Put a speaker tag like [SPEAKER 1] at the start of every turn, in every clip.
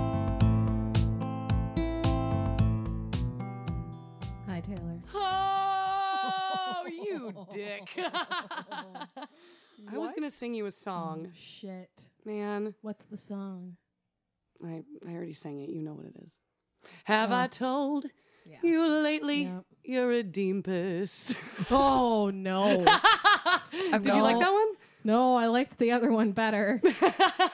[SPEAKER 1] Oh, music. I was gonna sing you a song,
[SPEAKER 2] Shit.
[SPEAKER 1] Mm. man.
[SPEAKER 2] What's the song?
[SPEAKER 1] I I already sang it. You know what it is. Oh. Have I told
[SPEAKER 2] Yeah.
[SPEAKER 1] you lately?
[SPEAKER 2] Yep.
[SPEAKER 1] You're a Deempus.
[SPEAKER 2] Oh no.
[SPEAKER 1] Did you like that one?
[SPEAKER 2] No, I liked the other one better.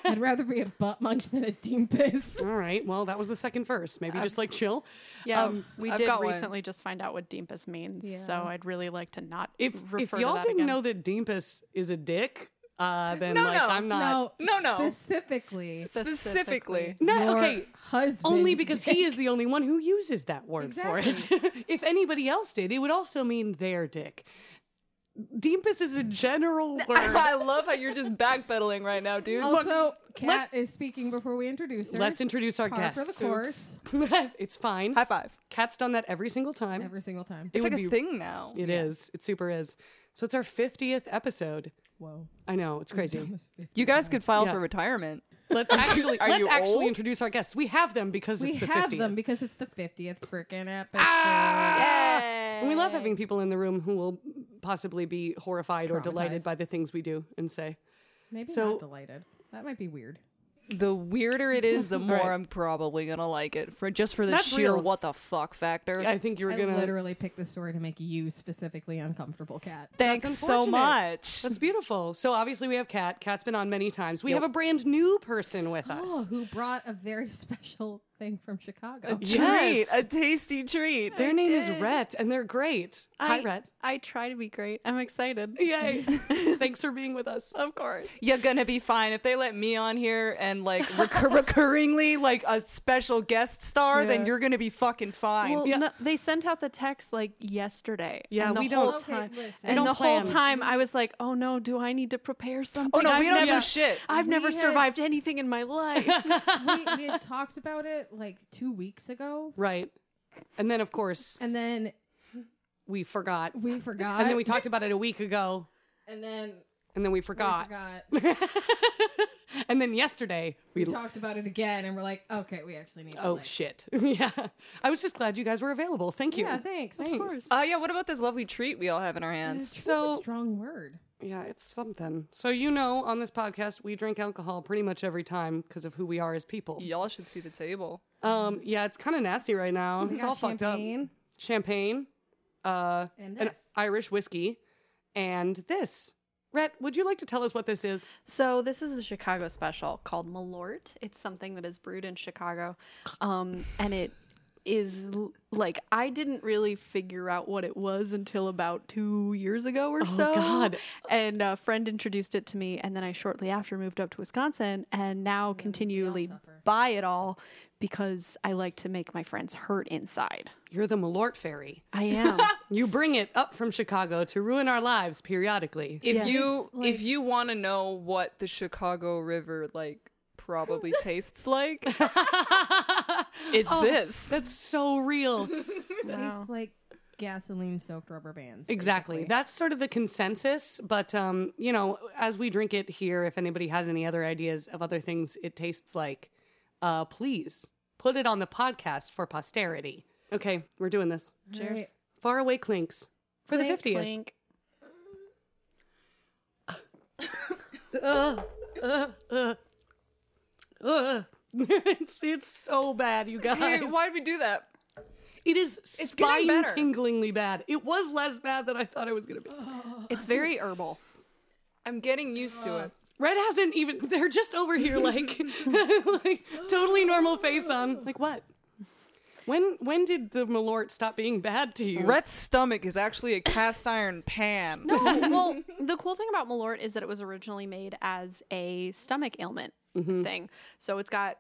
[SPEAKER 2] I'd rather be a butt monk than a deempus.
[SPEAKER 1] All right. Well, that was the second verse. Maybe just like chill.
[SPEAKER 3] Yeah,
[SPEAKER 1] Um,
[SPEAKER 3] we
[SPEAKER 4] I've
[SPEAKER 3] did
[SPEAKER 4] got one.
[SPEAKER 3] recently just find out what Deempus means,
[SPEAKER 2] Yeah.
[SPEAKER 3] so I'd really like to not
[SPEAKER 1] If
[SPEAKER 3] refer
[SPEAKER 1] if
[SPEAKER 3] to
[SPEAKER 1] y'all
[SPEAKER 3] that
[SPEAKER 1] didn't
[SPEAKER 3] again.
[SPEAKER 1] know that Deempus is a dick, uh, then
[SPEAKER 4] No,
[SPEAKER 1] like
[SPEAKER 4] no.
[SPEAKER 1] I'm not.
[SPEAKER 2] No,
[SPEAKER 4] No, no.
[SPEAKER 2] Specifically,
[SPEAKER 4] Specifically.
[SPEAKER 1] No.
[SPEAKER 2] your
[SPEAKER 1] okay.
[SPEAKER 2] husband.
[SPEAKER 1] Only because he is the only one who uses that word for it.
[SPEAKER 2] Exactly.
[SPEAKER 1] if anybody else did, it would also mean their dick. Deempus is a general word.
[SPEAKER 4] I love how you're just backpedaling right now, dude.
[SPEAKER 2] Also, Kat
[SPEAKER 1] let's-
[SPEAKER 2] is speaking before we introduce her.
[SPEAKER 1] Let's introduce our
[SPEAKER 2] Par
[SPEAKER 1] guests.
[SPEAKER 2] for the course
[SPEAKER 1] it's fine.
[SPEAKER 4] High five.
[SPEAKER 1] Cat's done that every single time.
[SPEAKER 2] every single time.
[SPEAKER 1] it
[SPEAKER 4] It's
[SPEAKER 1] would
[SPEAKER 4] like
[SPEAKER 1] be.
[SPEAKER 4] a thing now.
[SPEAKER 1] It is. It super is. So it's our fiftieth episode.
[SPEAKER 2] Whoa,
[SPEAKER 1] I know it's crazy.
[SPEAKER 2] Almost 50.
[SPEAKER 4] You guys could file
[SPEAKER 1] Yeah.
[SPEAKER 4] for retirement.
[SPEAKER 1] Let's actually
[SPEAKER 4] are
[SPEAKER 1] let's
[SPEAKER 4] you
[SPEAKER 1] actually
[SPEAKER 4] old?
[SPEAKER 1] introduce our guests. We have them because
[SPEAKER 2] we
[SPEAKER 1] it's the
[SPEAKER 2] have
[SPEAKER 1] 50th.
[SPEAKER 2] them because it's the fiftieth freaking episode.
[SPEAKER 1] Ah! And we love having people in the room who will possibly be horrified or delighted
[SPEAKER 2] Traumatized.
[SPEAKER 1] by the things we do and say.
[SPEAKER 2] Maybe
[SPEAKER 1] So-
[SPEAKER 2] not delighted. That might be weird.
[SPEAKER 4] The weirder it is, the more
[SPEAKER 1] right.
[SPEAKER 4] I'm probably gonna like it for just for the
[SPEAKER 1] That's
[SPEAKER 4] sheer
[SPEAKER 1] real.
[SPEAKER 4] what the fuck factor.
[SPEAKER 1] I think you were
[SPEAKER 2] I
[SPEAKER 1] gonna.
[SPEAKER 2] literally picked this story to make you specifically uncomfortable, Kat.
[SPEAKER 4] Thanks so
[SPEAKER 1] unfortunate.
[SPEAKER 4] much.
[SPEAKER 1] That's beautiful. So obviously we have Kat. Kat's been on many times. We
[SPEAKER 4] Yep.
[SPEAKER 1] have a brand new person with us.
[SPEAKER 2] Oh, who brought a very special thing from Chicago?
[SPEAKER 1] Yes.
[SPEAKER 4] Treat, a tasty treat.
[SPEAKER 1] Their name is Rhett, and they're great. Hi,
[SPEAKER 3] I,
[SPEAKER 1] Rhett.
[SPEAKER 3] I try to be great. I'm excited.
[SPEAKER 1] Yay! Thanks for being with us.
[SPEAKER 3] Of course.
[SPEAKER 4] You're gonna be fine if they let me on here and like recur- recurringly like a special guest star. Then you're gonna be fucking fine.
[SPEAKER 3] Well,
[SPEAKER 1] Yeah.
[SPEAKER 3] no, they sent out the text like yesterday.
[SPEAKER 1] Yeah,
[SPEAKER 3] and the
[SPEAKER 1] we
[SPEAKER 3] whole
[SPEAKER 1] don't-
[SPEAKER 2] Okay,
[SPEAKER 3] time.
[SPEAKER 2] listen. We
[SPEAKER 3] and
[SPEAKER 1] don't
[SPEAKER 3] the whole
[SPEAKER 1] plan.
[SPEAKER 3] time, I was like, "Oh no, do I need to prepare something?"
[SPEAKER 4] oh no, we
[SPEAKER 3] I've
[SPEAKER 4] don't
[SPEAKER 3] never-
[SPEAKER 4] do shit.
[SPEAKER 3] I've
[SPEAKER 2] We
[SPEAKER 3] never
[SPEAKER 2] had-
[SPEAKER 3] survived anything in my life.
[SPEAKER 2] we, we had talked about it like two weeks ago,
[SPEAKER 1] Right. And then of course
[SPEAKER 2] and then
[SPEAKER 1] we forgot.
[SPEAKER 2] we forgot.
[SPEAKER 1] And then we talked about it a week ago,
[SPEAKER 2] And then
[SPEAKER 1] and then
[SPEAKER 2] we
[SPEAKER 1] we forgot.
[SPEAKER 2] forgot.
[SPEAKER 1] and then yesterday we.
[SPEAKER 2] We talked about it again, and we're like, okay, we actually need. to
[SPEAKER 1] oh
[SPEAKER 2] like-
[SPEAKER 1] shit! yeah, I was just glad you guys were available. Thank you.
[SPEAKER 2] Yeah, thanks.
[SPEAKER 1] Thanks.
[SPEAKER 4] Uh, yeah. What about this lovely treat we all have in our hands?
[SPEAKER 1] So-
[SPEAKER 2] so a strong word.
[SPEAKER 1] Yeah, it's something. So you know, on this podcast, we drink alcohol pretty much every time because of who we are as people.
[SPEAKER 4] Y'all should see the table.
[SPEAKER 1] Um, yeah, it's kind of nasty right now.
[SPEAKER 2] We
[SPEAKER 1] it's
[SPEAKER 2] got
[SPEAKER 1] all fucked up.
[SPEAKER 2] Oh champagne
[SPEAKER 1] Champagne, uh,
[SPEAKER 2] And
[SPEAKER 1] an
[SPEAKER 2] this.
[SPEAKER 1] Irish whiskey, and this. Rhett, would you like to tell us what this is?
[SPEAKER 3] So this is a Chicago special called Malort. It's something that is brewed in Chicago, um, and it is l- like I didn't really figure out what it was until about two years ago or so.
[SPEAKER 1] God.
[SPEAKER 3] And a friend introduced it to me, and then I shortly after moved up to Wisconsin, and now continually buy it all because I like to make my friends hurt inside.
[SPEAKER 1] You're the Malort fairy.
[SPEAKER 3] I am.
[SPEAKER 1] You bring it up from Chicago to ruin our lives periodically.
[SPEAKER 4] If
[SPEAKER 3] Yeah.
[SPEAKER 4] you
[SPEAKER 2] It's like-
[SPEAKER 4] if you want to know what the Chicago River like probably tastes like, it's this.
[SPEAKER 1] That's so real.
[SPEAKER 2] tastes like gasoline-soaked rubber bands.
[SPEAKER 1] Exactly. That's sort of the consensus. But, um, you know, as we drink it here, if anybody has any other ideas of other things it tastes like, uh, please put it on the podcast for posterity. Okay, we're doing this.
[SPEAKER 3] Cheers.
[SPEAKER 2] Right.
[SPEAKER 1] Far away clinks for the 50th.
[SPEAKER 3] Clink.
[SPEAKER 1] Ugh. it's, it's so bad, you guys.
[SPEAKER 4] Hey, why'd we do that?
[SPEAKER 1] it is
[SPEAKER 4] getting
[SPEAKER 1] spine
[SPEAKER 4] better.
[SPEAKER 1] tinglingly bad. It was less bad than I thought it was going to be.
[SPEAKER 3] It's very herbal.
[SPEAKER 4] I'm getting used to it.
[SPEAKER 1] Red hasn't even. They're just over here, like, like totally normal face on. Like what? When when did the Malort stop being bad to you?
[SPEAKER 4] Uh, Rhett's stomach is actually a cast iron pan.
[SPEAKER 3] No, well, the cool thing about Malort is that it was originally made as a stomach ailment thing. So it's got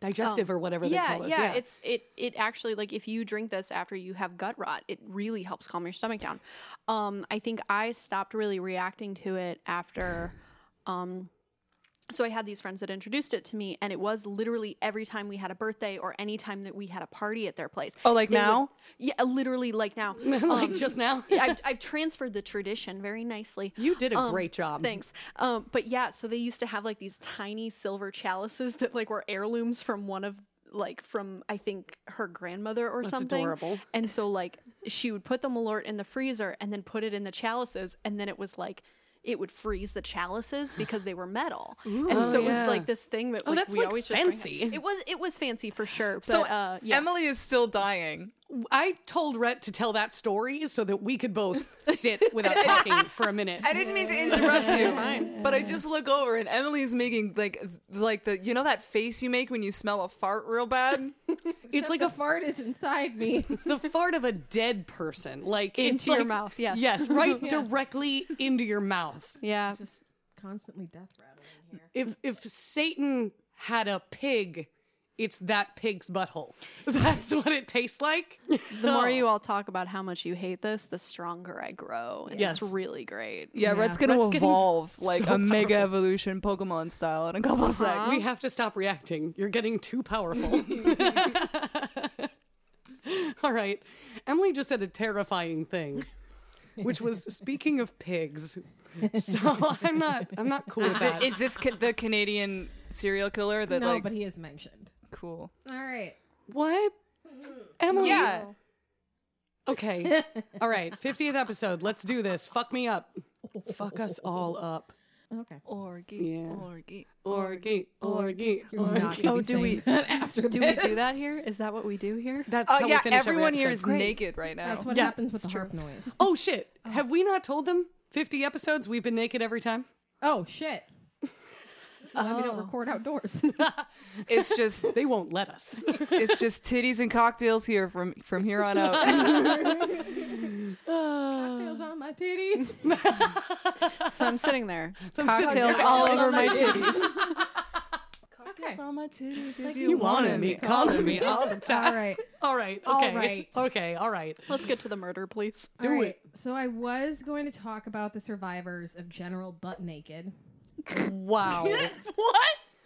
[SPEAKER 1] Digestive or whatever Mm-hmm. they
[SPEAKER 3] yeah,
[SPEAKER 1] call it.
[SPEAKER 3] yeah, It's it it actually like if you drink this after you have gut rot, it really helps calm your stomach down. Um, I think I stopped really reacting to it after. Um, so I had these friends that introduced it to me, and it was literally every time we had a birthday or any time that we had a party at their place.
[SPEAKER 4] Oh, like
[SPEAKER 3] They would-
[SPEAKER 4] now?
[SPEAKER 3] yeah, literally like now. Um,
[SPEAKER 1] like just now.
[SPEAKER 3] I've, I've transferred the tradition very nicely.
[SPEAKER 1] You did a great job.
[SPEAKER 3] Um, Thanks. Um, but yeah, so they used to have like these tiny silver chalices that like were heirlooms from one of like from I think her grandmother or
[SPEAKER 1] That's
[SPEAKER 3] something.
[SPEAKER 1] adorable.
[SPEAKER 3] And so like she would put the Malort in the freezer and then put it in the chalices and then it was like it would freeze the chalices because they were metal. and
[SPEAKER 2] Oh,
[SPEAKER 3] so it
[SPEAKER 2] yeah.
[SPEAKER 3] was like this thing that
[SPEAKER 1] Oh,
[SPEAKER 3] like,
[SPEAKER 1] that's,
[SPEAKER 3] we
[SPEAKER 1] like,
[SPEAKER 3] always just bring up.
[SPEAKER 1] fancy.
[SPEAKER 3] It was it was fancy for sure. But
[SPEAKER 4] So
[SPEAKER 3] uh yeah.
[SPEAKER 4] Emily is still dying.
[SPEAKER 1] I told Rhett to tell that story so that we could both sit without talking for a minute.
[SPEAKER 4] I didn't mean to interrupt you, but I just look over and Emily's making like th- like the you know that face you make when you smell a fart real bad.
[SPEAKER 1] It's like
[SPEAKER 2] the
[SPEAKER 1] a
[SPEAKER 2] fart is inside me.
[SPEAKER 1] it's the fart of a dead person, like it's
[SPEAKER 3] Into your
[SPEAKER 1] like-
[SPEAKER 3] mouth, yes.
[SPEAKER 1] yes, right
[SPEAKER 2] Yeah.
[SPEAKER 1] directly into your mouth.
[SPEAKER 3] yeah.
[SPEAKER 2] Just constantly death rattling here.
[SPEAKER 1] If if Satan had a pig, it's that pig's butthole. That's what it tastes like.
[SPEAKER 3] The more you all talk about how much you hate this, the stronger I grow. And
[SPEAKER 1] Yes.
[SPEAKER 3] It's really great.
[SPEAKER 4] Yeah, Red's gonna
[SPEAKER 1] Red's getting
[SPEAKER 4] evolve like
[SPEAKER 1] so
[SPEAKER 4] a mega evolution Pokemon style in a couple seconds.
[SPEAKER 1] We have to stop reacting. You're getting too powerful. All right. Emily just said a terrifying thing, which was speaking of pigs. So I'm not I'm not cool with that.
[SPEAKER 4] Is this ca- the Canadian serial killer that
[SPEAKER 2] no,
[SPEAKER 4] like
[SPEAKER 2] but he is mentioned.
[SPEAKER 4] cool?
[SPEAKER 2] All right.
[SPEAKER 1] what? Emily.
[SPEAKER 4] Yeah,
[SPEAKER 1] Okay. All right. 50th episode. Let's do this. Fuck me up. Fuck us all up.
[SPEAKER 2] Okay.
[SPEAKER 4] orgy,
[SPEAKER 1] Yeah.
[SPEAKER 4] orgy.
[SPEAKER 1] Orgy, orgy,
[SPEAKER 2] You're not
[SPEAKER 1] orgy.
[SPEAKER 2] gonna
[SPEAKER 3] Oh,
[SPEAKER 2] be
[SPEAKER 3] do
[SPEAKER 2] saying
[SPEAKER 3] we-
[SPEAKER 2] that after
[SPEAKER 3] Do we
[SPEAKER 2] this.
[SPEAKER 3] do that here? Is that what we do here?
[SPEAKER 1] That's
[SPEAKER 4] Oh
[SPEAKER 1] how
[SPEAKER 4] yeah,
[SPEAKER 1] we finish every
[SPEAKER 4] everyone here is
[SPEAKER 1] episode.
[SPEAKER 4] naked right now.
[SPEAKER 2] That's what
[SPEAKER 1] Yeah,
[SPEAKER 2] happens with Oh. the
[SPEAKER 1] it's
[SPEAKER 2] harp noise.
[SPEAKER 1] Oh shit. Have we not told them 50 episodes we've been naked every time?
[SPEAKER 2] Oh shit. That's why we don't record outdoors.
[SPEAKER 4] it's just
[SPEAKER 1] They won't let us.
[SPEAKER 4] it's just titties and cocktails here from from here on out.
[SPEAKER 2] Cocktails on my titties.
[SPEAKER 3] So I'm sitting there.
[SPEAKER 1] So I'm sitting
[SPEAKER 3] cocktails
[SPEAKER 1] there.
[SPEAKER 3] all
[SPEAKER 2] Cocktails
[SPEAKER 3] over
[SPEAKER 2] on
[SPEAKER 3] my
[SPEAKER 2] my
[SPEAKER 3] titties.
[SPEAKER 2] Okay.
[SPEAKER 4] on my titties if
[SPEAKER 1] You wanted me calling me all the time.
[SPEAKER 2] All right.
[SPEAKER 1] All right. Okay.
[SPEAKER 2] All right.
[SPEAKER 1] Okay. All right.
[SPEAKER 3] Let's get to the murder, please.
[SPEAKER 1] Do
[SPEAKER 2] All right. So I was going to talk about the survivors of General Butt Naked.
[SPEAKER 1] Wow.
[SPEAKER 4] What?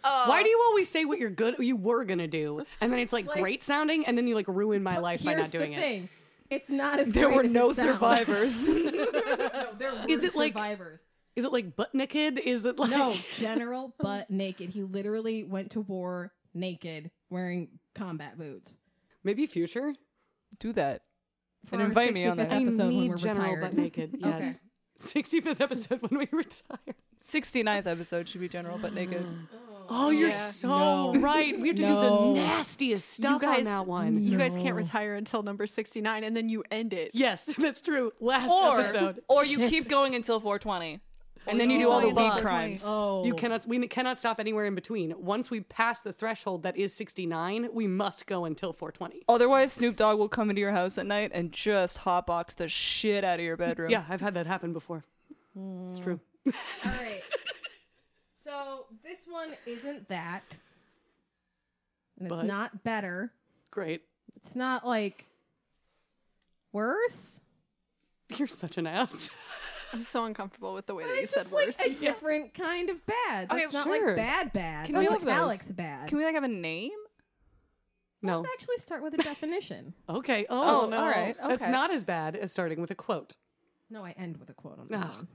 [SPEAKER 4] Uh,
[SPEAKER 1] Why do you always say what you're good you were gonna do, and then it's like, great sounding, and then you like ruin my life by
[SPEAKER 2] Here's
[SPEAKER 1] not doing
[SPEAKER 2] the
[SPEAKER 1] it?
[SPEAKER 2] thing. It's not as
[SPEAKER 4] there
[SPEAKER 2] great
[SPEAKER 4] were
[SPEAKER 2] as
[SPEAKER 4] no
[SPEAKER 2] it sounds.
[SPEAKER 4] survivors.
[SPEAKER 2] No, there were
[SPEAKER 1] Is it like-
[SPEAKER 2] survivors.
[SPEAKER 1] Is it like butt naked? Is it like
[SPEAKER 2] No, General Butt Naked. He literally went to war naked, wearing combat boots.
[SPEAKER 1] maybe future?
[SPEAKER 4] do that.
[SPEAKER 2] For
[SPEAKER 4] And
[SPEAKER 2] our
[SPEAKER 4] invite me on
[SPEAKER 2] 65th
[SPEAKER 4] that. I
[SPEAKER 2] episode when we're
[SPEAKER 1] General
[SPEAKER 2] retired.
[SPEAKER 1] Butt Naked. Yes. 65th episode when we retire.
[SPEAKER 4] 69th episode should be general but naked.
[SPEAKER 1] Oh, you're so
[SPEAKER 2] No.
[SPEAKER 1] right. We have to do
[SPEAKER 2] No.
[SPEAKER 1] the nastiest stuff
[SPEAKER 3] guys-
[SPEAKER 1] on that one.
[SPEAKER 3] You guys can't retire until number 69 and then you end it.
[SPEAKER 1] Yes, that's true. Last episode.
[SPEAKER 4] or you keep going until 420, and then you do all
[SPEAKER 1] Oh,
[SPEAKER 4] the
[SPEAKER 1] yeah.
[SPEAKER 4] meat
[SPEAKER 1] 420.
[SPEAKER 4] crimes.
[SPEAKER 2] Oh,
[SPEAKER 1] You cannot. We cannot stop anywhere in between. Once we pass the threshold that is 69, we must go until 420.
[SPEAKER 4] Otherwise, Snoop Dogg will come into your house at night and just hotbox the shit out of your bedroom.
[SPEAKER 1] Yeah, I've had that happen before. It's true.
[SPEAKER 2] All right. So this one isn't that. And it's
[SPEAKER 1] But-
[SPEAKER 2] not better.
[SPEAKER 1] Great.
[SPEAKER 2] It's not like worse.
[SPEAKER 1] You're such an ass.
[SPEAKER 3] I'm so uncomfortable with the way that you
[SPEAKER 2] It's just
[SPEAKER 3] said worse.
[SPEAKER 2] like a different kind of bad. That's
[SPEAKER 4] Okay,
[SPEAKER 2] not
[SPEAKER 1] sure.
[SPEAKER 2] like bad bad.
[SPEAKER 4] Can
[SPEAKER 2] That's
[SPEAKER 4] we
[SPEAKER 2] like
[SPEAKER 4] have those?
[SPEAKER 2] Alex bad.
[SPEAKER 4] Can we like have a name?
[SPEAKER 1] No.
[SPEAKER 2] Let's actually start with a definition.
[SPEAKER 1] Okay. Oh,
[SPEAKER 4] Oh, no. all right.
[SPEAKER 1] That's
[SPEAKER 4] Okay.
[SPEAKER 1] not as bad as starting with a quote.
[SPEAKER 2] No, I end with a quote on this
[SPEAKER 1] Ah.
[SPEAKER 2] one.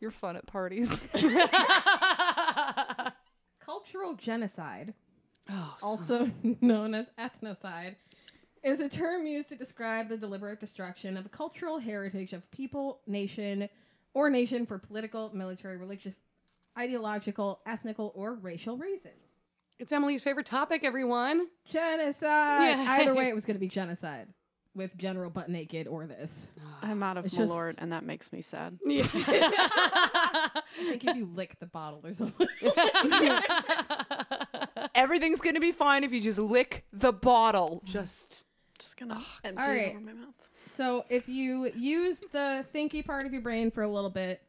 [SPEAKER 4] You're fun at parties.
[SPEAKER 2] Cultural genocide,
[SPEAKER 1] Oh,
[SPEAKER 2] also known as ethnocide, is a term used to describe the deliberate destruction of cultural heritage of people, nation, or nation for political, military, religious, ideological, ethnical, or racial reasons.
[SPEAKER 1] it's Emily's favorite topic. Everyone.
[SPEAKER 2] Genocide.
[SPEAKER 1] Yay.
[SPEAKER 2] Either way, it was going to be genocide with General Butt Naked or this.
[SPEAKER 3] I'm out of
[SPEAKER 2] It's just-
[SPEAKER 3] Malort and that makes me sad.
[SPEAKER 2] I think if you lick the bottle or something.
[SPEAKER 4] Everything's gonna be fine if you just lick the bottle.
[SPEAKER 1] Just
[SPEAKER 3] Just gonna empty
[SPEAKER 2] all right.
[SPEAKER 3] it over my mouth.
[SPEAKER 2] So if you use the thinky part of your brain for a little bit,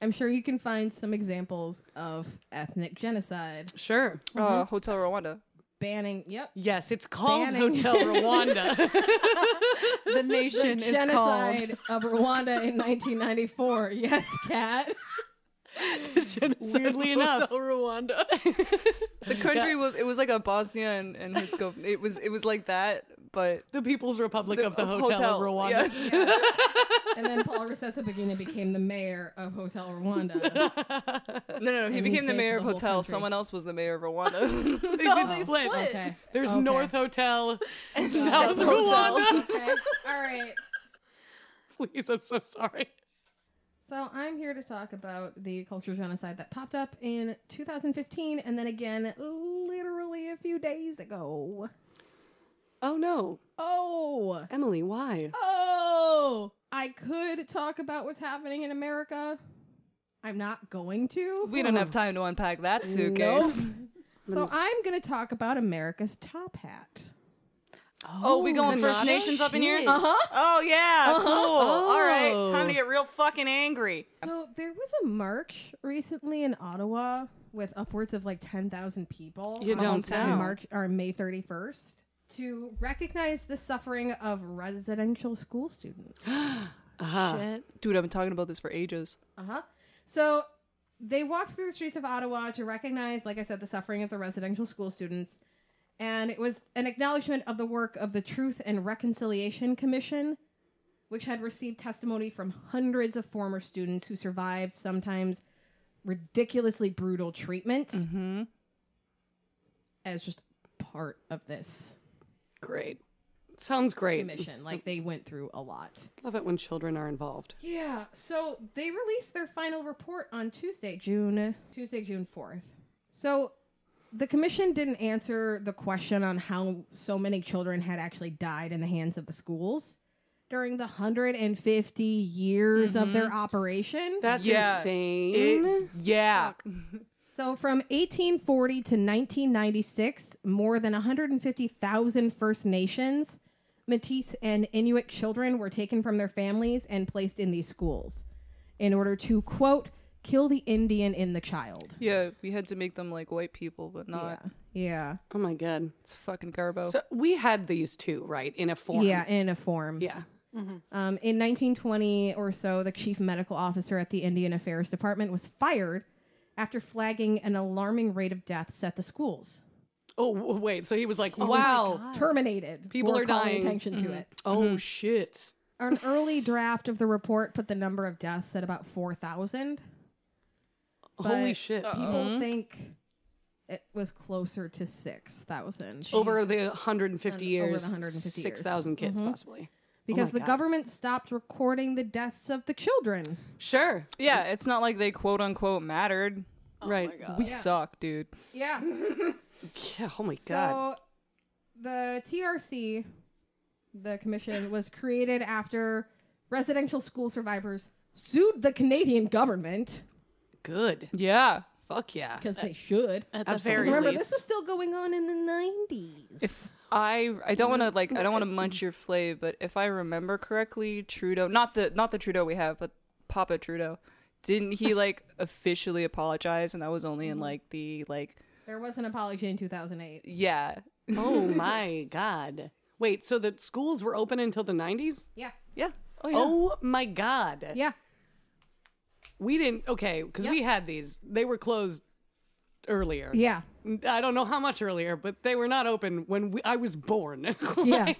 [SPEAKER 2] I'm sure you can find some examples of ethnic genocide.
[SPEAKER 1] sure.
[SPEAKER 4] Uh, Hotel Rwanda.
[SPEAKER 2] Banning, yep.
[SPEAKER 1] Yes, it's called
[SPEAKER 2] Banning.
[SPEAKER 1] Hotel Rwanda.
[SPEAKER 3] The nation is called
[SPEAKER 2] genocide of Rwanda in 1994. Yes, Cat.
[SPEAKER 1] Weirdly enough,
[SPEAKER 3] Hotel Rwanda.
[SPEAKER 4] The country was it was like a Bosnia and, and Herzegovina. it was it was like that, but
[SPEAKER 1] the People's Republic
[SPEAKER 4] The-
[SPEAKER 1] of the
[SPEAKER 4] of
[SPEAKER 1] Hotel,
[SPEAKER 4] hotel,
[SPEAKER 1] Rwanda.
[SPEAKER 2] and then Paul Recesabagina became the mayor of Hotel Rwanda.
[SPEAKER 4] No, no, no. He
[SPEAKER 2] And he
[SPEAKER 4] became the
[SPEAKER 2] saved
[SPEAKER 4] mayor
[SPEAKER 2] the
[SPEAKER 4] of
[SPEAKER 2] whole
[SPEAKER 4] hotel.
[SPEAKER 2] country.
[SPEAKER 4] Someone else was the mayor of Rwanda.
[SPEAKER 1] They
[SPEAKER 3] Oh,
[SPEAKER 1] did
[SPEAKER 3] they
[SPEAKER 1] split.
[SPEAKER 3] split.
[SPEAKER 2] Okay.
[SPEAKER 1] There's
[SPEAKER 2] Okay.
[SPEAKER 1] North Hotel and
[SPEAKER 2] Yeah.
[SPEAKER 1] South
[SPEAKER 3] South Hotel.
[SPEAKER 1] Rwanda.
[SPEAKER 2] Okay. All right.
[SPEAKER 1] Please, I'm so sorry.
[SPEAKER 2] So I'm here to talk about the culture genocide that popped up in 2015 and then again literally a few days ago.
[SPEAKER 1] Oh no,
[SPEAKER 2] Oh.
[SPEAKER 1] Emily, why?
[SPEAKER 2] Oh. I could talk about what's happening in America. I'm not going to.
[SPEAKER 4] we don't have time to unpack that suitcase.
[SPEAKER 2] So I'm going to talk about America's top hat.
[SPEAKER 4] Oh, we going First
[SPEAKER 1] Granada?
[SPEAKER 4] Nations up in here?
[SPEAKER 1] Shit. Uh-huh.
[SPEAKER 2] huh.
[SPEAKER 4] Oh yeah, cool. All
[SPEAKER 1] Oh.
[SPEAKER 4] right, time to get real fucking angry.
[SPEAKER 2] So there was a march recently in Ottawa with upwards of like 10,000 people.
[SPEAKER 1] You
[SPEAKER 2] on
[SPEAKER 1] don't
[SPEAKER 2] on
[SPEAKER 1] know.
[SPEAKER 2] March or May 31st to recognize the suffering of residential school students.
[SPEAKER 1] Uh-huh.
[SPEAKER 3] Shit.
[SPEAKER 4] Dude, I've been talking about this for ages.
[SPEAKER 2] Uh-huh. So they walked through the streets of Ottawa to recognize, like I said, the suffering of the residential school students. And it was an acknowledgement of the work of the Truth and Reconciliation Commission, which had received testimony from hundreds of former students who survived sometimes ridiculously brutal treatment
[SPEAKER 4] Mm-hmm.
[SPEAKER 2] as just part of this
[SPEAKER 1] Great. Sounds great.
[SPEAKER 2] commission. Like they went through a lot.
[SPEAKER 1] Love it when children are involved.
[SPEAKER 2] Yeah. So they released their final report on Tuesday, June Tuesday, June fourth. So the commission didn't answer the question on how so many children had actually died in the hands of the schools during the 150 years of their operation.
[SPEAKER 1] That's
[SPEAKER 4] Yeah.
[SPEAKER 1] insane.
[SPEAKER 4] yeah.
[SPEAKER 2] so from 1840 to 1996, more than 150,000 First Nations, Métis and Inuit children were taken from their families and placed in these schools in order to quote kill the Indian in the child.
[SPEAKER 4] Yeah, we had to make them like white people, but not.
[SPEAKER 2] Yeah.
[SPEAKER 1] oh my god.
[SPEAKER 4] It's fucking garbo.
[SPEAKER 1] So we had these two, right? In a form.
[SPEAKER 2] Oh. Yeah, in a form.
[SPEAKER 1] Yeah.
[SPEAKER 2] Um, in 1920 or so, the chief medical officer at the Indian Affairs Department was fired after flagging an alarming rate of deaths at the schools.
[SPEAKER 1] Oh w- wait. So he was
[SPEAKER 2] Oh
[SPEAKER 1] like, "Wow.
[SPEAKER 2] Terminated.
[SPEAKER 1] Ah. People
[SPEAKER 2] for
[SPEAKER 1] are
[SPEAKER 2] calling
[SPEAKER 1] dying.
[SPEAKER 2] Attention to it.
[SPEAKER 1] Oh, shit."
[SPEAKER 2] An early draft of the report put the number of deaths at about four thousand.
[SPEAKER 1] Holy
[SPEAKER 2] But oh,
[SPEAKER 1] shit.
[SPEAKER 2] People think it was closer to six thousand.
[SPEAKER 1] Over the 150
[SPEAKER 2] Over the
[SPEAKER 1] years,
[SPEAKER 2] 150 years. Mm-hmm.
[SPEAKER 1] 6,000 kids possibly.
[SPEAKER 2] because the
[SPEAKER 1] my God.
[SPEAKER 2] government stopped recording the deaths of the children.
[SPEAKER 1] Sure.
[SPEAKER 4] yeah, it's not like they quote unquote mattered.
[SPEAKER 2] Oh,
[SPEAKER 1] right.
[SPEAKER 4] We suck, dude.
[SPEAKER 2] Yeah.
[SPEAKER 1] Yeah, oh my god.
[SPEAKER 2] So the TRC, the commission, was created after residential school survivors sued the Canadian government
[SPEAKER 1] Good.
[SPEAKER 4] Yeah.
[SPEAKER 1] Fuck yeah.
[SPEAKER 2] because they should.
[SPEAKER 3] At the
[SPEAKER 1] Absolutely.
[SPEAKER 3] very
[SPEAKER 2] Remember,
[SPEAKER 3] least.
[SPEAKER 2] this was still going on in the nineties.
[SPEAKER 4] If I I don't want to like I don't want to munch your flay, but if I remember correctly, Trudeau not the not the Trudeau we have, but Papa Trudeau didn't he like officially apologize, and that was only in like the like
[SPEAKER 2] there was an apology in two thousand eight.
[SPEAKER 4] yeah
[SPEAKER 1] oh my god. Wait, so the schools were open until the 90s?
[SPEAKER 2] Yeah,
[SPEAKER 4] yeah oh yeah
[SPEAKER 1] Oh my god.
[SPEAKER 2] yeah.
[SPEAKER 1] We didn't Okay, cuz we had these. They were closed earlier.
[SPEAKER 2] Yeah.
[SPEAKER 1] I don't know how much earlier, but they were not open when we, I was born. yeah.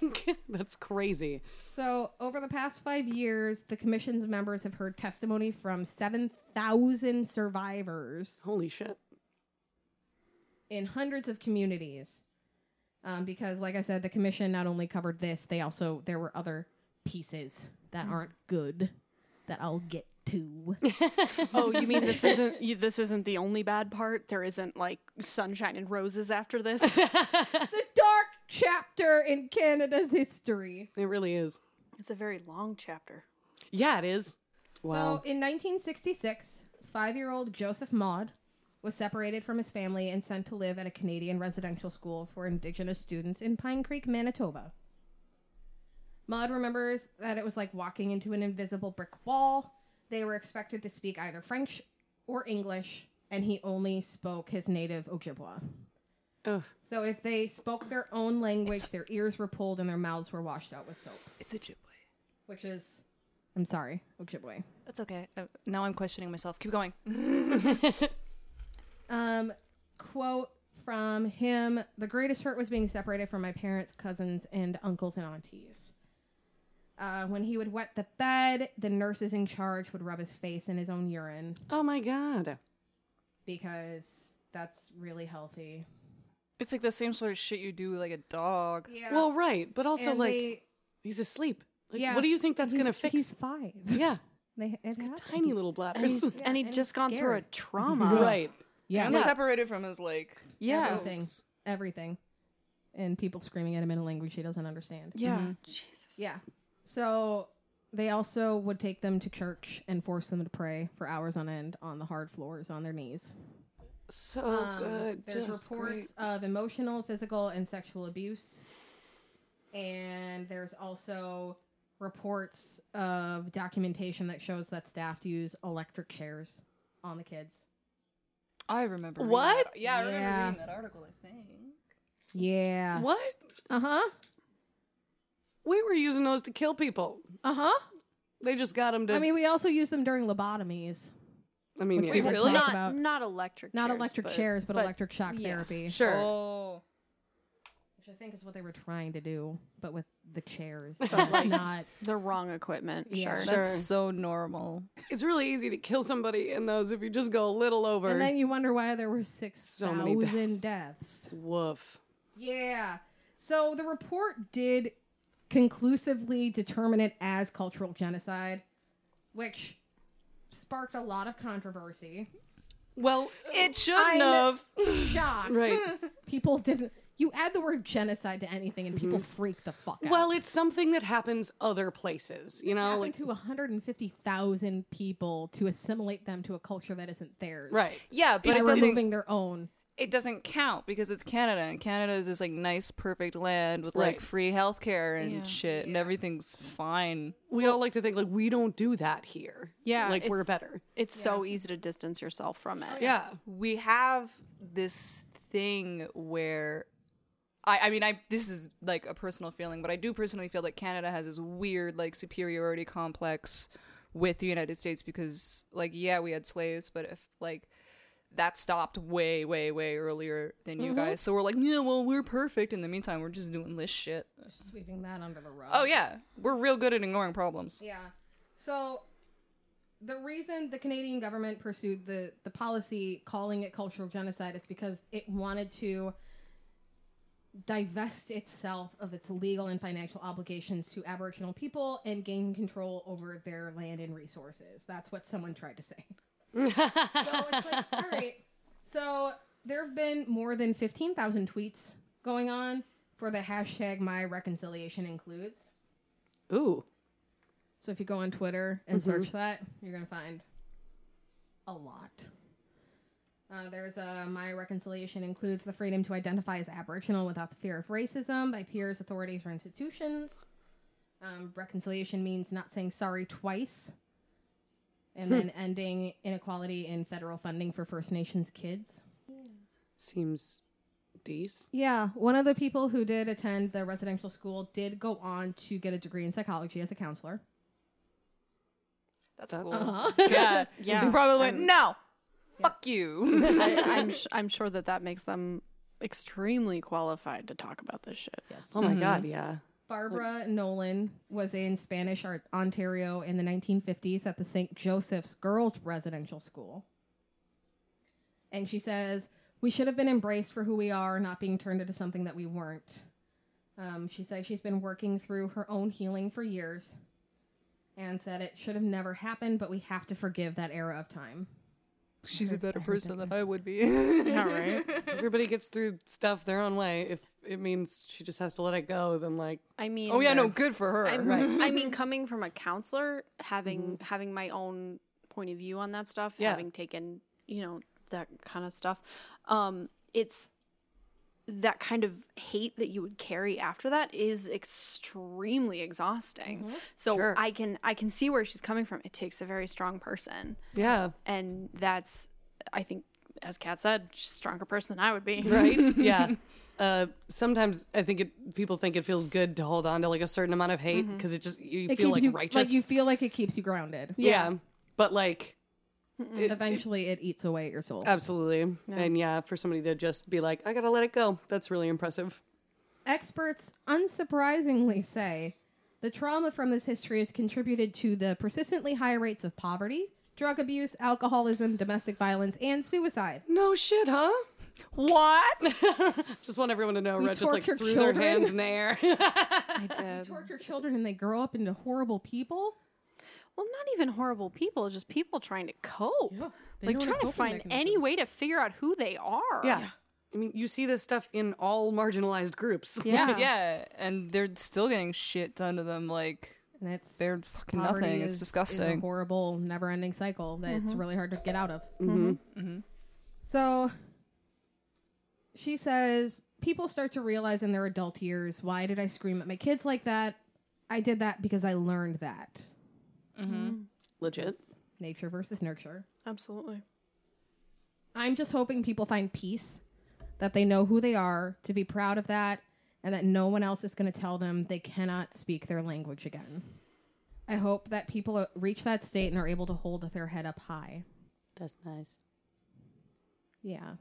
[SPEAKER 1] That's crazy.
[SPEAKER 2] So, over the past five years, the commission's members have heard testimony from 7,000 survivors
[SPEAKER 1] Holy shit.
[SPEAKER 2] in hundreds of communities. Um, because, like I said, the commission not only covered this, they also, there were other pieces that aren't good that I'll get to.
[SPEAKER 3] Oh, you mean this isn't you, this isn't the only bad part? There isn't like sunshine and roses after this.
[SPEAKER 2] it's a dark chapter in Canada's history.
[SPEAKER 1] It really is.
[SPEAKER 3] it's a very long chapter.
[SPEAKER 1] Yeah, it is.
[SPEAKER 2] So in 1966, five year old Joseph Maud was separated from his family and sent to live at a Canadian residential school for Indigenous students in Pine Creek, Manitoba. Maud remembers that it was like walking into an invisible brick wall. They were expected to speak either French or English, and he only spoke his native Ojibwa.
[SPEAKER 1] Ugh.
[SPEAKER 2] So if they spoke their own language, their ears were pulled and their mouths were washed out with soap,
[SPEAKER 4] it's a Ghibli.
[SPEAKER 2] which is, I'm sorry, Ojibwe.
[SPEAKER 4] That's okay. Uh, now I'm questioning myself. Keep going.
[SPEAKER 2] Um, quote from him: "The greatest hurt was being separated from my parents, cousins, and uncles and aunties." Uh, when he would wet the bed, the nurses in charge would rub his face in his own urine
[SPEAKER 1] Oh my god.
[SPEAKER 2] because that's really healthy.
[SPEAKER 4] It's like the same sort of shit you do with, like a dog.
[SPEAKER 2] Yeah.
[SPEAKER 1] Well, right, but also
[SPEAKER 2] And
[SPEAKER 1] like
[SPEAKER 2] they-
[SPEAKER 1] he's asleep. Like,
[SPEAKER 2] Yeah.
[SPEAKER 1] What do you think that's
[SPEAKER 2] he's-
[SPEAKER 1] gonna fix?
[SPEAKER 2] He's five.
[SPEAKER 1] yeah,
[SPEAKER 2] They, it
[SPEAKER 1] got
[SPEAKER 2] happens.
[SPEAKER 1] tiny little
[SPEAKER 3] And
[SPEAKER 1] bladders.
[SPEAKER 3] he's,
[SPEAKER 2] Yeah,
[SPEAKER 3] and he'd
[SPEAKER 2] and
[SPEAKER 3] just
[SPEAKER 2] he's
[SPEAKER 3] gone through a
[SPEAKER 2] scared.
[SPEAKER 3] trauma.
[SPEAKER 1] right.
[SPEAKER 2] Yeah.
[SPEAKER 4] I'm separated from his like.
[SPEAKER 3] Yeah.
[SPEAKER 2] Everything. Everything. And people screaming at him in a language he doesn't understand.
[SPEAKER 3] Yeah. Jesus.
[SPEAKER 2] Mm-hmm. Yeah. So they also would take them to church and force them to pray for hours on end on the hard floors on their knees.
[SPEAKER 1] So
[SPEAKER 2] Um,
[SPEAKER 1] Oh, good.
[SPEAKER 2] There's
[SPEAKER 1] Just
[SPEAKER 2] reports
[SPEAKER 1] great.
[SPEAKER 2] of emotional, physical, and sexual abuse. And there's also reports of documentation that shows that staff use electric chairs on the kids.
[SPEAKER 4] I remember. reading
[SPEAKER 1] What?
[SPEAKER 4] that- Yeah, I remember
[SPEAKER 2] Yeah.
[SPEAKER 4] reading that article. I think.
[SPEAKER 2] Yeah.
[SPEAKER 1] What?
[SPEAKER 2] Uh huh.
[SPEAKER 1] We were using those to kill people.
[SPEAKER 2] Uh huh.
[SPEAKER 1] They just got him to.
[SPEAKER 2] I mean, we also use them during lobotomies.
[SPEAKER 1] I mean,
[SPEAKER 2] which
[SPEAKER 1] yeah.
[SPEAKER 2] we
[SPEAKER 1] right.
[SPEAKER 2] were
[SPEAKER 3] Really?
[SPEAKER 2] Talk
[SPEAKER 3] Not
[SPEAKER 2] about-
[SPEAKER 3] not electric.
[SPEAKER 2] Not
[SPEAKER 3] chairs,
[SPEAKER 2] electric
[SPEAKER 3] but-
[SPEAKER 2] chairs, but,
[SPEAKER 3] but-
[SPEAKER 2] electric shock
[SPEAKER 3] yeah.
[SPEAKER 2] therapy.
[SPEAKER 1] sure.
[SPEAKER 4] Oh.
[SPEAKER 2] Which I think is what they were trying to do, but with the chairs. But
[SPEAKER 1] like-
[SPEAKER 2] not.
[SPEAKER 3] The wrong equipment.
[SPEAKER 2] Yeah.
[SPEAKER 3] Sure.
[SPEAKER 1] Sure.
[SPEAKER 4] That's so normal.
[SPEAKER 1] It's really easy to kill somebody in those if you just go a little over.
[SPEAKER 2] And then you wonder why there were 6,000
[SPEAKER 1] deaths.
[SPEAKER 2] deaths.
[SPEAKER 1] Woof.
[SPEAKER 2] Yeah. So the report did conclusively determine it as cultural genocide, which sparked a lot of controversy.
[SPEAKER 1] Well,
[SPEAKER 4] It
[SPEAKER 2] I'm
[SPEAKER 4] shouldn't have.
[SPEAKER 2] Shock.
[SPEAKER 1] right.
[SPEAKER 2] People didn't. You add the word genocide to anything and people freak the fuck out.
[SPEAKER 1] Well, it's something that happens other places, you know?
[SPEAKER 2] happened
[SPEAKER 1] Like,
[SPEAKER 2] to 150,000 people to assimilate them to a culture that isn't theirs.
[SPEAKER 1] right.
[SPEAKER 4] Yeah, but
[SPEAKER 2] By
[SPEAKER 4] it doesn't.
[SPEAKER 2] removing their own.
[SPEAKER 4] It doesn't count because it's Canada, and Canada is this like nice, perfect land with like
[SPEAKER 1] Right.
[SPEAKER 4] free healthcare and
[SPEAKER 3] Yeah.
[SPEAKER 4] shit, and everything's fine.
[SPEAKER 1] We all like to think, like, we don't do that here.
[SPEAKER 3] Yeah,
[SPEAKER 1] Like, we're
[SPEAKER 3] it's-
[SPEAKER 1] better.
[SPEAKER 3] It's so easy to distance yourself from it.
[SPEAKER 1] Yeah.
[SPEAKER 4] we have this thing where I, I mean I this is like a personal feeling, but I do personally feel that Canada has this weird like superiority complex with the United States because like yeah, we had slaves, but if like that stopped way, way, way earlier than you guys. So we're like, yeah, well, we're perfect. In the meantime, we're just doing this shit.
[SPEAKER 2] Sweeping that under the rug.
[SPEAKER 4] Oh yeah, we're real good at ignoring problems.
[SPEAKER 2] Yeah. So the reason the Canadian government pursued the the policy calling it cultural genocide is because it wanted to divest itself of its legal and financial obligations to aboriginal people and gain control over their land and resources. That's what someone tried to say. so it's like, all right. So there have been more than 15,000 tweets going on for the hashtag my reconciliation includes.
[SPEAKER 1] Ooh.
[SPEAKER 2] So if you go on Twitter and search that, you're gonna find a lot. Uh, there's uh, my reconciliation includes the freedom to identify as Aboriginal without the fear of racism by peers, authorities, or institutions. Um, reconciliation means not saying sorry twice, and then ending inequality in federal funding for First Nations kids.
[SPEAKER 1] Seems decent.
[SPEAKER 2] Yeah, one of the people who did attend the residential school did go on to get a degree in psychology as a counselor.
[SPEAKER 4] That's,
[SPEAKER 1] That's-
[SPEAKER 4] cool.
[SPEAKER 2] Uh-huh.
[SPEAKER 4] Yeah,
[SPEAKER 3] Yeah.
[SPEAKER 4] You probably went no. Fuck you.
[SPEAKER 3] I, I'm sh- I'm sure that that makes them extremely qualified to talk about this shit.
[SPEAKER 2] Yes.
[SPEAKER 1] Oh my God, yeah.
[SPEAKER 2] Barbara Nolan was in Spanish Ar- Ontario in the 1950s at the St. Joseph's Girls Residential School. And she says, We should have been embraced for who we are, not being turned into something that we weren't. Um, she says she's been working through her own healing for years and said it should have never happened, but we have to forgive that era of time.
[SPEAKER 4] She's a better
[SPEAKER 2] I heard
[SPEAKER 4] person
[SPEAKER 2] that.
[SPEAKER 4] than I would be.
[SPEAKER 3] Yeah, right.
[SPEAKER 1] Everybody gets through stuff their own way. If it means she just has to let it go, then, like,
[SPEAKER 3] I mean,
[SPEAKER 4] Oh yeah, no, good for her.
[SPEAKER 3] I'm,
[SPEAKER 1] Right. Mm-hmm.
[SPEAKER 3] I mean, coming from a counselor, having having my own point of view on that stuff,
[SPEAKER 1] Yeah.
[SPEAKER 3] having taken you know that kind of stuff, um, it's that kind of hate that you would carry after that is extremely exhausting. So
[SPEAKER 1] Mm-hmm. Sure.
[SPEAKER 3] I can I can see where she's coming from. It takes a very strong person,
[SPEAKER 1] yeah.
[SPEAKER 3] and that's I think as Kat said, she's a stronger person than I would be.
[SPEAKER 1] right yeah uh sometimes i think it people think it feels good to hold on to like a certain amount of hate
[SPEAKER 4] Mm-hmm.
[SPEAKER 1] because it just you feel like
[SPEAKER 2] you
[SPEAKER 1] righteous
[SPEAKER 2] like you feel like it keeps you grounded.
[SPEAKER 1] yeah. but like
[SPEAKER 2] Eventually, it eats away at your soul.
[SPEAKER 1] absolutely and yeah for somebody to just be like i gotta let it go that's really impressive
[SPEAKER 2] experts unsurprisingly say The trauma from this history has contributed to the persistently high rates of poverty, drug abuse, alcoholism, domestic violence, and suicide.
[SPEAKER 1] No shit, huh?
[SPEAKER 4] What?
[SPEAKER 1] Just want everyone to know, Red just like threw
[SPEAKER 2] torture
[SPEAKER 1] their
[SPEAKER 2] children.
[SPEAKER 1] hands in the air.
[SPEAKER 3] I did. Well,
[SPEAKER 2] Torture children and they grow up into horrible people.
[SPEAKER 3] not even horrible people, just people trying to cope.
[SPEAKER 2] They
[SPEAKER 3] like
[SPEAKER 2] don't have
[SPEAKER 3] trying to
[SPEAKER 2] coping
[SPEAKER 3] find any
[SPEAKER 2] mechanisms.
[SPEAKER 3] way to figure out who they are.
[SPEAKER 1] yeah. I mean, you see this stuff in all marginalized groups.
[SPEAKER 3] Yeah.
[SPEAKER 4] yeah, and they're still getting shit done to them. Like
[SPEAKER 2] And it's
[SPEAKER 4] they're fucking
[SPEAKER 2] poverty
[SPEAKER 4] nothing.
[SPEAKER 2] is-
[SPEAKER 4] it's
[SPEAKER 2] is a
[SPEAKER 4] disgusting.
[SPEAKER 2] horrible, never-ending cycle that it's really hard to get out of.
[SPEAKER 1] Mm-hmm.
[SPEAKER 2] So she says, people start to realize in their adult years, why did I scream at my kids like that? I did that because I learned that.
[SPEAKER 1] Legit.
[SPEAKER 2] Nature versus nurture.
[SPEAKER 3] Absolutely.
[SPEAKER 2] I'm just hoping people find peace, that they know who they are, to be proud of that, and that no one else is going to tell them they cannot speak their language again. I hope that people uh, reach that state and are able to hold their head up high.
[SPEAKER 1] That's nice.
[SPEAKER 2] Yeah.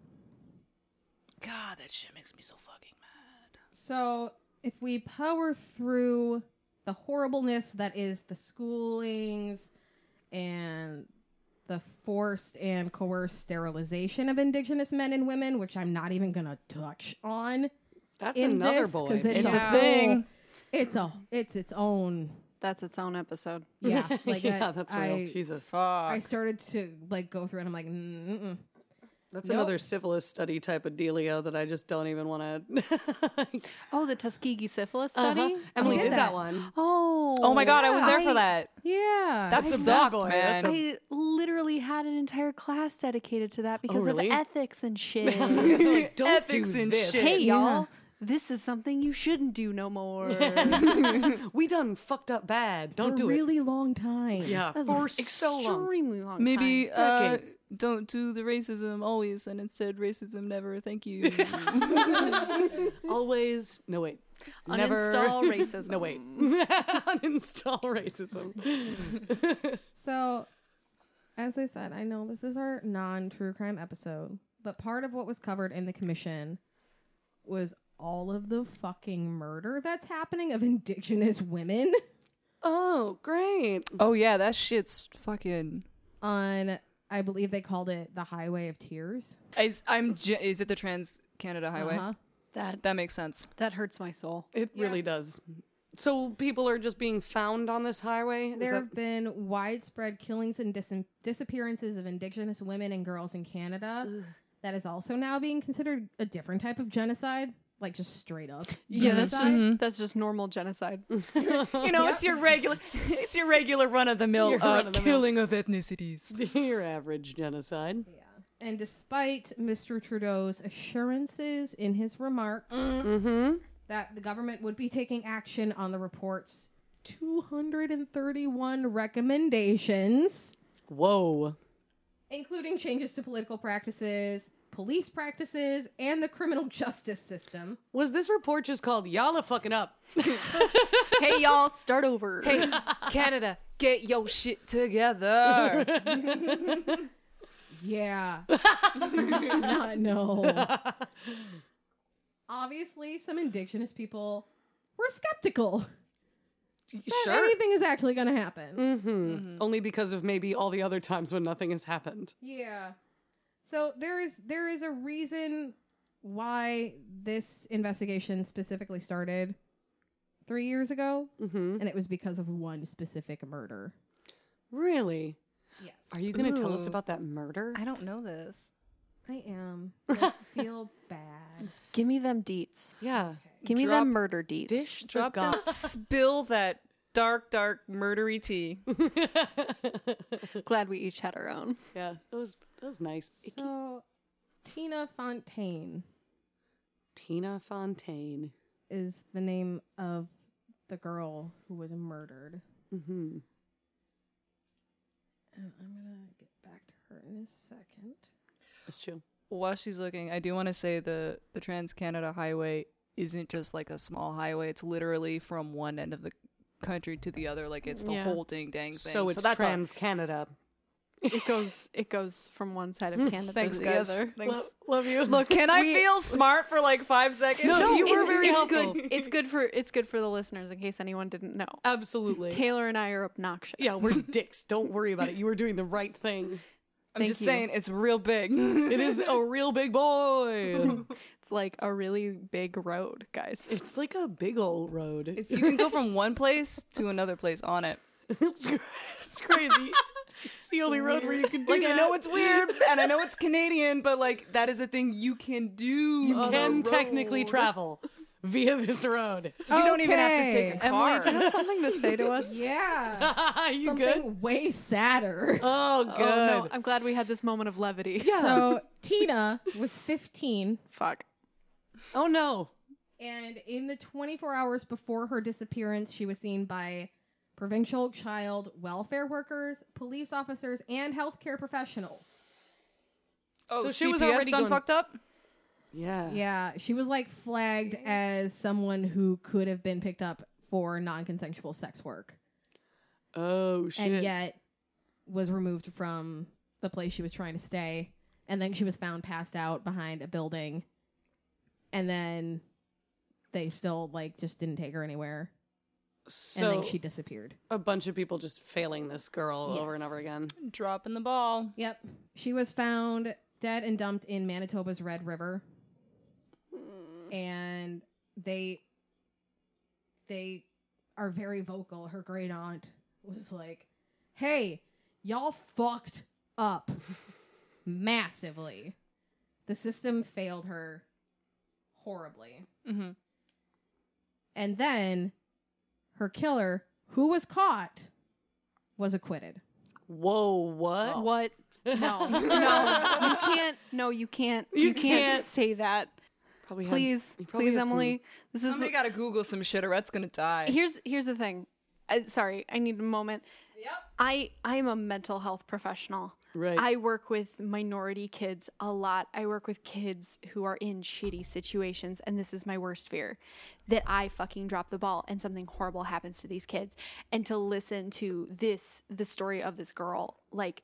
[SPEAKER 4] God, that shit makes me so fucking mad.
[SPEAKER 2] So if we power through the horribleness that is the schoolings and the forced and coerced sterilization of indigenous men and women, which I'm not even gonna touch on.
[SPEAKER 1] That's
[SPEAKER 2] in
[SPEAKER 1] another
[SPEAKER 2] this,
[SPEAKER 1] boy.
[SPEAKER 2] 'cause It's
[SPEAKER 3] Yeah.
[SPEAKER 2] a thing. It's a it's its own.
[SPEAKER 3] That's its own episode.
[SPEAKER 2] Yeah, like
[SPEAKER 1] yeah,
[SPEAKER 2] I,
[SPEAKER 1] that's real.
[SPEAKER 2] I,
[SPEAKER 1] Jesus.
[SPEAKER 2] I
[SPEAKER 4] Fuck.
[SPEAKER 2] started to like go through and I'm like, mm-mm.
[SPEAKER 1] That's
[SPEAKER 2] Nope.
[SPEAKER 1] another syphilis study type of dealio that I just don't even want to.
[SPEAKER 3] Oh, the Tuskegee syphilis study.
[SPEAKER 1] Uh-huh. Emily
[SPEAKER 2] did
[SPEAKER 1] did, that.
[SPEAKER 2] that.
[SPEAKER 1] one.
[SPEAKER 3] Oh.
[SPEAKER 4] Oh my god, I was there
[SPEAKER 3] I-
[SPEAKER 4] for that.
[SPEAKER 2] yeah,
[SPEAKER 4] That
[SPEAKER 3] I
[SPEAKER 4] sucked,
[SPEAKER 1] know.
[SPEAKER 4] man.
[SPEAKER 1] That's
[SPEAKER 3] I literally had an entire class dedicated to that because
[SPEAKER 1] Oh, really?
[SPEAKER 3] of ethics and shit.
[SPEAKER 1] Like, don't
[SPEAKER 4] Ethics
[SPEAKER 1] do
[SPEAKER 4] and
[SPEAKER 1] this.
[SPEAKER 4] shit.
[SPEAKER 3] hey,
[SPEAKER 2] Yeah.
[SPEAKER 3] y'all. This is something you shouldn't do no more.
[SPEAKER 1] We done fucked up bad.
[SPEAKER 2] for
[SPEAKER 1] Don't
[SPEAKER 2] a
[SPEAKER 1] do
[SPEAKER 2] really long time.
[SPEAKER 1] it. Yeah,
[SPEAKER 3] That
[SPEAKER 1] for
[SPEAKER 3] was
[SPEAKER 1] so long.
[SPEAKER 3] extremely long.
[SPEAKER 4] Maybe
[SPEAKER 3] time.
[SPEAKER 4] uh,
[SPEAKER 1] Decades.
[SPEAKER 4] don't do the racism always, and instead racism never. Thank you.
[SPEAKER 1] Always. No wait. Never.
[SPEAKER 3] uninstall racism.
[SPEAKER 1] No wait. Uninstall racism.
[SPEAKER 2] So, as I said, I know this is our non true crime episode, but part of what was covered in the commission was all of the fucking murder that's happening of indigenous women
[SPEAKER 1] oh, great.
[SPEAKER 4] oh yeah, that shit's fucking.
[SPEAKER 2] on, I believe they called it the Highway of Tears.
[SPEAKER 4] Is I'm. J- is it the Trans Canada Highway?
[SPEAKER 2] Uh-huh.
[SPEAKER 3] That
[SPEAKER 4] That makes sense.
[SPEAKER 3] that hurts my soul.
[SPEAKER 1] It really does. So people are just being found on this highway. Is
[SPEAKER 2] There
[SPEAKER 1] that-
[SPEAKER 2] have been widespread killings and dis- disappearances of indigenous women and girls in Canada. That is also now being considered a different type of genocide, like just straight up.
[SPEAKER 3] Yeah,
[SPEAKER 1] Mm-hmm.
[SPEAKER 3] that's just Mm-hmm.
[SPEAKER 2] genocide.
[SPEAKER 3] that's just normal genocide.
[SPEAKER 4] You know, it's your regular. It's your regular run of the mill
[SPEAKER 1] Your run-of-the-mill.
[SPEAKER 4] killing of ethnicities.
[SPEAKER 1] your average genocide.
[SPEAKER 2] And despite Mr. Trudeau's assurances in his remarks
[SPEAKER 1] Mm-hmm.
[SPEAKER 2] that the government would be taking action on the report's 231 recommendations,
[SPEAKER 1] Whoa.
[SPEAKER 2] including changes to political practices, police practices, and the criminal justice system.
[SPEAKER 1] Was this report just called "Y'all are fucking up"?
[SPEAKER 3] hey y'all, start over. Hey,
[SPEAKER 4] Canada, get your shit together.
[SPEAKER 2] Yeah. Not no. Obviously, some indigenous people were skeptical that anything is actually going to happen.
[SPEAKER 1] Mm-hmm. Only because of maybe all the other times when nothing has happened.
[SPEAKER 2] Yeah. So there is there is a reason why this investigation specifically started three years ago,
[SPEAKER 1] Mm-hmm.
[SPEAKER 2] and it was because of one specific murder.
[SPEAKER 1] Really?
[SPEAKER 2] Yes,
[SPEAKER 1] Are you going to tell us
[SPEAKER 4] Ooh.
[SPEAKER 1] about that murder?
[SPEAKER 4] I don't know this.
[SPEAKER 2] I am. I feel bad.
[SPEAKER 3] give me them deets.
[SPEAKER 1] yeah.
[SPEAKER 3] Give me
[SPEAKER 4] Drop
[SPEAKER 3] them murder deets.
[SPEAKER 1] Dish
[SPEAKER 4] Drop
[SPEAKER 1] the
[SPEAKER 4] down. Spill that dark, dark, murdery tea.
[SPEAKER 3] Glad we each had our own.
[SPEAKER 1] yeah, that was that was nice.
[SPEAKER 2] So Tina Fontaine
[SPEAKER 1] Tina Fontaine.
[SPEAKER 2] is the name of the girl who was murdered.
[SPEAKER 1] Mm-hmm.
[SPEAKER 2] And Uh, I'm gonna get back to her in a second.
[SPEAKER 1] That's true.
[SPEAKER 4] While she's looking, I do want to say the the Trans Canada Highway isn't just like a small highway. It's literally from one end of the country to the other. Like it's the
[SPEAKER 3] Yeah.
[SPEAKER 4] whole ding dang thing.
[SPEAKER 1] So it's
[SPEAKER 4] that's a-
[SPEAKER 1] Trans Canada.
[SPEAKER 3] It goes it goes from one side of Canada
[SPEAKER 4] Thanks,
[SPEAKER 3] to the
[SPEAKER 4] guys.
[SPEAKER 3] other.
[SPEAKER 4] Thanks.
[SPEAKER 1] Uh, Love you.
[SPEAKER 4] Look, can I
[SPEAKER 3] we-
[SPEAKER 4] feel smart for like five seconds?
[SPEAKER 1] No, you were
[SPEAKER 3] it's-
[SPEAKER 1] very
[SPEAKER 3] it's
[SPEAKER 1] helpful.
[SPEAKER 3] Good. It's good for it's good for the listeners in case anyone didn't know.
[SPEAKER 1] Absolutely.
[SPEAKER 3] Taylor and I are obnoxious.
[SPEAKER 1] yeah, we're dicks. Don't worry about it. You were doing the right thing.
[SPEAKER 4] I'm
[SPEAKER 3] thank
[SPEAKER 4] just
[SPEAKER 3] you.
[SPEAKER 4] saying it's real big.
[SPEAKER 1] It is a real big boy.
[SPEAKER 3] it's like a really big road, guys.
[SPEAKER 1] It's like a big old road.
[SPEAKER 4] It's, you can go from one place to another place on it.
[SPEAKER 1] It's, it's crazy. It's the only road where you can do
[SPEAKER 4] Like
[SPEAKER 1] that.
[SPEAKER 4] I know it's weird and I know it's Canadian, but like that is a thing you can do. You
[SPEAKER 1] can technically travel via this road.
[SPEAKER 4] You don't even have to take a
[SPEAKER 2] Okay.
[SPEAKER 4] car.
[SPEAKER 3] Emily, do you have something to say to us?
[SPEAKER 2] Yeah.
[SPEAKER 1] you
[SPEAKER 2] Something
[SPEAKER 1] good?
[SPEAKER 2] way sadder.
[SPEAKER 1] Oh, good.
[SPEAKER 3] Oh no, I'm glad we had this moment of levity. Yeah.
[SPEAKER 2] So Tina was 15,
[SPEAKER 3] Fuck.
[SPEAKER 1] Oh no.
[SPEAKER 2] and in the 24 hours before her disappearance, she was seen by provincial child welfare workers, police officers, and healthcare professionals.
[SPEAKER 4] Oh,
[SPEAKER 1] So
[SPEAKER 4] so
[SPEAKER 1] she
[SPEAKER 4] she
[SPEAKER 1] was
[SPEAKER 4] was
[SPEAKER 1] already
[SPEAKER 4] done
[SPEAKER 1] going-
[SPEAKER 4] fucked up.
[SPEAKER 1] Yeah.
[SPEAKER 2] Yeah, she was like flagged as someone who could have been picked up for non-consensual sex work,
[SPEAKER 1] Oh shit.
[SPEAKER 2] and yet was removed from the place she was trying to stay. And then she was found passed out behind a building, and then they still like just didn't take her anywhere,
[SPEAKER 1] so
[SPEAKER 2] and then she disappeared.
[SPEAKER 1] a bunch of people just failing this girl over and
[SPEAKER 2] Yes.
[SPEAKER 1] over again.
[SPEAKER 4] Dropping the ball.
[SPEAKER 2] Yep, she was found dead and dumped in Manitoba's Red River, and they they are very vocal. Her great aunt was like, "Hey, y'all fucked up massively. The system failed her horribly."
[SPEAKER 4] Mm-hmm.
[SPEAKER 2] And then her killer, who was caught, was acquitted.
[SPEAKER 1] Whoa, what?
[SPEAKER 3] What? No. No. you can't no, you can't you,
[SPEAKER 1] You
[SPEAKER 3] can't,
[SPEAKER 1] can't.
[SPEAKER 3] say that.
[SPEAKER 1] Probably had-
[SPEAKER 3] Please.
[SPEAKER 1] you probably
[SPEAKER 3] Please,
[SPEAKER 1] had some-
[SPEAKER 3] Emily. This is
[SPEAKER 4] Somebody gotta Google some shit or Rhett's gonna die.
[SPEAKER 3] here's here's the thing. I, sorry, I need a moment.
[SPEAKER 2] Yep.
[SPEAKER 3] I I'm a mental health professional.
[SPEAKER 1] Right.
[SPEAKER 3] I work with minority kids a lot. I work with kids who are in shitty situations, and this is my worst fear that I fucking drop the ball and something horrible happens to these kids. And to listen to this, the story of this girl, like,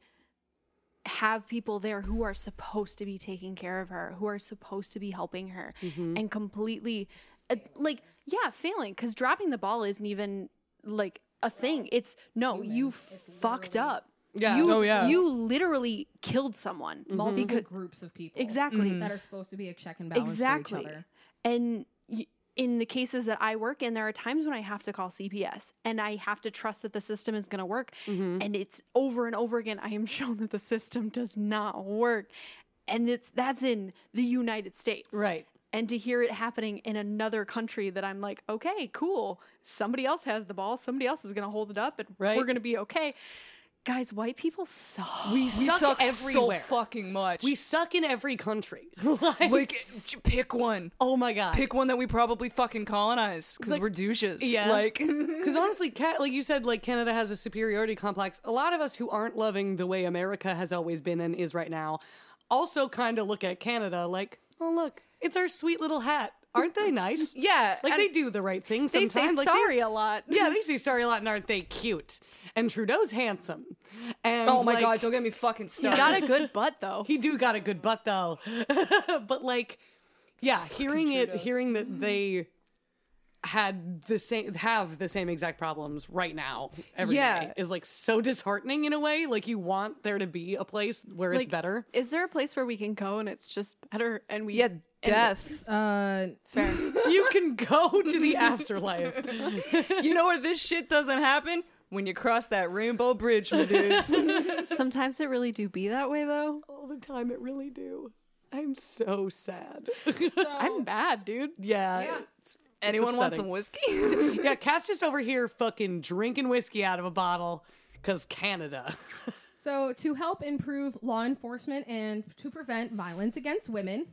[SPEAKER 3] have people there who are supposed to be taking care of her, who are supposed to be helping her, and completely, uh, like, yeah, failing because dropping the ball isn't even like a thing. It's no, you fucked up.
[SPEAKER 1] Yeah.
[SPEAKER 3] you,
[SPEAKER 4] Oh, yeah.
[SPEAKER 3] you literally killed someone.
[SPEAKER 2] Multiple groups of people.
[SPEAKER 3] Exactly.
[SPEAKER 2] Mm-hmm. That are supposed to be a check and balance. Exactly.
[SPEAKER 3] Exactly. And y- in the cases that I work in, there are times when I have to call CPS and I have to trust that the system is going to work. And it's over and over again, I am shown that the system does not work. And it's that's in the United States.
[SPEAKER 1] Right.
[SPEAKER 3] And to hear it happening in another country that I'm like, okay, cool. Somebody else has the ball. Somebody else is going to hold it up and
[SPEAKER 1] Right.
[SPEAKER 3] we're going to be okay. Guys, white people suck.
[SPEAKER 4] we,
[SPEAKER 1] suck everywhere.
[SPEAKER 4] so fucking much.
[SPEAKER 1] We suck in every country. like,
[SPEAKER 4] like j- pick one.
[SPEAKER 1] oh my god.
[SPEAKER 4] Pick one that we probably fucking colonize because
[SPEAKER 1] Like-
[SPEAKER 4] we're douches.
[SPEAKER 1] Yeah.
[SPEAKER 4] Like
[SPEAKER 1] Because honestly, Cat, like you said, like Canada has a superiority complex. A lot of us who aren't loving the way America has always been and is right now, also kind of look at Canada like, oh look, it's our sweet little hat. Aren't they nice?
[SPEAKER 4] Yeah,
[SPEAKER 1] like
[SPEAKER 4] and-
[SPEAKER 1] they do the right thing
[SPEAKER 3] They
[SPEAKER 1] sometimes.
[SPEAKER 3] say
[SPEAKER 1] like,
[SPEAKER 3] sorry a lot.
[SPEAKER 1] yeah, they say sorry a lot, and aren't they cute? And Trudeau's handsome. And
[SPEAKER 4] oh my
[SPEAKER 1] like,
[SPEAKER 4] god, don't get me fucking
[SPEAKER 3] You
[SPEAKER 4] started.
[SPEAKER 3] got a good butt though.
[SPEAKER 1] he do got a good butt though. but like, yeah, hearing it,
[SPEAKER 4] Trudeau's.
[SPEAKER 1] hearing that they had the same have the same exact problems right now every day
[SPEAKER 4] Yeah.
[SPEAKER 1] is like so disheartening in a way like you want there to be a place where it's
[SPEAKER 3] Like,
[SPEAKER 1] better
[SPEAKER 3] Is there a place where we can go and it's just better and we
[SPEAKER 4] yeah, death.
[SPEAKER 2] Uh,
[SPEAKER 3] fair.
[SPEAKER 1] you can go to the afterlife
[SPEAKER 4] you know where this shit doesn't happen when you cross that rainbow bridge, my dudes.
[SPEAKER 3] Sometimes it really do be that way though.
[SPEAKER 1] all the time it really do i'm so sad
[SPEAKER 3] I'm bad, dude.
[SPEAKER 1] yeah,
[SPEAKER 2] Yeah.
[SPEAKER 1] It's,
[SPEAKER 4] Anyone want
[SPEAKER 1] upsetting.
[SPEAKER 4] some whiskey?
[SPEAKER 1] yeah cat's just over here fucking drinking whiskey out of a bottle because canada
[SPEAKER 2] so to help improve law enforcement and to prevent violence against women,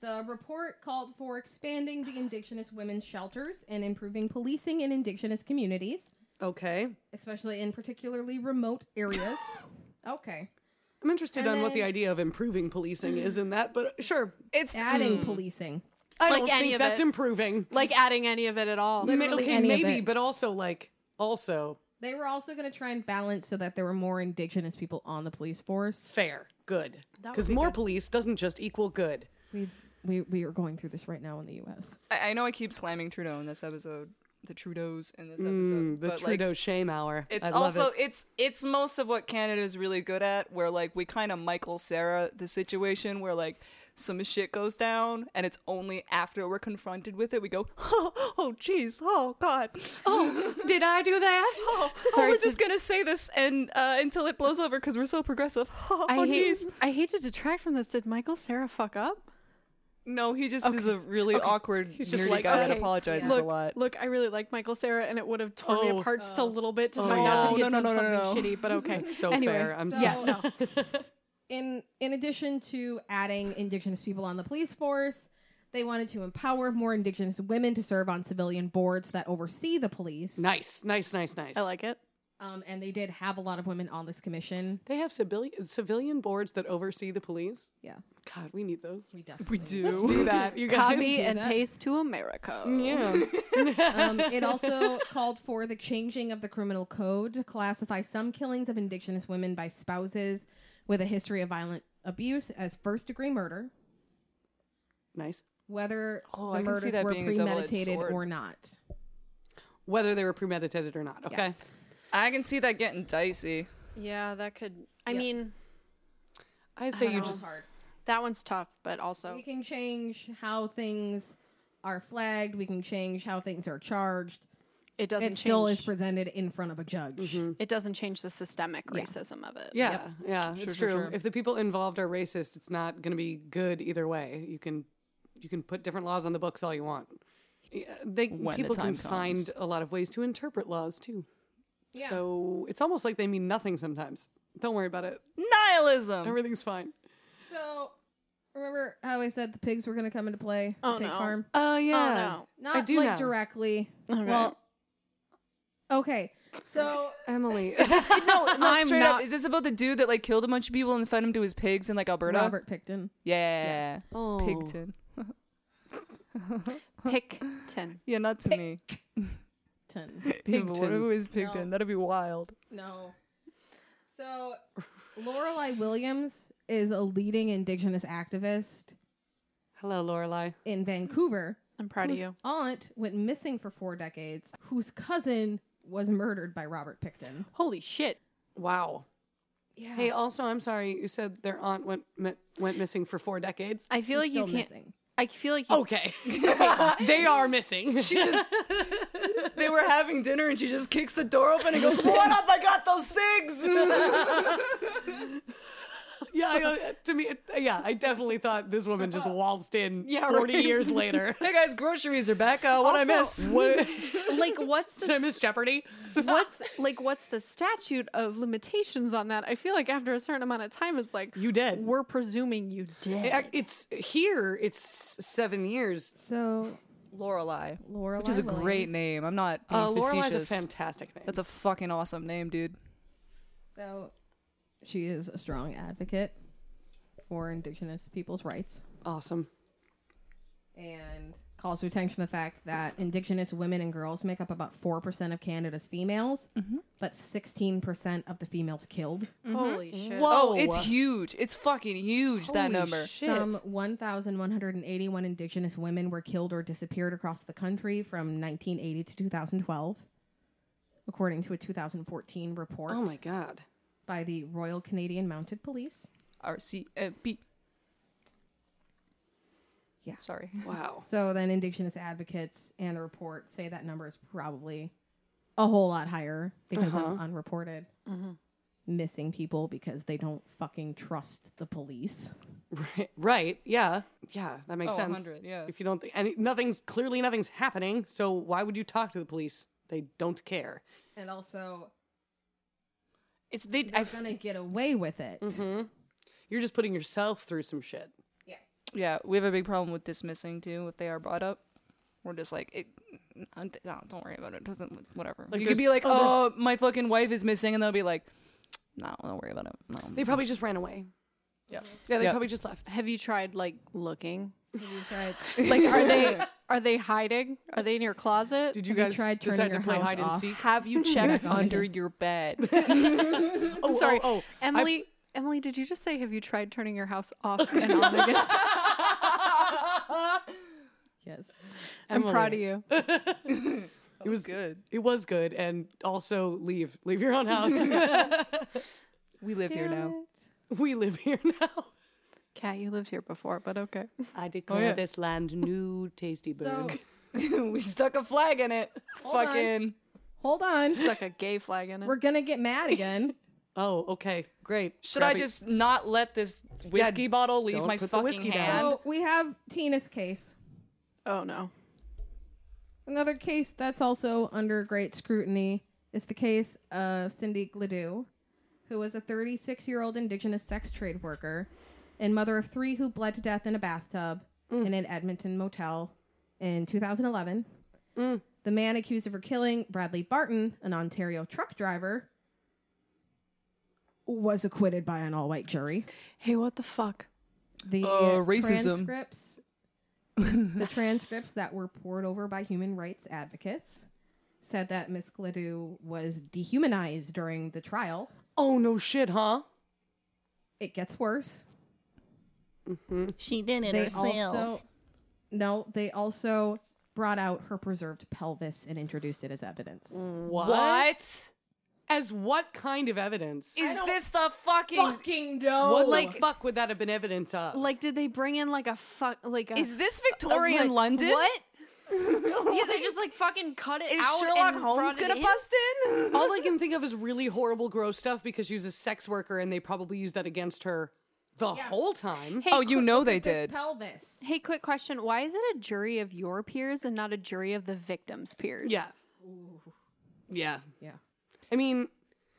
[SPEAKER 2] the report called for expanding the Indigenous women's shelters and improving policing in Indigenous communities,
[SPEAKER 1] okay
[SPEAKER 2] especially in particularly remote areas. okay.
[SPEAKER 1] I'm interested
[SPEAKER 2] And
[SPEAKER 1] on what the
[SPEAKER 2] then-
[SPEAKER 1] idea of improving policing is in that, but sure, it's
[SPEAKER 2] Adding policing.
[SPEAKER 1] I
[SPEAKER 3] Like
[SPEAKER 1] don't
[SPEAKER 3] any
[SPEAKER 1] think
[SPEAKER 3] of
[SPEAKER 1] that's
[SPEAKER 3] it.
[SPEAKER 1] improving.
[SPEAKER 3] Like adding any of it at all.
[SPEAKER 1] Ma-
[SPEAKER 2] Literally
[SPEAKER 1] okay,
[SPEAKER 2] any of
[SPEAKER 1] maybe,
[SPEAKER 2] it.
[SPEAKER 1] but also like also
[SPEAKER 2] They were also going to try and balance so that there were more indigenous people on the police force.
[SPEAKER 1] Fair. Good.
[SPEAKER 3] That would
[SPEAKER 1] Because
[SPEAKER 3] be
[SPEAKER 1] more
[SPEAKER 3] good.
[SPEAKER 1] police doesn't just equal good.
[SPEAKER 2] We've, we we are going through this right now in the U.S.
[SPEAKER 4] I, I know I keep slamming Trudeau in this episode, the Trudeaus in this
[SPEAKER 1] Mm,
[SPEAKER 4] episode,
[SPEAKER 1] the
[SPEAKER 4] but like,
[SPEAKER 1] Trudeau shame hour.
[SPEAKER 4] It's
[SPEAKER 1] I love
[SPEAKER 4] also
[SPEAKER 1] it.
[SPEAKER 4] it's it's most of what Canada's really good at, where like we kind of Michael Sarah the situation, where like some shit goes down, and it's only after we're confronted with it we go, oh, oh, jeez, oh, god, oh,
[SPEAKER 1] Did I do that?
[SPEAKER 4] oh,
[SPEAKER 3] Sorry
[SPEAKER 4] oh we're
[SPEAKER 3] to-
[SPEAKER 4] just gonna say this and uh, until it blows over because we're so progressive. Oh,
[SPEAKER 3] I hate,
[SPEAKER 4] jeez,
[SPEAKER 3] I hate to detract from this. Did Michael Sarah fuck up?
[SPEAKER 4] no, he just is a really awkward,
[SPEAKER 1] He's just
[SPEAKER 4] nerdy
[SPEAKER 1] like,
[SPEAKER 4] guy that
[SPEAKER 1] okay,
[SPEAKER 4] apologizes
[SPEAKER 3] Look,
[SPEAKER 4] a lot.
[SPEAKER 3] look, I really like Michael Sarah, and it would have torn me
[SPEAKER 1] Oh.
[SPEAKER 3] apart just a little bit to
[SPEAKER 1] Oh,
[SPEAKER 3] find
[SPEAKER 1] yeah.
[SPEAKER 3] out that he
[SPEAKER 4] No,
[SPEAKER 3] had
[SPEAKER 4] no,
[SPEAKER 3] done
[SPEAKER 4] no, no, no,
[SPEAKER 3] something
[SPEAKER 4] no.
[SPEAKER 3] shitty. But okay,
[SPEAKER 1] That's so
[SPEAKER 3] Anyway,
[SPEAKER 1] fair. I'm
[SPEAKER 2] so-
[SPEAKER 1] sorry.
[SPEAKER 3] yeah, no.
[SPEAKER 2] In in addition to adding indigenous people on the police force, they wanted to empower more indigenous women to serve on civilian boards that oversee the police.
[SPEAKER 1] Nice, nice, nice, nice.
[SPEAKER 3] I like it.
[SPEAKER 2] Um, and they did have a lot of women on this commission.
[SPEAKER 1] They have civilian civilian boards that oversee the police.
[SPEAKER 2] Yeah,
[SPEAKER 1] God, we need those.
[SPEAKER 2] we definitely
[SPEAKER 4] we do.
[SPEAKER 1] Let's do that. You guys.
[SPEAKER 3] Copy and
[SPEAKER 2] that?
[SPEAKER 3] paste to America.
[SPEAKER 1] Yeah.
[SPEAKER 2] um, it also called for the changing of the criminal code to classify some killings of indigenous women by spouses with a history of violent abuse as first degree murder,
[SPEAKER 1] nice.
[SPEAKER 2] whether
[SPEAKER 4] Oh, I
[SPEAKER 2] the
[SPEAKER 4] can see
[SPEAKER 2] murders
[SPEAKER 4] that
[SPEAKER 2] were
[SPEAKER 4] being a double-edged
[SPEAKER 2] premeditated
[SPEAKER 4] sword.
[SPEAKER 2] or not.
[SPEAKER 1] Whether they were premeditated or not. Okay.
[SPEAKER 4] I can see that getting dicey.
[SPEAKER 3] Yeah, that could. I
[SPEAKER 2] Yeah.
[SPEAKER 3] mean,
[SPEAKER 1] I'd say you
[SPEAKER 3] know.
[SPEAKER 1] just
[SPEAKER 2] hard.
[SPEAKER 3] that one's tough, but
[SPEAKER 2] we
[SPEAKER 3] also
[SPEAKER 2] can change how things are flagged. We can change how things are charged.
[SPEAKER 3] it doesn't
[SPEAKER 2] it
[SPEAKER 3] change. Mm-hmm.
[SPEAKER 2] still is presented in front of a judge.
[SPEAKER 3] it doesn't change the systemic
[SPEAKER 2] Yeah.
[SPEAKER 3] racism of it.
[SPEAKER 1] yeah, yeah,
[SPEAKER 4] Sure,
[SPEAKER 1] it's
[SPEAKER 4] sure,
[SPEAKER 1] true.
[SPEAKER 4] sure.
[SPEAKER 1] If the people involved are racist, it's not going to be good either way. You can you can put different laws on the books all you want. Yeah, They
[SPEAKER 4] When the
[SPEAKER 1] people can
[SPEAKER 4] time comes.
[SPEAKER 1] find a lot of ways to interpret laws too.
[SPEAKER 2] Yeah.
[SPEAKER 1] So it's almost like they mean nothing sometimes. Don't worry about it.
[SPEAKER 4] Nihilism.
[SPEAKER 1] Everything's fine.
[SPEAKER 2] So remember how I said the pigs were going to come into play?
[SPEAKER 3] Oh,
[SPEAKER 2] the pig
[SPEAKER 3] no.
[SPEAKER 2] farm.
[SPEAKER 1] Oh yeah.
[SPEAKER 3] Oh
[SPEAKER 2] Not
[SPEAKER 1] I do
[SPEAKER 2] like
[SPEAKER 1] know.
[SPEAKER 2] directly.
[SPEAKER 3] no.
[SPEAKER 2] Well, okay. So
[SPEAKER 1] Emily.
[SPEAKER 4] no, no
[SPEAKER 1] I'm
[SPEAKER 4] straight up.
[SPEAKER 1] not-
[SPEAKER 4] Is this about the dude that like killed a bunch of people and fed him to his pigs in like Alberta?
[SPEAKER 2] Robert Picton.
[SPEAKER 4] Yeah.
[SPEAKER 1] oh.
[SPEAKER 4] Pigton.
[SPEAKER 3] Picton.
[SPEAKER 4] Yeah, not to me. Yeah, but What if it
[SPEAKER 1] Pigton.
[SPEAKER 4] was Pigton?
[SPEAKER 2] No.
[SPEAKER 4] That'd be wild.
[SPEAKER 2] No. So Lorelai Williams is a leading indigenous activist
[SPEAKER 1] Hello, Lorelai.
[SPEAKER 2] in Vancouver.
[SPEAKER 3] I'm proud of
[SPEAKER 2] whose
[SPEAKER 3] you.
[SPEAKER 2] Aunt went missing for four decades, whose cousin was murdered by Robert Picton.
[SPEAKER 3] Holy shit.
[SPEAKER 1] Wow.
[SPEAKER 2] Yeah.
[SPEAKER 1] Hey, also, I'm sorry. You said their aunt went mi- went missing for four decades.
[SPEAKER 3] I feel like you
[SPEAKER 2] still
[SPEAKER 3] can't.
[SPEAKER 2] missing.
[SPEAKER 3] I feel like you,
[SPEAKER 1] Okay, they are missing.
[SPEAKER 4] She just They were having dinner and she just kicks the door open and goes, What up? I got those cigs.
[SPEAKER 1] yeah, I don't, to me, it, yeah, I definitely thought this woman just waltzed in.
[SPEAKER 4] Yeah,
[SPEAKER 1] forty
[SPEAKER 4] right.
[SPEAKER 1] years later.
[SPEAKER 4] hey guys, groceries are back. Uh, what I miss?
[SPEAKER 1] What,
[SPEAKER 3] like what's
[SPEAKER 1] did I miss
[SPEAKER 3] the
[SPEAKER 1] Jeopardy?
[SPEAKER 3] what's like what's the statute of limitations on that? I feel like after a certain amount of time, it's like
[SPEAKER 1] You did.
[SPEAKER 3] We're presuming you did.
[SPEAKER 1] I- It's here. It's seven years.
[SPEAKER 2] So
[SPEAKER 4] Lorelei.
[SPEAKER 2] Laura,
[SPEAKER 4] Which is a great name. I'm not being
[SPEAKER 1] Uh, Lorelai's a
[SPEAKER 4] facetious.
[SPEAKER 1] fantastic name.
[SPEAKER 4] That's a fucking awesome name, dude.
[SPEAKER 2] So she is a strong advocate for indigenous people's rights.
[SPEAKER 1] awesome.
[SPEAKER 2] and calls to attention the fact that Indigenous women and girls make up about 4% of Canada's females,
[SPEAKER 4] Mm-hmm.
[SPEAKER 2] but 16% of the females killed.
[SPEAKER 3] Holy shit.
[SPEAKER 1] Whoa,
[SPEAKER 4] Oh, it's huge. It's fucking huge, that
[SPEAKER 1] Holy
[SPEAKER 4] number.
[SPEAKER 1] shit.
[SPEAKER 2] Some 1,181 Indigenous women were killed or disappeared across the country from 1980 to 2012, according to a 2014 report
[SPEAKER 1] Oh my god.
[SPEAKER 2] by the Royal Canadian Mounted Police.
[SPEAKER 4] RCMP.
[SPEAKER 2] Yeah.
[SPEAKER 4] Sorry.
[SPEAKER 1] Wow.
[SPEAKER 2] So then, Indigenous advocates and the report say that number is probably a whole lot higher because of
[SPEAKER 1] Uh-huh. Mm-hmm.
[SPEAKER 2] unreported missing people because they don't fucking trust the police.
[SPEAKER 1] Right. Right. Yeah. Yeah. That makes
[SPEAKER 4] Oh,
[SPEAKER 1] sense.
[SPEAKER 4] 100, yeah.
[SPEAKER 1] If you don't think any nothing's clearly nothing's happening, so why would you talk to the police? They don't care.
[SPEAKER 2] And also,
[SPEAKER 4] It's they.
[SPEAKER 2] they're gonna get away with it.
[SPEAKER 1] Mm-hmm. You're just putting yourself through some shit.
[SPEAKER 4] yeah, we have a big problem with dismissing too if they are brought up. We're just like, it, no, don't worry about it. Doesn't whatever.
[SPEAKER 1] Like
[SPEAKER 4] you could
[SPEAKER 1] there's-
[SPEAKER 4] be like,
[SPEAKER 1] oh,
[SPEAKER 4] oh, my fucking wife is missing, and they'll be like, no, don't worry about it. No,
[SPEAKER 1] They probably just ran away.
[SPEAKER 4] Yeah.
[SPEAKER 1] Yeah, they
[SPEAKER 4] Yeah.
[SPEAKER 1] probably just left.
[SPEAKER 3] Have you tried like looking?
[SPEAKER 2] Have you tried?
[SPEAKER 3] Like, are they are they hiding? Are they in your closet?
[SPEAKER 1] Did you
[SPEAKER 2] Have you
[SPEAKER 1] guys
[SPEAKER 2] tried turning
[SPEAKER 1] decide to
[SPEAKER 2] your
[SPEAKER 1] play
[SPEAKER 2] house
[SPEAKER 1] hide
[SPEAKER 2] off?
[SPEAKER 1] and seek?
[SPEAKER 4] Have you checked
[SPEAKER 2] God.
[SPEAKER 4] under your bed?
[SPEAKER 1] Oh,
[SPEAKER 3] sorry.
[SPEAKER 1] Oh, oh.
[SPEAKER 3] Emily, Emily, did you just say have you tried turning your house off and on again?
[SPEAKER 2] yes.
[SPEAKER 3] I'm proud of
[SPEAKER 1] Emily.
[SPEAKER 3] you.
[SPEAKER 1] It was
[SPEAKER 4] good.
[SPEAKER 1] It was good, and also leave, leave your own house.
[SPEAKER 4] We live here now.
[SPEAKER 1] we live here now. Oh,
[SPEAKER 3] Kat, you lived here before, but okay.
[SPEAKER 1] I declare
[SPEAKER 4] yeah.
[SPEAKER 1] this land new Tastyburg.
[SPEAKER 2] So-
[SPEAKER 4] we stuck a flag in it.
[SPEAKER 2] on.
[SPEAKER 4] Fucking.
[SPEAKER 2] Hold on.
[SPEAKER 3] It's like a gay flag in it.
[SPEAKER 2] We're gonna get mad again.
[SPEAKER 1] oh, okay, great.
[SPEAKER 4] Should
[SPEAKER 1] Grab
[SPEAKER 4] I
[SPEAKER 1] it.
[SPEAKER 4] just not let this whiskey bottle leave
[SPEAKER 1] don't
[SPEAKER 4] my
[SPEAKER 1] put the
[SPEAKER 4] fucking
[SPEAKER 1] whiskey down.
[SPEAKER 4] hand?
[SPEAKER 2] so we have Tina's case.
[SPEAKER 3] Oh no.
[SPEAKER 2] Another case that's also under great scrutiny is the case of Cindy Gladue, who was a 36 year old indigenous sex trade worker and mother of three who bled to death in a bathtub in an Edmonton motel in 2011. The man accused of her killing, Bradley Barton, an Ontario truck driver, was acquitted by an all white jury.
[SPEAKER 3] Hey, what the fuck?
[SPEAKER 2] the
[SPEAKER 4] Uh, racism.
[SPEAKER 2] transcripts the transcripts that were poured over by human rights advocates said that Miss Gladue was dehumanized during the trial.
[SPEAKER 1] Oh no, shit, huh?
[SPEAKER 2] It gets worse.
[SPEAKER 5] She did it
[SPEAKER 2] they
[SPEAKER 5] herself.
[SPEAKER 2] also No, they also brought out her preserved pelvis and introduced it as evidence.
[SPEAKER 1] What?
[SPEAKER 4] What?
[SPEAKER 1] As what kind of evidence?
[SPEAKER 4] Is this the fucking?
[SPEAKER 2] Fucking no.
[SPEAKER 1] what the
[SPEAKER 2] like
[SPEAKER 1] fuck would that have been evidence of?
[SPEAKER 3] Like, did they bring in like a fuck? Like, a,
[SPEAKER 4] Is this Victorian
[SPEAKER 3] like,
[SPEAKER 4] London?
[SPEAKER 3] What? yeah, they just like fucking cut it
[SPEAKER 4] Is
[SPEAKER 3] out.
[SPEAKER 4] Sherlock
[SPEAKER 3] and
[SPEAKER 4] Holmes
[SPEAKER 3] brought it
[SPEAKER 4] gonna
[SPEAKER 3] in?
[SPEAKER 4] bust in?
[SPEAKER 1] All I can think of is really horrible, gross stuff because she's a sex worker and they probably used that against her the whole time.
[SPEAKER 3] Hey,
[SPEAKER 4] oh, you
[SPEAKER 3] qu-
[SPEAKER 4] know they
[SPEAKER 2] this
[SPEAKER 4] did.
[SPEAKER 2] pelvis.
[SPEAKER 3] Hey, quick question. Why is it a jury of your peers and not a jury of the victim's peers?
[SPEAKER 1] Yeah. Yeah.
[SPEAKER 2] Yeah.
[SPEAKER 1] I mean,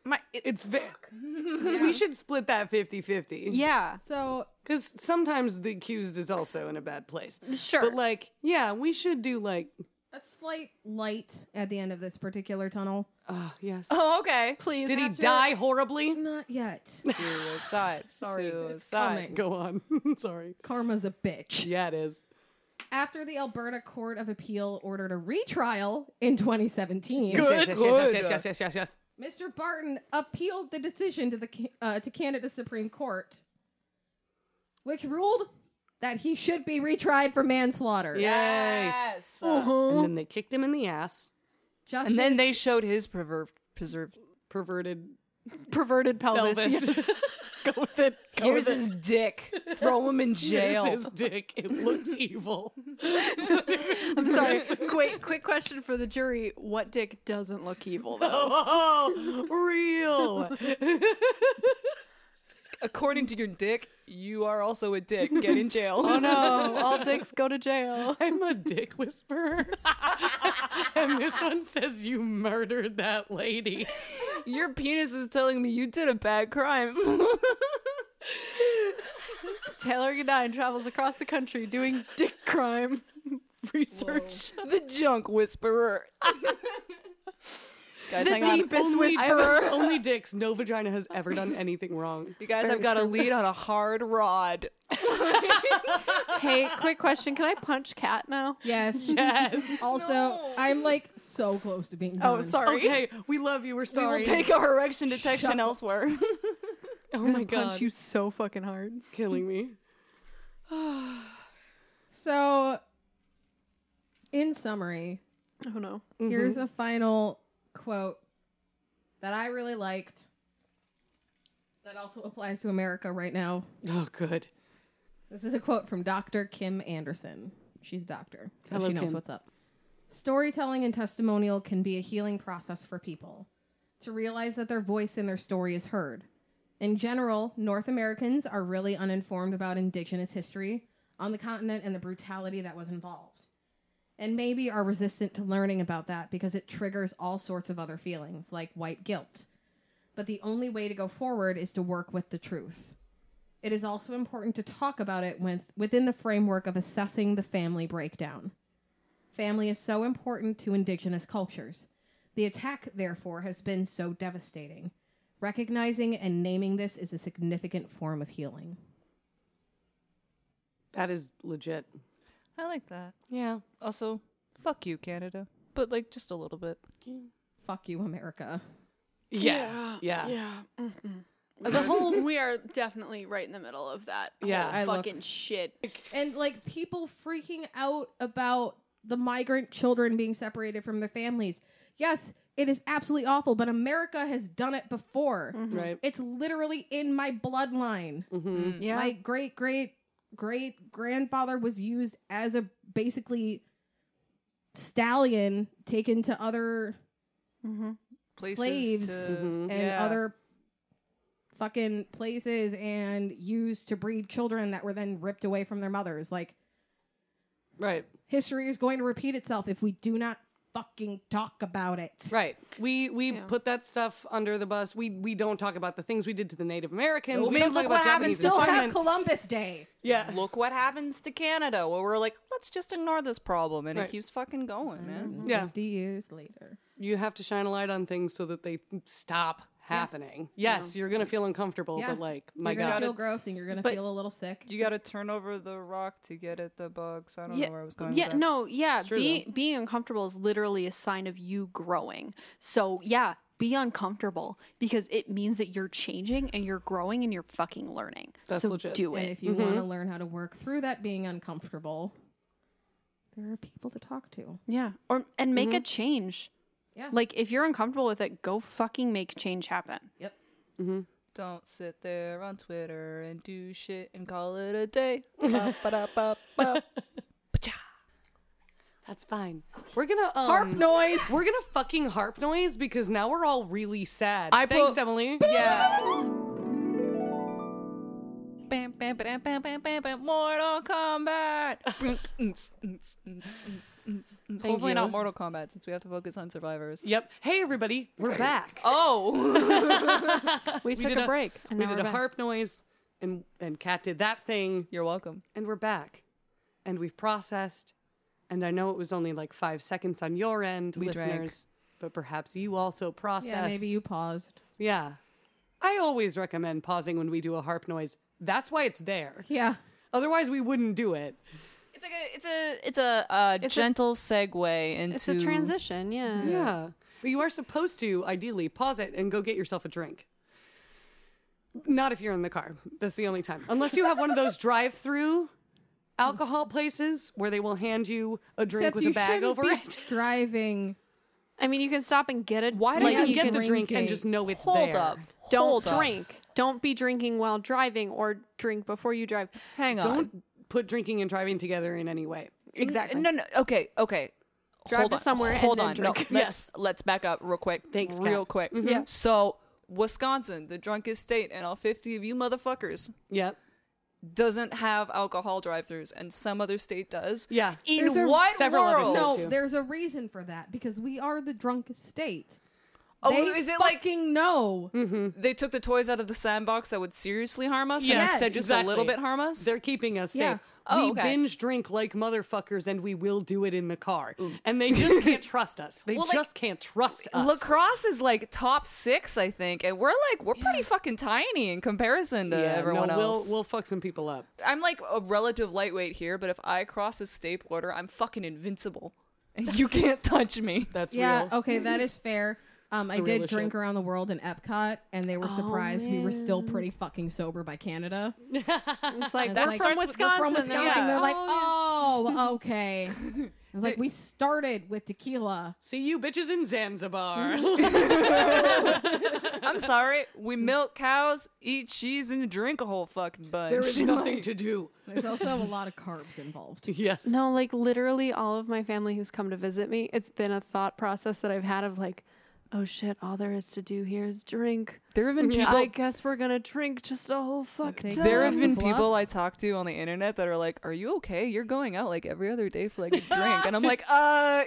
[SPEAKER 4] My,
[SPEAKER 1] it's. Ve- We should split that 50 50.
[SPEAKER 3] Yeah.
[SPEAKER 2] So
[SPEAKER 1] Because sometimes the accused is also in a bad place.
[SPEAKER 3] Sure.
[SPEAKER 1] But, like, yeah, we should do, like,
[SPEAKER 2] a slight light at the end of this particular tunnel.
[SPEAKER 1] oh, yes.
[SPEAKER 4] oh, okay.
[SPEAKER 3] please.
[SPEAKER 1] Did he die horribly?
[SPEAKER 2] Not yet.
[SPEAKER 4] Suicide. Sorry.
[SPEAKER 2] coming.
[SPEAKER 4] Suicide.
[SPEAKER 1] Go on. Sorry.
[SPEAKER 2] Karma's a bitch.
[SPEAKER 1] Yeah, it is.
[SPEAKER 2] after the Alberta Court of Appeal ordered a retrial in 2017,
[SPEAKER 1] Yes, yes, yes, yes,
[SPEAKER 4] good.
[SPEAKER 1] yes, yes, yes, yes, yes.
[SPEAKER 2] Mr. Barton appealed the decision to the Ca- uh, to Canada's Supreme Court, which ruled that he should be retried for manslaughter.
[SPEAKER 1] Yay. And then they kicked him in the ass.
[SPEAKER 2] Justice,
[SPEAKER 4] Uh-huh. And then they showed his preserved preserved
[SPEAKER 1] Perverted
[SPEAKER 3] Perverted pelvis.
[SPEAKER 1] Elvis. Go with it. Go
[SPEAKER 4] Here's
[SPEAKER 1] with it.
[SPEAKER 4] his dick. Throw him in
[SPEAKER 1] Here's
[SPEAKER 4] jail.
[SPEAKER 1] his dick. It looks evil.
[SPEAKER 3] I'm sorry. Quick, quick question for the jury. What dick doesn't look evil though?
[SPEAKER 1] Oh, real.
[SPEAKER 4] According to your dick, you are also a dick. Get in jail. oh
[SPEAKER 3] no, all dicks go to jail.
[SPEAKER 1] I'm a dick whisperer. and this one says you murdered that lady.
[SPEAKER 4] Your penis is telling me you did a bad crime.
[SPEAKER 3] Taylor Gadine travels across the country doing dick crime research.
[SPEAKER 4] the junk whisperer. guys, hang on.
[SPEAKER 1] only, It's only dicks. No vagina has ever done anything wrong.
[SPEAKER 4] You guys have got a lead on a hard rod.
[SPEAKER 3] hey, quick question. Can I punch cat now?
[SPEAKER 2] yes. Yes. Also, I'm like so close to being done.
[SPEAKER 3] Oh, sorry.
[SPEAKER 1] Okay, we love you. We're sorry.
[SPEAKER 4] our erection detection elsewhere.
[SPEAKER 1] oh my
[SPEAKER 3] Punch
[SPEAKER 1] god,
[SPEAKER 3] you so fucking hard.
[SPEAKER 1] it's killing me.
[SPEAKER 2] So, in summary,
[SPEAKER 3] Oh no.
[SPEAKER 2] Here's a final quote that I really liked that also applies to America right now.
[SPEAKER 1] Oh, good.
[SPEAKER 2] This is a quote from Dr. Kim Anderson. She's a doctor, so
[SPEAKER 1] Hello,
[SPEAKER 2] she knows
[SPEAKER 1] Kim.
[SPEAKER 2] what's up. Storytelling and testimonial can be a healing process for people to realize that their voice and their story is heard. In general, North Americans are really uninformed about indigenous history on the continent and the brutality that was involved. And maybe are resistant to learning about that because it triggers all sorts of other feelings, like white guilt. But the only way to go forward is to work with the truth. It is also important to talk about it with, within the framework of assessing the family breakdown. Family is so important to Indigenous cultures. The attack, therefore, has been so devastating. Recognizing and naming this is a significant form of healing.
[SPEAKER 1] That is legit.
[SPEAKER 4] I like that.
[SPEAKER 1] Yeah.
[SPEAKER 4] Also, fuck you, Canada. But like just a little bit.
[SPEAKER 2] Fuck you, America.
[SPEAKER 1] Yeah. Yeah.
[SPEAKER 3] Yeah.
[SPEAKER 1] The whole
[SPEAKER 3] we are definitely right in the middle of that.
[SPEAKER 1] Yeah,
[SPEAKER 3] whole
[SPEAKER 2] I look-
[SPEAKER 3] fucking shit.
[SPEAKER 2] And like people freaking out about the migrant children being separated from their families. Yes, it is absolutely awful, but America has done it before.
[SPEAKER 3] Mm-hmm,
[SPEAKER 1] right.
[SPEAKER 2] It's literally in my bloodline.
[SPEAKER 1] Mm-hmm.
[SPEAKER 4] Yeah.
[SPEAKER 2] My great great great grandfather was used as a basically stallion taken to other
[SPEAKER 3] Mm-hmm.
[SPEAKER 2] slaves
[SPEAKER 4] Mm-hmm.
[SPEAKER 1] Mhm.
[SPEAKER 2] and
[SPEAKER 4] Yeah.
[SPEAKER 2] other fucking places and used to breed children that were then ripped away from their mothers. Like
[SPEAKER 1] Right.
[SPEAKER 2] history is going to repeat itself if we do not fucking talk about it.
[SPEAKER 1] Right. We we
[SPEAKER 3] Yeah.
[SPEAKER 1] put that stuff under the bus. We we don't talk about the things we did to the Native Americans.
[SPEAKER 4] Nope.
[SPEAKER 1] We don't talk
[SPEAKER 2] What
[SPEAKER 1] about
[SPEAKER 2] happened?
[SPEAKER 1] Japanese
[SPEAKER 2] Still have
[SPEAKER 1] internment.
[SPEAKER 2] Columbus Day.
[SPEAKER 1] yeah.
[SPEAKER 4] Look what happens to Canada where we're like, let's just ignore this problem and
[SPEAKER 1] Right.
[SPEAKER 4] it keeps fucking going, man.
[SPEAKER 1] Yeah.
[SPEAKER 2] Fifty years later.
[SPEAKER 1] You have to shine a light on things so that they stop happening. Yes, you're gonna feel uncomfortable,
[SPEAKER 2] Yeah.
[SPEAKER 1] but like, my
[SPEAKER 2] you're gonna
[SPEAKER 1] God,
[SPEAKER 2] feel gross and you're gonna
[SPEAKER 3] But-
[SPEAKER 2] feel a little sick.
[SPEAKER 4] You gotta turn over the rock to get at the bugs. I don't know where I was going.
[SPEAKER 3] Yeah,
[SPEAKER 4] with that.
[SPEAKER 3] no, yeah.
[SPEAKER 1] true,
[SPEAKER 3] be, being uncomfortable is literally a sign of you growing. So yeah, be uncomfortable because it means that you're changing and you're growing and you're fucking learning.
[SPEAKER 1] That's
[SPEAKER 3] so
[SPEAKER 1] legit.
[SPEAKER 3] do
[SPEAKER 2] And
[SPEAKER 3] it.
[SPEAKER 2] if you want to learn how to work through that being uncomfortable, there are people to talk to.
[SPEAKER 3] Yeah. Or and make a change.
[SPEAKER 2] Yeah.
[SPEAKER 3] Like if you're uncomfortable with it, go fucking make change happen.
[SPEAKER 2] Yep.
[SPEAKER 4] Don't sit there on Twitter and do shit and call it a day. Ba-ba-da-ba-ba.
[SPEAKER 1] that's fine. We're gonna um,
[SPEAKER 2] Harp noise.
[SPEAKER 1] We're gonna fucking harp noise because now we're all really sad.
[SPEAKER 4] I
[SPEAKER 1] Thanks,
[SPEAKER 4] pro-
[SPEAKER 1] Emily.
[SPEAKER 4] yeah. Bam, bam, bam, bam, bam, bam, bam, Mortal Kombat. Hopefully
[SPEAKER 1] you.
[SPEAKER 4] not Mortal Kombat since we have to focus on survivors.
[SPEAKER 1] Yep. Hey, everybody, we're back.
[SPEAKER 4] Oh,
[SPEAKER 3] We, took
[SPEAKER 1] did
[SPEAKER 3] a
[SPEAKER 1] a-
[SPEAKER 3] break. and
[SPEAKER 1] we
[SPEAKER 3] now
[SPEAKER 1] did
[SPEAKER 3] we're
[SPEAKER 1] a
[SPEAKER 3] back.
[SPEAKER 1] harp noise, and and Kat did that thing.
[SPEAKER 4] you're welcome.
[SPEAKER 1] and we're back and we've processed and i know it was only like five seconds on your end
[SPEAKER 4] We
[SPEAKER 1] listeners
[SPEAKER 4] drank.
[SPEAKER 1] but perhaps you also processed
[SPEAKER 2] Yeah, maybe you paused.
[SPEAKER 1] yeah i always recommend pausing when we do a harp noise that's why it's there
[SPEAKER 2] Yeah.
[SPEAKER 1] otherwise we wouldn't do it
[SPEAKER 4] It's like a, it's a, it's a uh, gentle segue into
[SPEAKER 3] It's a transition, yeah.
[SPEAKER 1] yeah but you are supposed to ideally pause it and go get yourself a drink not if you're in the car that's the only time unless you have one of those drive-through alcohol places where they will hand you a drink
[SPEAKER 2] Except
[SPEAKER 1] with
[SPEAKER 2] you
[SPEAKER 1] a bag
[SPEAKER 2] shouldn't
[SPEAKER 1] over
[SPEAKER 2] be
[SPEAKER 1] it
[SPEAKER 2] Driving.
[SPEAKER 3] I mean, you can stop and get it. Why
[SPEAKER 1] like
[SPEAKER 2] Yeah,
[SPEAKER 1] you
[SPEAKER 2] you
[SPEAKER 1] get
[SPEAKER 2] can
[SPEAKER 1] the drink
[SPEAKER 2] drink
[SPEAKER 1] and
[SPEAKER 2] it.
[SPEAKER 1] just know it's
[SPEAKER 4] Hold
[SPEAKER 1] there.
[SPEAKER 4] up.
[SPEAKER 3] don't
[SPEAKER 4] Hold up.
[SPEAKER 3] drink. Don't be drinking while driving or drink before you drive.
[SPEAKER 4] Hang on.
[SPEAKER 1] Don't put drinking and driving together in any way.
[SPEAKER 3] Exactly.
[SPEAKER 4] No, no. Okay, okay.
[SPEAKER 3] Drive
[SPEAKER 4] hold
[SPEAKER 3] to
[SPEAKER 4] on.
[SPEAKER 3] somewhere and
[SPEAKER 4] Hold
[SPEAKER 3] then
[SPEAKER 4] on.
[SPEAKER 3] drink.
[SPEAKER 4] No, let's let's back up real quick.
[SPEAKER 1] Thanks,
[SPEAKER 4] Real
[SPEAKER 1] Kat.
[SPEAKER 4] quick. Mm-hmm.
[SPEAKER 3] Yeah.
[SPEAKER 4] So Wisconsin, the drunkest state, and all fifty of you motherfuckers
[SPEAKER 1] Yep.
[SPEAKER 4] doesn't have alcohol drive-throughs, and some other state does.
[SPEAKER 1] Yeah.
[SPEAKER 4] In
[SPEAKER 2] There's a-
[SPEAKER 4] what
[SPEAKER 1] several other
[SPEAKER 4] world?
[SPEAKER 1] Those
[SPEAKER 2] No,
[SPEAKER 1] two.
[SPEAKER 2] there's a reason for that because we are the drunkest state.
[SPEAKER 4] Oh,
[SPEAKER 2] they
[SPEAKER 4] is it like
[SPEAKER 2] fucking no?
[SPEAKER 1] Mm,
[SPEAKER 4] they took the toys out of the sandbox that would seriously harm us, and
[SPEAKER 1] Yes,
[SPEAKER 4] instead just a little
[SPEAKER 1] exactly.
[SPEAKER 4] bit harm us?
[SPEAKER 1] They're keeping us safe.
[SPEAKER 2] Yeah.
[SPEAKER 4] Oh,
[SPEAKER 1] we
[SPEAKER 4] okay.
[SPEAKER 1] binge drink like motherfuckers and we will do it in the car. And they just can't trust us. They
[SPEAKER 4] Well, like,
[SPEAKER 1] just can't trust us.
[SPEAKER 4] Lacrosse is like top six, I think, and we're like we're pretty fucking tiny in comparison to
[SPEAKER 1] Yeah,
[SPEAKER 4] everyone
[SPEAKER 1] no,
[SPEAKER 4] else.
[SPEAKER 1] We'll, we'll fuck some people up.
[SPEAKER 4] I'm like a relative lightweight here, but if I cross a state border, I'm fucking invincible, and you can't touch me.
[SPEAKER 1] That's
[SPEAKER 2] Yeah.
[SPEAKER 1] real.
[SPEAKER 2] Okay, that is fair. Um, I
[SPEAKER 1] the
[SPEAKER 2] did
[SPEAKER 1] realest
[SPEAKER 2] drink
[SPEAKER 1] shit.
[SPEAKER 2] around the world in Epcot, and they were surprised we were still pretty fucking sober by Canada.
[SPEAKER 3] It's like
[SPEAKER 2] That
[SPEAKER 3] we're from
[SPEAKER 4] starts with- we're
[SPEAKER 3] Wisconsin.
[SPEAKER 2] From Wisconsin, they're like,
[SPEAKER 4] Oh,
[SPEAKER 2] "Oh, okay." It's like we started with tequila.
[SPEAKER 1] See you bitches in Zanzibar.
[SPEAKER 4] I'm sorry. We milk cows, eat cheese, and drink a whole fucking bunch.
[SPEAKER 1] there is nothing to do.
[SPEAKER 2] There's also a lot of carbs involved.
[SPEAKER 1] Yes.
[SPEAKER 3] No, like literally all of my family who's come to visit me, it's been a thought process that I've had of like, oh shit, all there is to do here is drink.
[SPEAKER 4] there have been
[SPEAKER 1] Yeah.
[SPEAKER 3] I guess we're gonna drink just a whole fuck
[SPEAKER 2] They-
[SPEAKER 3] ton.
[SPEAKER 4] There have
[SPEAKER 2] Um,
[SPEAKER 4] been people
[SPEAKER 2] bluffs.
[SPEAKER 4] I talk to on the internet that are like, "Are you okay? You're going out like every other day for like a drink," and I'm like, "Uh,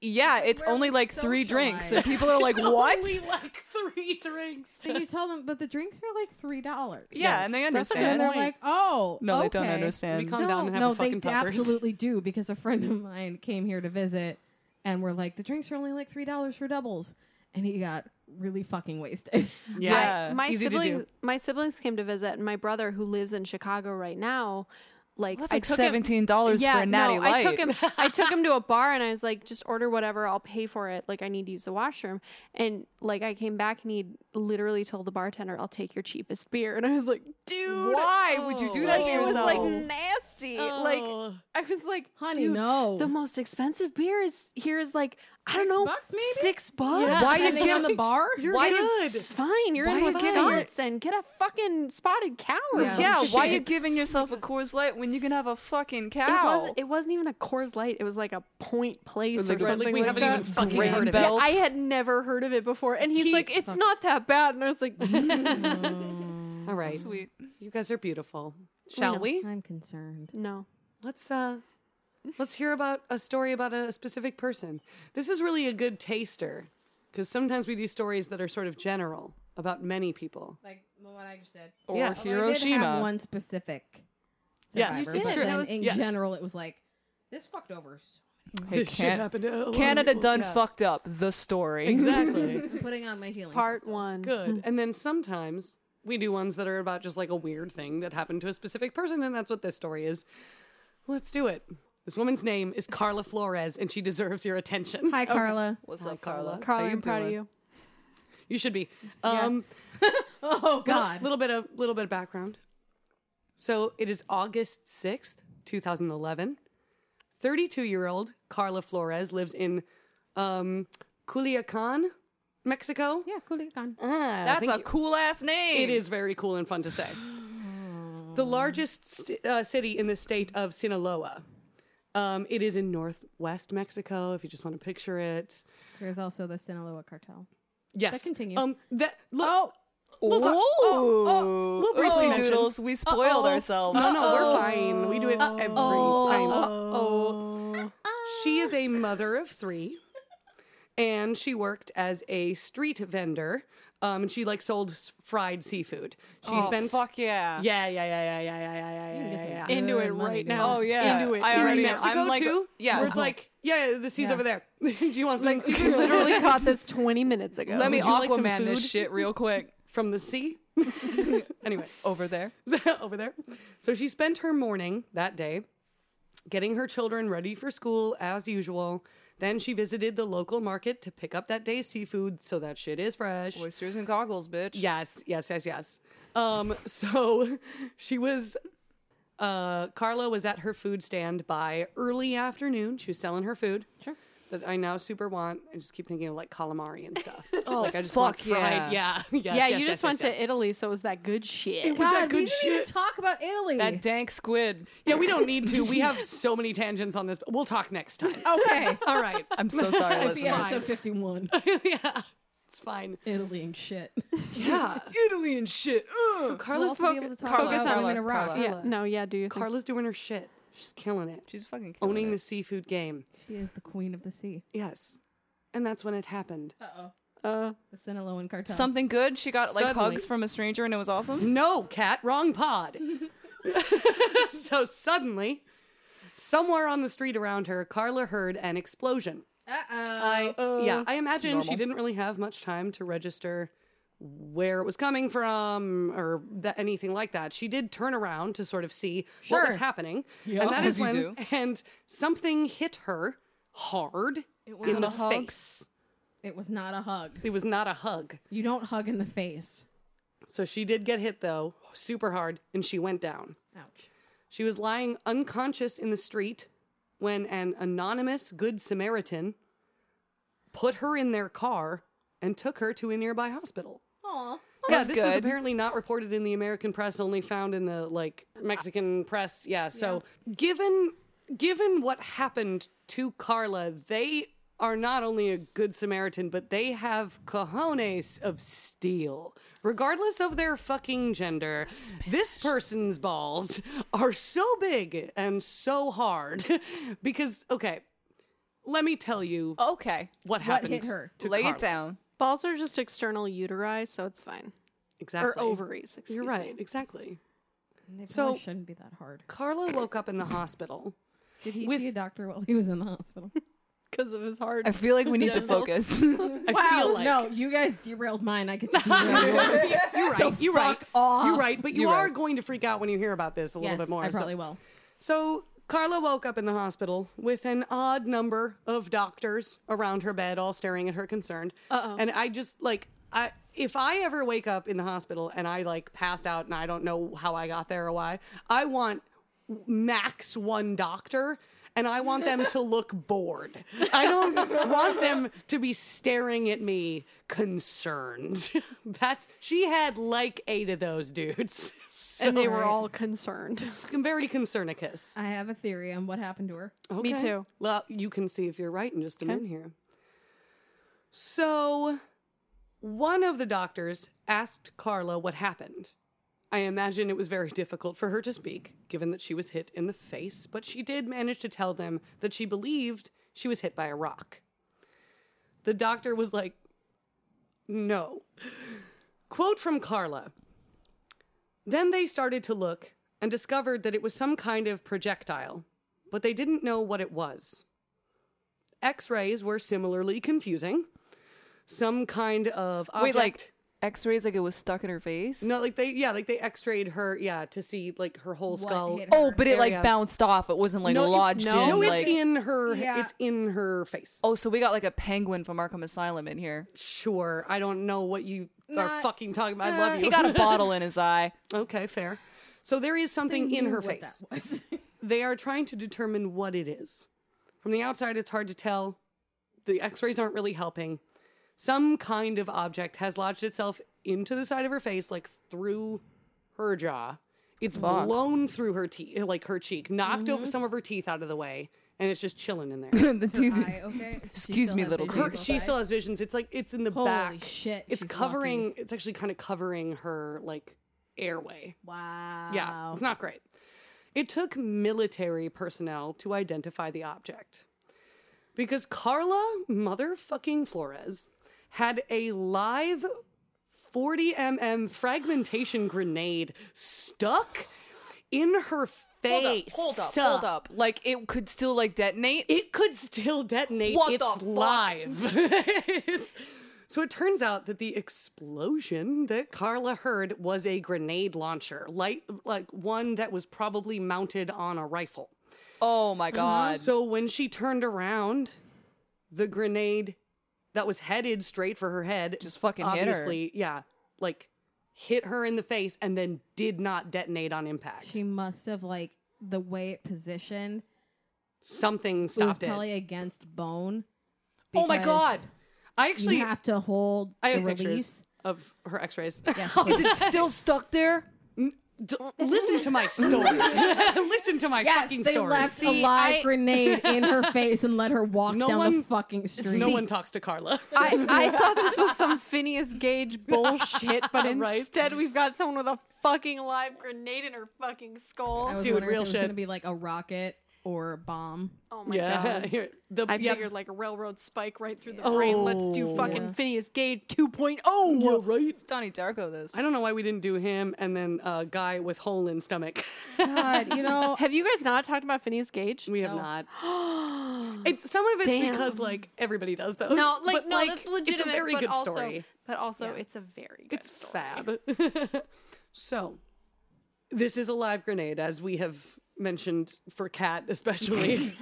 [SPEAKER 4] yeah, it's
[SPEAKER 2] where
[SPEAKER 4] only
[SPEAKER 2] we
[SPEAKER 4] like three drinks,"
[SPEAKER 2] socialize.
[SPEAKER 4] and people are like, "What?"
[SPEAKER 1] We like three drinks.
[SPEAKER 2] Then you tell them, but the drinks are like three dollars.
[SPEAKER 4] yeah, and they
[SPEAKER 1] That's a good
[SPEAKER 4] understand.
[SPEAKER 2] and they're
[SPEAKER 1] Point.
[SPEAKER 2] like, "Oh,
[SPEAKER 4] no, they don't
[SPEAKER 2] okay."
[SPEAKER 4] understand.
[SPEAKER 1] We calm down and have
[SPEAKER 2] no,
[SPEAKER 1] a fucking
[SPEAKER 2] they
[SPEAKER 1] tuppers.
[SPEAKER 2] absolutely do because a friend of mine came here to visit, and we're like, the drinks are only like three dollars for doubles, and he got really fucking wasted.
[SPEAKER 1] Yeah.
[SPEAKER 3] my
[SPEAKER 1] Easy to do.
[SPEAKER 3] siblings my siblings came to visit and my brother who lives in chicago right now like
[SPEAKER 4] That's
[SPEAKER 3] I
[SPEAKER 4] like
[SPEAKER 3] took him,
[SPEAKER 4] seventeen dollars for a natty
[SPEAKER 3] no,
[SPEAKER 4] light.
[SPEAKER 3] I took him I took him to a bar and I was like, just order whatever, I'll pay for it. Like I need to use the washroom. And like I came back and he literally told the bartender, I'll take your cheapest beer. And I was like, dude
[SPEAKER 4] Why would you do that
[SPEAKER 3] like,
[SPEAKER 4] to
[SPEAKER 3] it was
[SPEAKER 4] yourself? Oh.
[SPEAKER 3] like nasty. Like I was like,
[SPEAKER 2] Honey,
[SPEAKER 3] dude,
[SPEAKER 2] no.
[SPEAKER 3] The most expensive beer is here is like I don't
[SPEAKER 2] Six
[SPEAKER 3] know
[SPEAKER 2] bucks, maybe?
[SPEAKER 3] six bucks.
[SPEAKER 1] Yeah.
[SPEAKER 2] Why
[SPEAKER 4] Why you
[SPEAKER 2] you on the
[SPEAKER 4] giving-
[SPEAKER 2] bar? You're
[SPEAKER 1] Why
[SPEAKER 3] It's fine. You're
[SPEAKER 4] Why
[SPEAKER 3] in
[SPEAKER 4] are you giving your-
[SPEAKER 3] Wisconsin. Get a fucking spotted cow. Or
[SPEAKER 2] Yeah.
[SPEAKER 3] something.
[SPEAKER 4] yeah, why you
[SPEAKER 3] Shit.
[SPEAKER 4] giving yourself a Coors Light when you can have a fucking
[SPEAKER 3] It
[SPEAKER 4] cow?
[SPEAKER 3] was. It wasn't even a Coors Light. It was like a Point Place or,
[SPEAKER 4] like a-
[SPEAKER 3] something
[SPEAKER 1] Like, we
[SPEAKER 3] like
[SPEAKER 1] haven't
[SPEAKER 3] that.
[SPEAKER 1] even fucking
[SPEAKER 4] Graham
[SPEAKER 1] heard of
[SPEAKER 4] Bell.
[SPEAKER 1] it.
[SPEAKER 3] Yeah, I had never heard of it before, and he's
[SPEAKER 1] He-
[SPEAKER 3] like, "It's not that bad," and I was like, "Mm,
[SPEAKER 1] All right.
[SPEAKER 4] Sweet.
[SPEAKER 1] You guys are beautiful. Shall we?
[SPEAKER 2] I'm concerned.
[SPEAKER 3] "No."
[SPEAKER 1] Let's uh let's hear about a story about a specific person. This is really a good taster because sometimes we do stories that are sort of general about many people.
[SPEAKER 2] Like the one I just said.
[SPEAKER 4] Or
[SPEAKER 1] Yeah.
[SPEAKER 2] Although I did have
[SPEAKER 4] Hiroshima.
[SPEAKER 2] one specific.
[SPEAKER 1] Yes,
[SPEAKER 2] survivor,
[SPEAKER 1] you did.
[SPEAKER 2] but
[SPEAKER 1] True.
[SPEAKER 2] then
[SPEAKER 1] That was-
[SPEAKER 2] in
[SPEAKER 1] yes.
[SPEAKER 2] general, it was like this fucked over.
[SPEAKER 4] Hey,
[SPEAKER 1] this shit
[SPEAKER 4] Can-
[SPEAKER 1] happened to a lot of
[SPEAKER 4] Canada
[SPEAKER 1] people.
[SPEAKER 4] done
[SPEAKER 1] Yeah.
[SPEAKER 4] fucked up. The story.
[SPEAKER 1] Exactly.
[SPEAKER 2] I'm putting on my healing.
[SPEAKER 3] Part
[SPEAKER 2] crystal.
[SPEAKER 3] one.
[SPEAKER 2] Mm-hmm.
[SPEAKER 1] good. And then sometimes we do ones that are about just like a weird thing that happened to a specific person and that's what this story is. Let's do it. This woman's name is Carla Flores and she deserves your attention.
[SPEAKER 2] Hi, Carla.
[SPEAKER 4] What's up, Carla?
[SPEAKER 3] Carly, I'm proud of you.
[SPEAKER 1] You should be. Um
[SPEAKER 2] Oh God.
[SPEAKER 1] A little bit of little bit of background. So it is August sixth, two thousand eleven. Thirty-two-year-old Carla Flores lives in um, Culiacan, Mexico.
[SPEAKER 2] yeah, Culiacan.
[SPEAKER 1] Ah,
[SPEAKER 4] That's
[SPEAKER 1] thank
[SPEAKER 4] a
[SPEAKER 1] you.
[SPEAKER 4] cool ass name.
[SPEAKER 1] It is very cool and fun to say. The largest st- uh, city in the state of Sinaloa. Um, it is in northwest Mexico, if you just want to picture it.
[SPEAKER 2] There's also the Sinaloa cartel.
[SPEAKER 1] Yes.
[SPEAKER 2] But continue.
[SPEAKER 1] Um, that, look, we'll
[SPEAKER 4] Ooh.
[SPEAKER 1] talk- oh, oh, we'll briefly mention-
[SPEAKER 4] doodles. We spoiled ourselves.
[SPEAKER 1] Oh, No, no, we're fine. We do it every time. Oh, she is a mother of three, and she worked as a street vendor. Um, and she like sold s- fried seafood. She
[SPEAKER 4] Oh,
[SPEAKER 1] spent
[SPEAKER 4] fuck yeah.
[SPEAKER 1] yeah, yeah, yeah, yeah, yeah, yeah, yeah,
[SPEAKER 2] can
[SPEAKER 1] yeah, yeah,
[SPEAKER 2] get
[SPEAKER 1] yeah,
[SPEAKER 2] some
[SPEAKER 1] yeah.
[SPEAKER 2] good
[SPEAKER 3] Into it
[SPEAKER 2] money
[SPEAKER 3] right
[SPEAKER 2] down.
[SPEAKER 3] now.
[SPEAKER 4] Oh yeah.
[SPEAKER 3] Into it.
[SPEAKER 4] I
[SPEAKER 3] Into
[SPEAKER 1] You're in
[SPEAKER 4] already
[SPEAKER 1] Mexico
[SPEAKER 4] I'm like,
[SPEAKER 1] too.
[SPEAKER 4] Yeah.
[SPEAKER 1] where it's like yeah, yeah, the sea's
[SPEAKER 2] Yeah.
[SPEAKER 1] over there. Do you want some seafood?
[SPEAKER 3] Literally caught this 20 minutes ago.
[SPEAKER 4] Let me
[SPEAKER 1] Would you like
[SPEAKER 4] Aquaman
[SPEAKER 1] some
[SPEAKER 4] this
[SPEAKER 1] food?
[SPEAKER 4] shit real quick.
[SPEAKER 1] from the sea. anyway,
[SPEAKER 4] Over there.
[SPEAKER 1] over there. So she spent her morning that day getting her children ready for school as usual. Then she visited the local market to pick up that day's seafood so that shit is fresh.
[SPEAKER 4] Oysters and goggles, bitch.
[SPEAKER 1] Yes, yes, yes, yes. Um, so she was uh Carla was at her food stand by early afternoon. She was selling her food.
[SPEAKER 2] Sure.
[SPEAKER 1] That I now super want. I just keep thinking of like calamari and stuff.
[SPEAKER 4] Oh,
[SPEAKER 1] like I just want
[SPEAKER 4] fuck
[SPEAKER 1] fried. Yeah. yes,
[SPEAKER 3] yeah,
[SPEAKER 1] yes,
[SPEAKER 3] you
[SPEAKER 1] yes,
[SPEAKER 3] just
[SPEAKER 1] yes,
[SPEAKER 3] went
[SPEAKER 1] yes.
[SPEAKER 3] to Italy, so it was that good shit.
[SPEAKER 1] was that
[SPEAKER 2] God,
[SPEAKER 1] good
[SPEAKER 2] we didn't even
[SPEAKER 1] shit?
[SPEAKER 2] talk about Italy.
[SPEAKER 4] That dank squid.
[SPEAKER 1] Yeah, we don't need to. We have so many tangents on this. But we'll talk next time.
[SPEAKER 2] okay.
[SPEAKER 1] All right.
[SPEAKER 4] I'm so sorry,
[SPEAKER 2] That'd be
[SPEAKER 4] listeners.
[SPEAKER 2] episode 51.
[SPEAKER 1] yeah. It's fine.
[SPEAKER 2] Italy and shit.
[SPEAKER 1] Yeah.
[SPEAKER 4] Italy and shit. So
[SPEAKER 2] We'll
[SPEAKER 1] Carla's
[SPEAKER 2] also be able to talk
[SPEAKER 4] Carla,
[SPEAKER 2] about
[SPEAKER 4] Carla,
[SPEAKER 2] women in rock.
[SPEAKER 4] Carla.
[SPEAKER 3] yeah, no, yeah, do you?
[SPEAKER 1] Carla's doing her shit. She's killing it.
[SPEAKER 4] She's fucking killing
[SPEAKER 1] Owning
[SPEAKER 4] it.
[SPEAKER 1] the seafood game.
[SPEAKER 2] She is the queen of the sea.
[SPEAKER 1] Yes. And that's when it happened.
[SPEAKER 2] Uh oh.
[SPEAKER 3] Uh,
[SPEAKER 2] The Sinaloan cartel.
[SPEAKER 4] Something good. She got like
[SPEAKER 1] Suddenly.
[SPEAKER 4] hugs from a stranger, and it was awesome.
[SPEAKER 1] No, cat, wrong pod. so suddenly, somewhere on the street around her, Carla heard an explosion.
[SPEAKER 2] Uh oh.
[SPEAKER 1] I yeah, I imagine she didn't really have much time to register where it was coming from or that anything like that. She did turn around to sort of see what was
[SPEAKER 2] Sure.
[SPEAKER 1] happening, and that
[SPEAKER 4] as
[SPEAKER 1] is
[SPEAKER 4] you
[SPEAKER 1] when
[SPEAKER 4] do.
[SPEAKER 1] and something hit her hard in the
[SPEAKER 4] a hug.
[SPEAKER 1] face.
[SPEAKER 2] It was not a hug.
[SPEAKER 1] It was not a hug.
[SPEAKER 2] You don't hug in the face.
[SPEAKER 1] So she did get hit though, super hard, and she went down.
[SPEAKER 2] Ouch.
[SPEAKER 1] She was lying unconscious in the street when an anonymous Good Samaritan put her in their car and took her to a nearby hospital.
[SPEAKER 2] Aw.
[SPEAKER 1] yeah,
[SPEAKER 4] That's
[SPEAKER 1] this was
[SPEAKER 4] good.
[SPEAKER 1] apparently not reported in the American press, only found in the like Mexican press. Yeah, so given given what happened to Carla, they are not only a good Samaritan, but they have cojones of steel. Regardless of their fucking gender, this person's balls are so big and so hard. because, okay, let me tell you
[SPEAKER 4] Okay,
[SPEAKER 1] what happened
[SPEAKER 2] hit her?
[SPEAKER 1] to
[SPEAKER 4] lay
[SPEAKER 1] Carla.
[SPEAKER 4] it down.
[SPEAKER 3] balls are just external uteri, so it's fine.
[SPEAKER 1] Exactly.
[SPEAKER 3] Or ovaries, excuse
[SPEAKER 1] You're
[SPEAKER 3] me.
[SPEAKER 1] right, exactly.
[SPEAKER 2] They
[SPEAKER 1] So-
[SPEAKER 2] probably shouldn't be that hard.
[SPEAKER 1] Carla woke up in the hospital.
[SPEAKER 2] Did he
[SPEAKER 1] With-
[SPEAKER 2] see a doctor while he was in the hospital?
[SPEAKER 3] Because it was hard.
[SPEAKER 4] I feel like we need to focus.
[SPEAKER 1] I feel like
[SPEAKER 2] no, you guys derailed mine. I get to derail yours.
[SPEAKER 1] you're right. you're right.
[SPEAKER 2] off.
[SPEAKER 1] You're right, but you
[SPEAKER 4] You're
[SPEAKER 1] are
[SPEAKER 4] right.
[SPEAKER 1] going to freak out when you hear about this a little
[SPEAKER 2] Yes,
[SPEAKER 1] bit more.
[SPEAKER 2] I
[SPEAKER 1] so-
[SPEAKER 2] probably will.
[SPEAKER 1] So Carla woke up in the hospital with an odd number of doctors around her bed, all staring at her concerned. Uh-oh. And I just like I if I ever wake up in the hospital and I like passed out and I don't know how I got there or why, I want max one doctor and I want them to look bored. I don't want them to be staring at me concerned. That's she had like eight of those dudes. So,
[SPEAKER 3] and they were all concerned.
[SPEAKER 1] very concernicus.
[SPEAKER 2] I have a theory on what happened to her.
[SPEAKER 3] Me
[SPEAKER 1] Okay.
[SPEAKER 3] too.
[SPEAKER 1] Well, you can see if you're right in just a minute here. So, one of the doctors asked Carla what happened. I imagine it was very difficult for her to speak, given that she was hit in the face, but she did manage to tell them that she believed she was hit by a rock. The doctor was like, No. Quote from Carla Then they started to look and discovered that it was some kind of projectile, but they didn't know what it was. X rays were similarly confusing. Some kind of object.
[SPEAKER 4] Wait, like X-rays, like it was stuck in her face.
[SPEAKER 1] No, like they, yeah, like they x-rayed her, yeah, to see like her whole skull.
[SPEAKER 2] hit her?
[SPEAKER 4] Oh, but it like
[SPEAKER 1] Area.
[SPEAKER 4] bounced off. It wasn't like
[SPEAKER 1] No, it-
[SPEAKER 4] lodged
[SPEAKER 3] no.
[SPEAKER 4] in.
[SPEAKER 1] No, it's
[SPEAKER 4] like,
[SPEAKER 1] in her,
[SPEAKER 2] Yeah.
[SPEAKER 1] it's in her face.
[SPEAKER 4] oh, so we got like a penguin from Arkham Asylum in here.
[SPEAKER 1] Sure, I don't know what you are
[SPEAKER 2] Not-
[SPEAKER 1] fucking talking about. I love you.
[SPEAKER 4] He got a bottle in his eye.
[SPEAKER 1] okay, fair. So there is something in
[SPEAKER 2] knew
[SPEAKER 1] her
[SPEAKER 2] what
[SPEAKER 1] face.
[SPEAKER 2] That was.
[SPEAKER 1] They are trying to determine what it is. From the outside, it's hard to tell. The x rays aren't really helping. Some kind of object has lodged itself into the side of her face, like through her jaw. It's blown through her teeth, like her cheek, knocked
[SPEAKER 2] Mm-hmm.
[SPEAKER 1] over some of her teeth out of the way, and it's just chilling in there.
[SPEAKER 4] The
[SPEAKER 2] Is her
[SPEAKER 4] tooth-
[SPEAKER 2] eye okay? Does she
[SPEAKER 4] Excuse
[SPEAKER 2] still
[SPEAKER 4] me,
[SPEAKER 2] have
[SPEAKER 4] little
[SPEAKER 2] vision
[SPEAKER 1] Her-
[SPEAKER 2] both
[SPEAKER 1] she
[SPEAKER 2] eyes?
[SPEAKER 1] still has visions. It's like it's in the
[SPEAKER 2] Holy
[SPEAKER 1] back.
[SPEAKER 2] shit,
[SPEAKER 1] It's
[SPEAKER 2] she's
[SPEAKER 1] covering.
[SPEAKER 2] lucky.
[SPEAKER 1] It's actually kind of covering her like airway.
[SPEAKER 2] Wow.
[SPEAKER 1] Yeah, it's not great. It took military personnel to identify the object. Because Carla motherfucking Flores had a live 40mm fragmentation grenade stuck in her face.
[SPEAKER 4] Hold up, hold up. Like it could still like detonate.
[SPEAKER 1] It could still detonate.
[SPEAKER 4] What the
[SPEAKER 1] it's
[SPEAKER 4] fuck?
[SPEAKER 1] live. It's- so it turns out that the explosion that Carla heard was a grenade launcher, light, like one that was probably mounted on a rifle.
[SPEAKER 4] oh my god.
[SPEAKER 1] So when she turned around, the grenade that was headed straight for her head
[SPEAKER 4] Just fucking hit her.
[SPEAKER 1] obviously, yeah, like hit her in the face and then did not detonate on impact.
[SPEAKER 2] She must have like the way it positioned.
[SPEAKER 1] Something
[SPEAKER 2] It was
[SPEAKER 1] stopped it.
[SPEAKER 2] probably against bone.
[SPEAKER 4] Oh my God.
[SPEAKER 2] because
[SPEAKER 1] I actually
[SPEAKER 2] you have to hold
[SPEAKER 1] I have
[SPEAKER 2] the
[SPEAKER 1] pictures
[SPEAKER 2] release.
[SPEAKER 1] of her X-rays.
[SPEAKER 2] Yes,
[SPEAKER 4] Is
[SPEAKER 2] please.
[SPEAKER 4] it still stuck there?
[SPEAKER 1] D- listen to my story. listen to my
[SPEAKER 2] yes,
[SPEAKER 1] fucking
[SPEAKER 2] they
[SPEAKER 1] story.
[SPEAKER 2] left
[SPEAKER 1] See,
[SPEAKER 2] a live
[SPEAKER 3] I-
[SPEAKER 2] grenade in her face and let her walk
[SPEAKER 1] No
[SPEAKER 2] down
[SPEAKER 1] one-
[SPEAKER 2] the fucking street.
[SPEAKER 1] no one talks to Carla.
[SPEAKER 3] I, I thought this was some Phineas Gage bullshit, but
[SPEAKER 1] Right.
[SPEAKER 3] instead we've got someone with a fucking live grenade in her fucking skull.
[SPEAKER 2] I was
[SPEAKER 1] Dude,
[SPEAKER 2] wondering
[SPEAKER 1] real
[SPEAKER 2] if it was
[SPEAKER 1] shit.
[SPEAKER 2] gonna be like a rocket or a bomb.
[SPEAKER 3] oh my
[SPEAKER 1] yeah,
[SPEAKER 3] god.
[SPEAKER 1] here- the-
[SPEAKER 3] I
[SPEAKER 1] yeah,
[SPEAKER 3] figured like a railroad spike right through the brain. Let's do fucking Phineas Gage
[SPEAKER 4] oh.
[SPEAKER 3] 2.0.
[SPEAKER 1] you're right.
[SPEAKER 4] It's Donnie Darko. This.
[SPEAKER 1] I don't know why we didn't do him and then a guy with hole in stomach.
[SPEAKER 2] God, you know,
[SPEAKER 3] Have you guys not talked about Phineas Gage?
[SPEAKER 1] we have not. It's some of it's
[SPEAKER 3] Damn.
[SPEAKER 1] because like everybody does those.
[SPEAKER 3] No, like
[SPEAKER 1] but,
[SPEAKER 3] no, that's legitimate.
[SPEAKER 1] It's a very
[SPEAKER 3] but
[SPEAKER 1] good
[SPEAKER 3] also,
[SPEAKER 1] story.
[SPEAKER 3] But also, it's a very good
[SPEAKER 1] It's
[SPEAKER 3] story.
[SPEAKER 1] fab. so, this is a live grenade, as we have mentioned for Cat especially.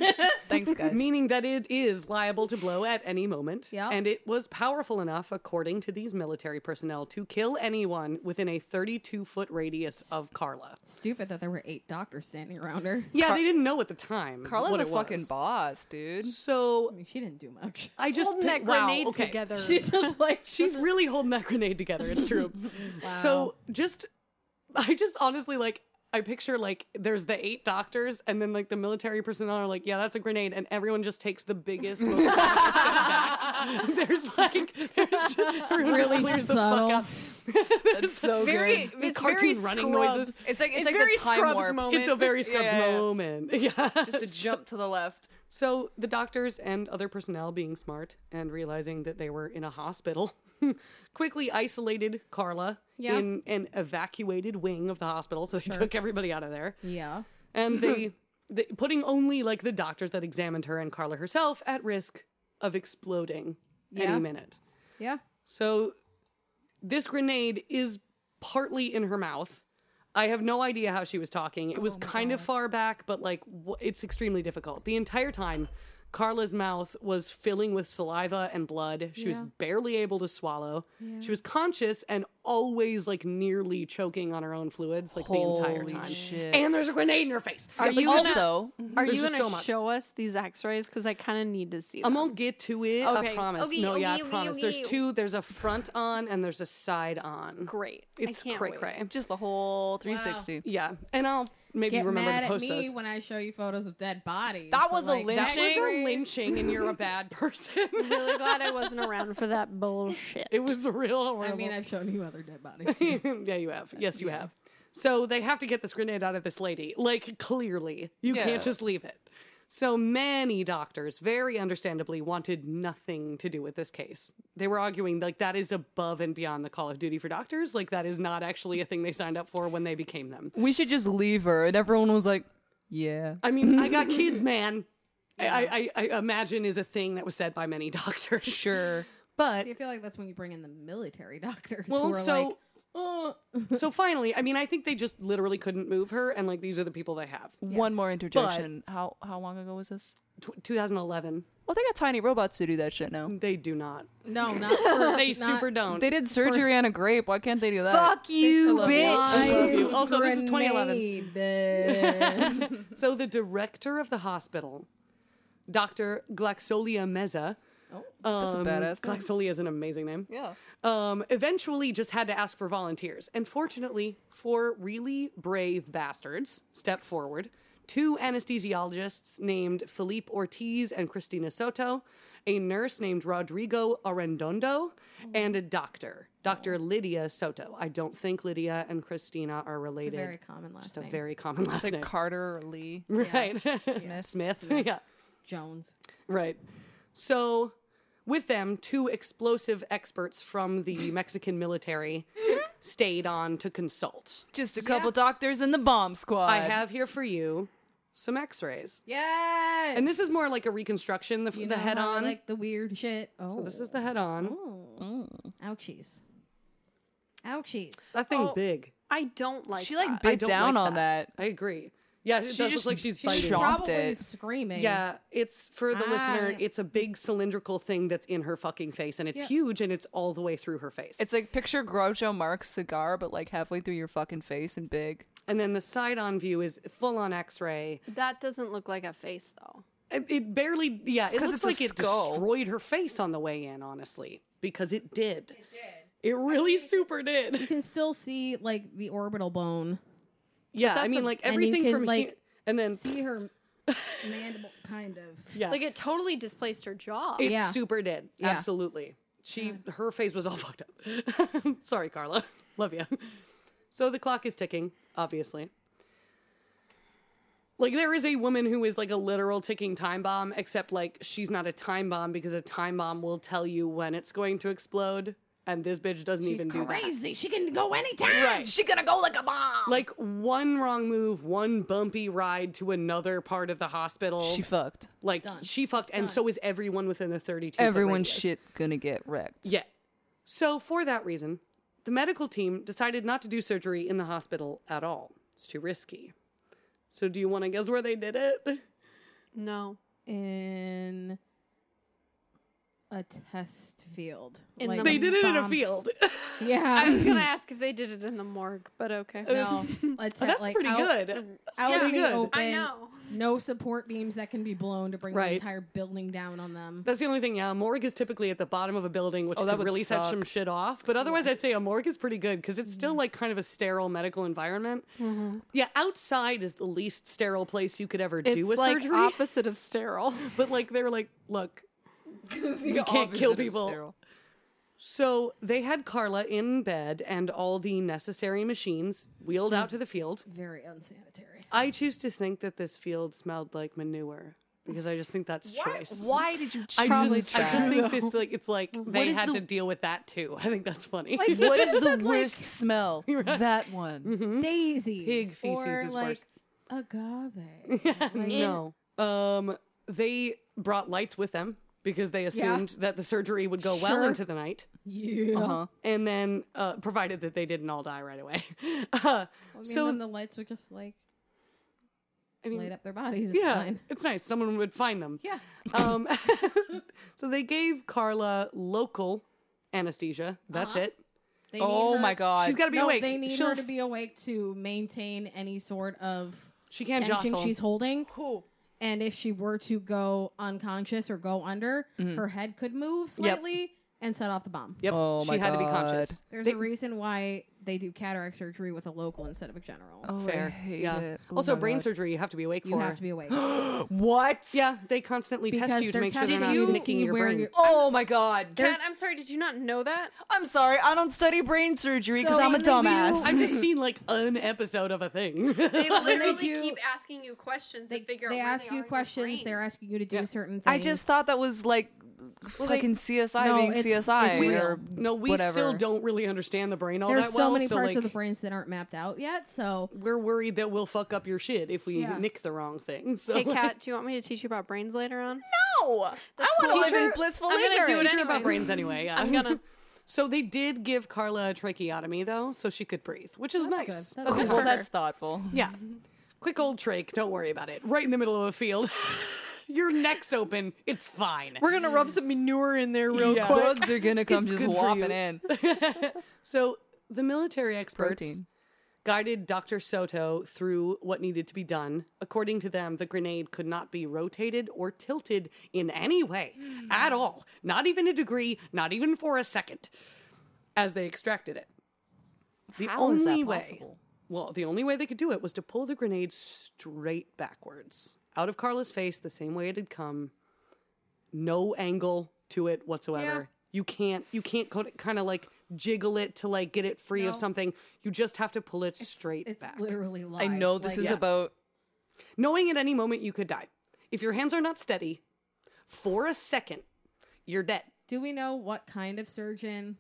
[SPEAKER 4] Thanks, guys.
[SPEAKER 1] Meaning that it is liable to blow at any moment.
[SPEAKER 2] Yeah.
[SPEAKER 1] And it was powerful enough, according to these military personnel, to kill anyone within a 32 foot radius of Carla.
[SPEAKER 2] stupid that there were eight doctors standing around her.
[SPEAKER 1] Yeah, they didn't know at the time.
[SPEAKER 4] Carla's
[SPEAKER 1] what
[SPEAKER 4] a
[SPEAKER 1] it
[SPEAKER 4] fucking
[SPEAKER 1] was.
[SPEAKER 4] boss, dude.
[SPEAKER 2] I
[SPEAKER 1] So
[SPEAKER 2] mean, she didn't do much.
[SPEAKER 1] I just
[SPEAKER 3] Holding that
[SPEAKER 1] picked- wow,
[SPEAKER 3] grenade
[SPEAKER 1] okay.
[SPEAKER 3] together.
[SPEAKER 2] She's just like
[SPEAKER 1] She's really holding that grenade together. It's true. So just, I just honestly like. I picture like there's the eight doctors, and then like the military personnel are like, "Yeah, that's a grenade," and everyone just takes the biggest, most logical step back. There's like, there's just, everyone just
[SPEAKER 2] really
[SPEAKER 1] clears
[SPEAKER 2] subtle.
[SPEAKER 1] the fuck up.
[SPEAKER 4] That's so
[SPEAKER 3] Very,
[SPEAKER 4] good.
[SPEAKER 1] The
[SPEAKER 3] it's
[SPEAKER 1] cartoon
[SPEAKER 3] very
[SPEAKER 1] running
[SPEAKER 3] Scrubs.
[SPEAKER 1] noises.
[SPEAKER 4] It's like it's,
[SPEAKER 3] It's
[SPEAKER 4] like
[SPEAKER 3] very
[SPEAKER 4] the time
[SPEAKER 3] Scrubs
[SPEAKER 4] warp.
[SPEAKER 3] moment.
[SPEAKER 1] It's a very Scrubs
[SPEAKER 4] Yeah, yeah, yeah.
[SPEAKER 1] moment. Yeah,
[SPEAKER 4] Just a jump to the left.
[SPEAKER 1] So the doctors and other personnel, being smart and realizing that they were in a hospital, quickly isolated Carla
[SPEAKER 2] Yeah.
[SPEAKER 1] in an evacuated wing of the hospital. So they took everybody out of there,
[SPEAKER 2] yeah.
[SPEAKER 1] and they, they putting only like the doctors that examined her and Carla herself at risk of exploding
[SPEAKER 2] Yeah.
[SPEAKER 1] any minute.
[SPEAKER 2] Yeah.
[SPEAKER 1] So this grenade is partly in her mouth. I have no idea how she was talking. It was kind of far back, but like w- it's extremely difficult. The entire time, Carla's mouth was filling with saliva and blood. She was barely able to swallow. She was conscious and always like nearly choking on her own fluids like the entire
[SPEAKER 4] Holy
[SPEAKER 1] time.
[SPEAKER 4] shit.
[SPEAKER 1] And there's a grenade in her face.
[SPEAKER 3] Are you gonna,
[SPEAKER 4] also,
[SPEAKER 3] are
[SPEAKER 1] there's
[SPEAKER 3] you
[SPEAKER 1] just
[SPEAKER 3] gonna
[SPEAKER 1] so much.
[SPEAKER 3] show us these X-rays? Because I kind of need to see
[SPEAKER 1] I'm
[SPEAKER 3] them.
[SPEAKER 1] gonna get to it. I
[SPEAKER 3] Okay.
[SPEAKER 1] promise.
[SPEAKER 5] Okay,
[SPEAKER 1] no, yeah,
[SPEAKER 5] okay,
[SPEAKER 1] I
[SPEAKER 5] okay,
[SPEAKER 1] promise. There's
[SPEAKER 5] okay.
[SPEAKER 1] two. There's a front on and there's a side on.
[SPEAKER 3] Great.
[SPEAKER 1] It's
[SPEAKER 3] I can't
[SPEAKER 1] cray
[SPEAKER 3] wait.
[SPEAKER 1] cray.
[SPEAKER 4] just the whole 360.
[SPEAKER 1] Yeah, and I'll maybe
[SPEAKER 2] Get
[SPEAKER 1] remember
[SPEAKER 2] mad
[SPEAKER 1] to
[SPEAKER 2] at
[SPEAKER 1] post
[SPEAKER 2] me
[SPEAKER 1] those.
[SPEAKER 2] when I show you photos of dead bodies.
[SPEAKER 4] That
[SPEAKER 2] but,
[SPEAKER 4] was a
[SPEAKER 2] like,
[SPEAKER 1] That was a
[SPEAKER 4] Lynching?
[SPEAKER 1] lynching, and you're a bad person.
[SPEAKER 3] really glad I wasn't around for that bullshit.
[SPEAKER 1] it was real horrible.
[SPEAKER 2] I mean, I've shown you other dead bodies. too.
[SPEAKER 1] yeah, you have. Yes, you have. So they have to get this grenade out of this lady. Like, clearly, you
[SPEAKER 4] Yeah.
[SPEAKER 1] can't just leave it. So many doctors, very understandably, wanted nothing to do with this case. They were arguing, like, that is above and beyond the call of duty for doctors. Like, that is not actually a thing they signed up for when they became them.
[SPEAKER 4] We should just leave her. And everyone was like, yeah.
[SPEAKER 1] I mean, I got kids, man. I, I, I imagine is a thing that was said by many doctors.
[SPEAKER 4] Sure.
[SPEAKER 1] But
[SPEAKER 2] See, I feel like that's when you bring in the military doctors.
[SPEAKER 1] Well,
[SPEAKER 2] who are
[SPEAKER 1] so- uh,
[SPEAKER 2] like, oh,
[SPEAKER 1] so finally, I mean, I think they just literally couldn't move her, and like these are the people they have.
[SPEAKER 4] One more interjection. how how long ago was this?
[SPEAKER 1] Tw 2011,
[SPEAKER 4] Well, they got tiny robots to do that shit now.
[SPEAKER 1] they do not.
[SPEAKER 2] no, not for,
[SPEAKER 1] They
[SPEAKER 2] not
[SPEAKER 1] super don't.
[SPEAKER 4] They did surgery on a grape. Why can't they do that?
[SPEAKER 3] Fuck you,
[SPEAKER 1] I love
[SPEAKER 2] live
[SPEAKER 1] you. Also, this is 2011.
[SPEAKER 2] grenade.
[SPEAKER 1] so the director of the hospital, Dr. Glaxolia Meza.
[SPEAKER 4] a
[SPEAKER 1] um,
[SPEAKER 4] badass name.
[SPEAKER 1] Glaxolia is an amazing name.
[SPEAKER 4] Yeah.
[SPEAKER 1] Um, eventually just had to ask for volunteers. And fortunately, four really brave bastards stepped forward. Two anesthesiologists named Felipe Ortiz and Cristina Soto, a nurse named Rodrigo Arendondo, and a doctor, Dr. Lydia Soto. I don't think Lydia and Christina are related.
[SPEAKER 2] very common last
[SPEAKER 1] Just
[SPEAKER 2] name.
[SPEAKER 1] a very common last
[SPEAKER 4] Like
[SPEAKER 1] name.
[SPEAKER 4] Carter or Lee.
[SPEAKER 1] Right.
[SPEAKER 2] Smith.
[SPEAKER 1] Smith. Yeah.
[SPEAKER 2] Jones.
[SPEAKER 1] Right. So, with them, two explosive experts from the Mexican military stayed on to consult.
[SPEAKER 4] Just a couple doctors in the bomb squad.
[SPEAKER 1] I have here for you some x rays.
[SPEAKER 2] Yes.
[SPEAKER 1] And this is more like a reconstruction, the,
[SPEAKER 2] You
[SPEAKER 1] the
[SPEAKER 2] know
[SPEAKER 1] head
[SPEAKER 2] how I
[SPEAKER 1] on.
[SPEAKER 2] like Oh. the weird shit. Oh, Mm.
[SPEAKER 1] this is the head on.
[SPEAKER 2] ouchies. Ouchies.
[SPEAKER 1] That thing
[SPEAKER 3] Oh.
[SPEAKER 1] big.
[SPEAKER 3] I don't like.
[SPEAKER 4] She like
[SPEAKER 3] that.
[SPEAKER 1] I
[SPEAKER 4] bit
[SPEAKER 1] don't
[SPEAKER 4] down
[SPEAKER 1] like
[SPEAKER 4] on that.
[SPEAKER 1] I agree. Yeah, it does
[SPEAKER 4] just
[SPEAKER 1] look like she's
[SPEAKER 4] She
[SPEAKER 1] biting.
[SPEAKER 4] chomped
[SPEAKER 2] probably
[SPEAKER 4] it.
[SPEAKER 2] screaming.
[SPEAKER 1] Yeah, it's for the
[SPEAKER 2] Ah,
[SPEAKER 1] listener.
[SPEAKER 2] yeah.
[SPEAKER 1] It's a big cylindrical thing that's in her fucking face, and it's huge, and it's all the way through her face.
[SPEAKER 4] It's like picture Groucho Marx cigar, but like halfway through your fucking face and big.
[SPEAKER 1] and then the side on view is full on X ray.
[SPEAKER 3] that doesn't look like a face though.
[SPEAKER 1] It, it barely, yeah. It
[SPEAKER 4] 'cause
[SPEAKER 1] looks
[SPEAKER 4] it's a
[SPEAKER 1] like it
[SPEAKER 4] skull.
[SPEAKER 1] destroyed her face on the way in, honestly, because it did. It did. It really super
[SPEAKER 2] You
[SPEAKER 1] did.
[SPEAKER 2] can still see like the orbital bone.
[SPEAKER 1] Yeah, I
[SPEAKER 3] that's
[SPEAKER 1] mean,
[SPEAKER 3] a-
[SPEAKER 1] like
[SPEAKER 2] and you
[SPEAKER 1] everything
[SPEAKER 2] can,
[SPEAKER 1] from
[SPEAKER 2] like,
[SPEAKER 1] here, and then
[SPEAKER 2] See her mandible, kind of.
[SPEAKER 1] yeah,
[SPEAKER 3] Like it totally displaced her jaw.
[SPEAKER 1] it
[SPEAKER 2] Yeah.
[SPEAKER 1] super did.
[SPEAKER 2] Yeah.
[SPEAKER 1] Absolutely, she her face was all fucked up. Sorry, Carla. Love you. So the clock is ticking, obviously. Like there is a woman who is like a literal ticking time bomb, except like she's not a time bomb because a time bomb will tell you when it's going to explode, and this bitch doesn't even do that.
[SPEAKER 2] She can go anytime.
[SPEAKER 1] Right. She gonna go like a bomb. Like one wrong move, one bumpy ride to another part of the hospital.
[SPEAKER 4] She fucked.
[SPEAKER 1] like she fucked, and so is everyone within a thirty-two. foot
[SPEAKER 4] Everyone's
[SPEAKER 1] radius.
[SPEAKER 4] shit gonna get wrecked.
[SPEAKER 1] Yeah. So for that reason, the medical team decided not to do surgery in the hospital at all. It's too risky. So do you want to guess where they did it?
[SPEAKER 3] no,
[SPEAKER 2] In a test field.
[SPEAKER 3] In
[SPEAKER 2] Like
[SPEAKER 3] the-
[SPEAKER 1] They did it in a
[SPEAKER 2] bomb-
[SPEAKER 1] field.
[SPEAKER 3] I
[SPEAKER 2] Yeah.
[SPEAKER 3] was gonna ask if they did it in the morgue, but okay.
[SPEAKER 2] no. A te-
[SPEAKER 1] That's
[SPEAKER 2] like,
[SPEAKER 1] pretty
[SPEAKER 2] out-
[SPEAKER 1] good.
[SPEAKER 2] Out
[SPEAKER 1] Yeah.
[SPEAKER 2] in the
[SPEAKER 1] Pretty good.
[SPEAKER 2] open.
[SPEAKER 3] I know.
[SPEAKER 2] No support beams that can be blown to bring
[SPEAKER 1] Right.
[SPEAKER 2] the entire building down on them.
[SPEAKER 1] That's the only thing. Yeah, a morgue is typically at the bottom of a building, which
[SPEAKER 4] Oh, that
[SPEAKER 1] could
[SPEAKER 4] would
[SPEAKER 1] really set
[SPEAKER 4] suck.
[SPEAKER 1] some shit off. But otherwise, I'd say a morgue is pretty good because it's still like kind of a sterile medical environment. Yeah, outside is the least sterile place you could ever do a surgery.
[SPEAKER 3] opposite of sterile.
[SPEAKER 1] but like they were like, look, you can't kill people. So they had Carla in bed and all the necessary machines wheeled out to the field.
[SPEAKER 2] Very unsanitary.
[SPEAKER 1] I choose to think that this field smelled like manure because I just think that's choice.
[SPEAKER 4] Why did you choose
[SPEAKER 1] I just, I just
[SPEAKER 4] that?
[SPEAKER 1] think this like it's like they
[SPEAKER 4] is
[SPEAKER 1] had
[SPEAKER 4] the-
[SPEAKER 1] to deal with that too. I think that's funny.
[SPEAKER 4] what is the worst smell? That
[SPEAKER 2] Mm-hmm.
[SPEAKER 4] one.
[SPEAKER 2] Daisies.
[SPEAKER 1] Hmm? Pig feces
[SPEAKER 2] or,
[SPEAKER 1] is
[SPEAKER 2] like,
[SPEAKER 1] worse.
[SPEAKER 2] Agave.
[SPEAKER 1] no. Um, they brought lights with them because they assumed that the surgery would go well
[SPEAKER 2] Sure.
[SPEAKER 1] into the night.
[SPEAKER 2] Yeah.
[SPEAKER 4] Uh-huh.
[SPEAKER 1] And then, uh, provided that they didn't all die right away. uh,
[SPEAKER 2] so
[SPEAKER 1] so,
[SPEAKER 2] then the lights would just like
[SPEAKER 1] I mean,
[SPEAKER 2] light up their bodies. It's
[SPEAKER 1] yeah,
[SPEAKER 2] fine.
[SPEAKER 1] it's nice. Someone would find them.
[SPEAKER 2] Yeah.
[SPEAKER 1] Um, so they gave Carla local anesthesia. That's it.
[SPEAKER 2] They need
[SPEAKER 4] Oh
[SPEAKER 2] her-
[SPEAKER 4] my god.
[SPEAKER 1] She's got to be
[SPEAKER 2] Uh-huh. no,
[SPEAKER 1] awake.
[SPEAKER 2] They need
[SPEAKER 1] She'll
[SPEAKER 2] her to
[SPEAKER 1] f-
[SPEAKER 2] be awake to maintain any sort of
[SPEAKER 1] She can't
[SPEAKER 2] tension
[SPEAKER 1] jostle.
[SPEAKER 2] she's holding. And if she were to go unconscious or go under, her head could move slightly and set off the bomb.
[SPEAKER 1] Mm-hmm. Yep.
[SPEAKER 4] Oh
[SPEAKER 1] she
[SPEAKER 4] my
[SPEAKER 1] had to be
[SPEAKER 4] God.
[SPEAKER 1] conscious.
[SPEAKER 2] There's a reason why they do cataract surgery with a local instead of a general.
[SPEAKER 4] Oh, I
[SPEAKER 1] Fair.
[SPEAKER 4] hate
[SPEAKER 1] Yeah.
[SPEAKER 4] it. Oh
[SPEAKER 1] Also,
[SPEAKER 4] my
[SPEAKER 1] brain
[SPEAKER 4] God.
[SPEAKER 1] surgery you have to be awake
[SPEAKER 2] you
[SPEAKER 1] for.
[SPEAKER 2] have to be awake.
[SPEAKER 4] What?
[SPEAKER 1] yeah, they constantly test
[SPEAKER 2] Because
[SPEAKER 1] you to
[SPEAKER 2] they're
[SPEAKER 1] make sure they're
[SPEAKER 2] testing
[SPEAKER 1] not
[SPEAKER 2] you to
[SPEAKER 1] nicking
[SPEAKER 2] see
[SPEAKER 1] your
[SPEAKER 2] where
[SPEAKER 1] brain.
[SPEAKER 2] you're-
[SPEAKER 4] Oh my god.
[SPEAKER 3] Kat, I'm sorry, did you not know that?
[SPEAKER 4] I'm sorry. I don't study brain surgery because
[SPEAKER 2] So
[SPEAKER 4] I'm a
[SPEAKER 2] when they do-
[SPEAKER 4] dumbass.
[SPEAKER 1] I've just seen like an episode of a thing.
[SPEAKER 3] They literally
[SPEAKER 2] do-
[SPEAKER 3] keep asking you questions
[SPEAKER 2] They,
[SPEAKER 3] to figure
[SPEAKER 2] they
[SPEAKER 3] out. where
[SPEAKER 2] ask
[SPEAKER 3] they are in
[SPEAKER 2] you
[SPEAKER 3] your
[SPEAKER 2] questions.
[SPEAKER 3] brain.
[SPEAKER 2] They're asking you to do certain things.
[SPEAKER 4] I just thought that was like fucking CSI
[SPEAKER 2] No,
[SPEAKER 4] being
[SPEAKER 2] it's-
[SPEAKER 4] CSI.
[SPEAKER 2] it's
[SPEAKER 1] We-
[SPEAKER 2] real.
[SPEAKER 4] or
[SPEAKER 1] no, we
[SPEAKER 4] whatever.
[SPEAKER 1] still don't really understand the brain all
[SPEAKER 2] there's
[SPEAKER 1] that
[SPEAKER 2] so
[SPEAKER 1] well.
[SPEAKER 2] many parts
[SPEAKER 1] like,
[SPEAKER 2] of the brains that aren't mapped out yet. So
[SPEAKER 1] we're worried that we'll fuck up your shit if we
[SPEAKER 2] Yeah.
[SPEAKER 1] nick the wrong thing. So
[SPEAKER 3] Hey, Kat, do you want me to teach you about brains later on?
[SPEAKER 4] No, I
[SPEAKER 3] cool.
[SPEAKER 4] want to live in
[SPEAKER 3] Teacher,
[SPEAKER 4] blissful
[SPEAKER 3] I'm gonna do it
[SPEAKER 4] ignorance.
[SPEAKER 1] Teach her about
[SPEAKER 3] anyway.
[SPEAKER 1] brains anyway. Yeah.
[SPEAKER 3] I'm gonna.
[SPEAKER 1] So they did give Carla a tracheotomy though, so she could breathe, which is
[SPEAKER 2] That's
[SPEAKER 1] nice.
[SPEAKER 2] good.
[SPEAKER 1] That's
[SPEAKER 2] That's
[SPEAKER 1] good
[SPEAKER 2] good.
[SPEAKER 1] for
[SPEAKER 4] Well,
[SPEAKER 1] her.
[SPEAKER 4] that's thoughtful.
[SPEAKER 1] Yeah. Quick old trach, don't worry about it. Right in the middle of a field. Your neck's open. It's fine.
[SPEAKER 3] We're gonna rub some manure in there real
[SPEAKER 4] Yeah.
[SPEAKER 3] quick.
[SPEAKER 4] Bugs are gonna come
[SPEAKER 1] It's
[SPEAKER 4] just
[SPEAKER 1] good for
[SPEAKER 4] whopping
[SPEAKER 1] you.
[SPEAKER 4] in.
[SPEAKER 1] So the military experts
[SPEAKER 4] Protein.
[SPEAKER 1] guided Dr. Soto through what needed to be done. According to them, the grenade could not be rotated or tilted in any way
[SPEAKER 4] Hmm.
[SPEAKER 1] at all, not even a degree, not even for a second, as they extracted it. The
[SPEAKER 4] How is that possible?
[SPEAKER 1] well, the only way they could do it was to pull the grenade straight backwards out of Carla's face the same way it had come. No angle to it whatsoever.
[SPEAKER 2] Yeah.
[SPEAKER 1] You can't you can't kind of like jiggle it to like get it free of
[SPEAKER 2] No.
[SPEAKER 1] something. You just have to pull it straight
[SPEAKER 2] it's
[SPEAKER 1] back.
[SPEAKER 2] literally live.
[SPEAKER 4] I know this
[SPEAKER 2] Like,
[SPEAKER 4] is
[SPEAKER 2] yeah.
[SPEAKER 4] about
[SPEAKER 1] Knowing at any moment you could die. If your hands are not steady for a second, you're dead.
[SPEAKER 2] Do we know what kind of surgeon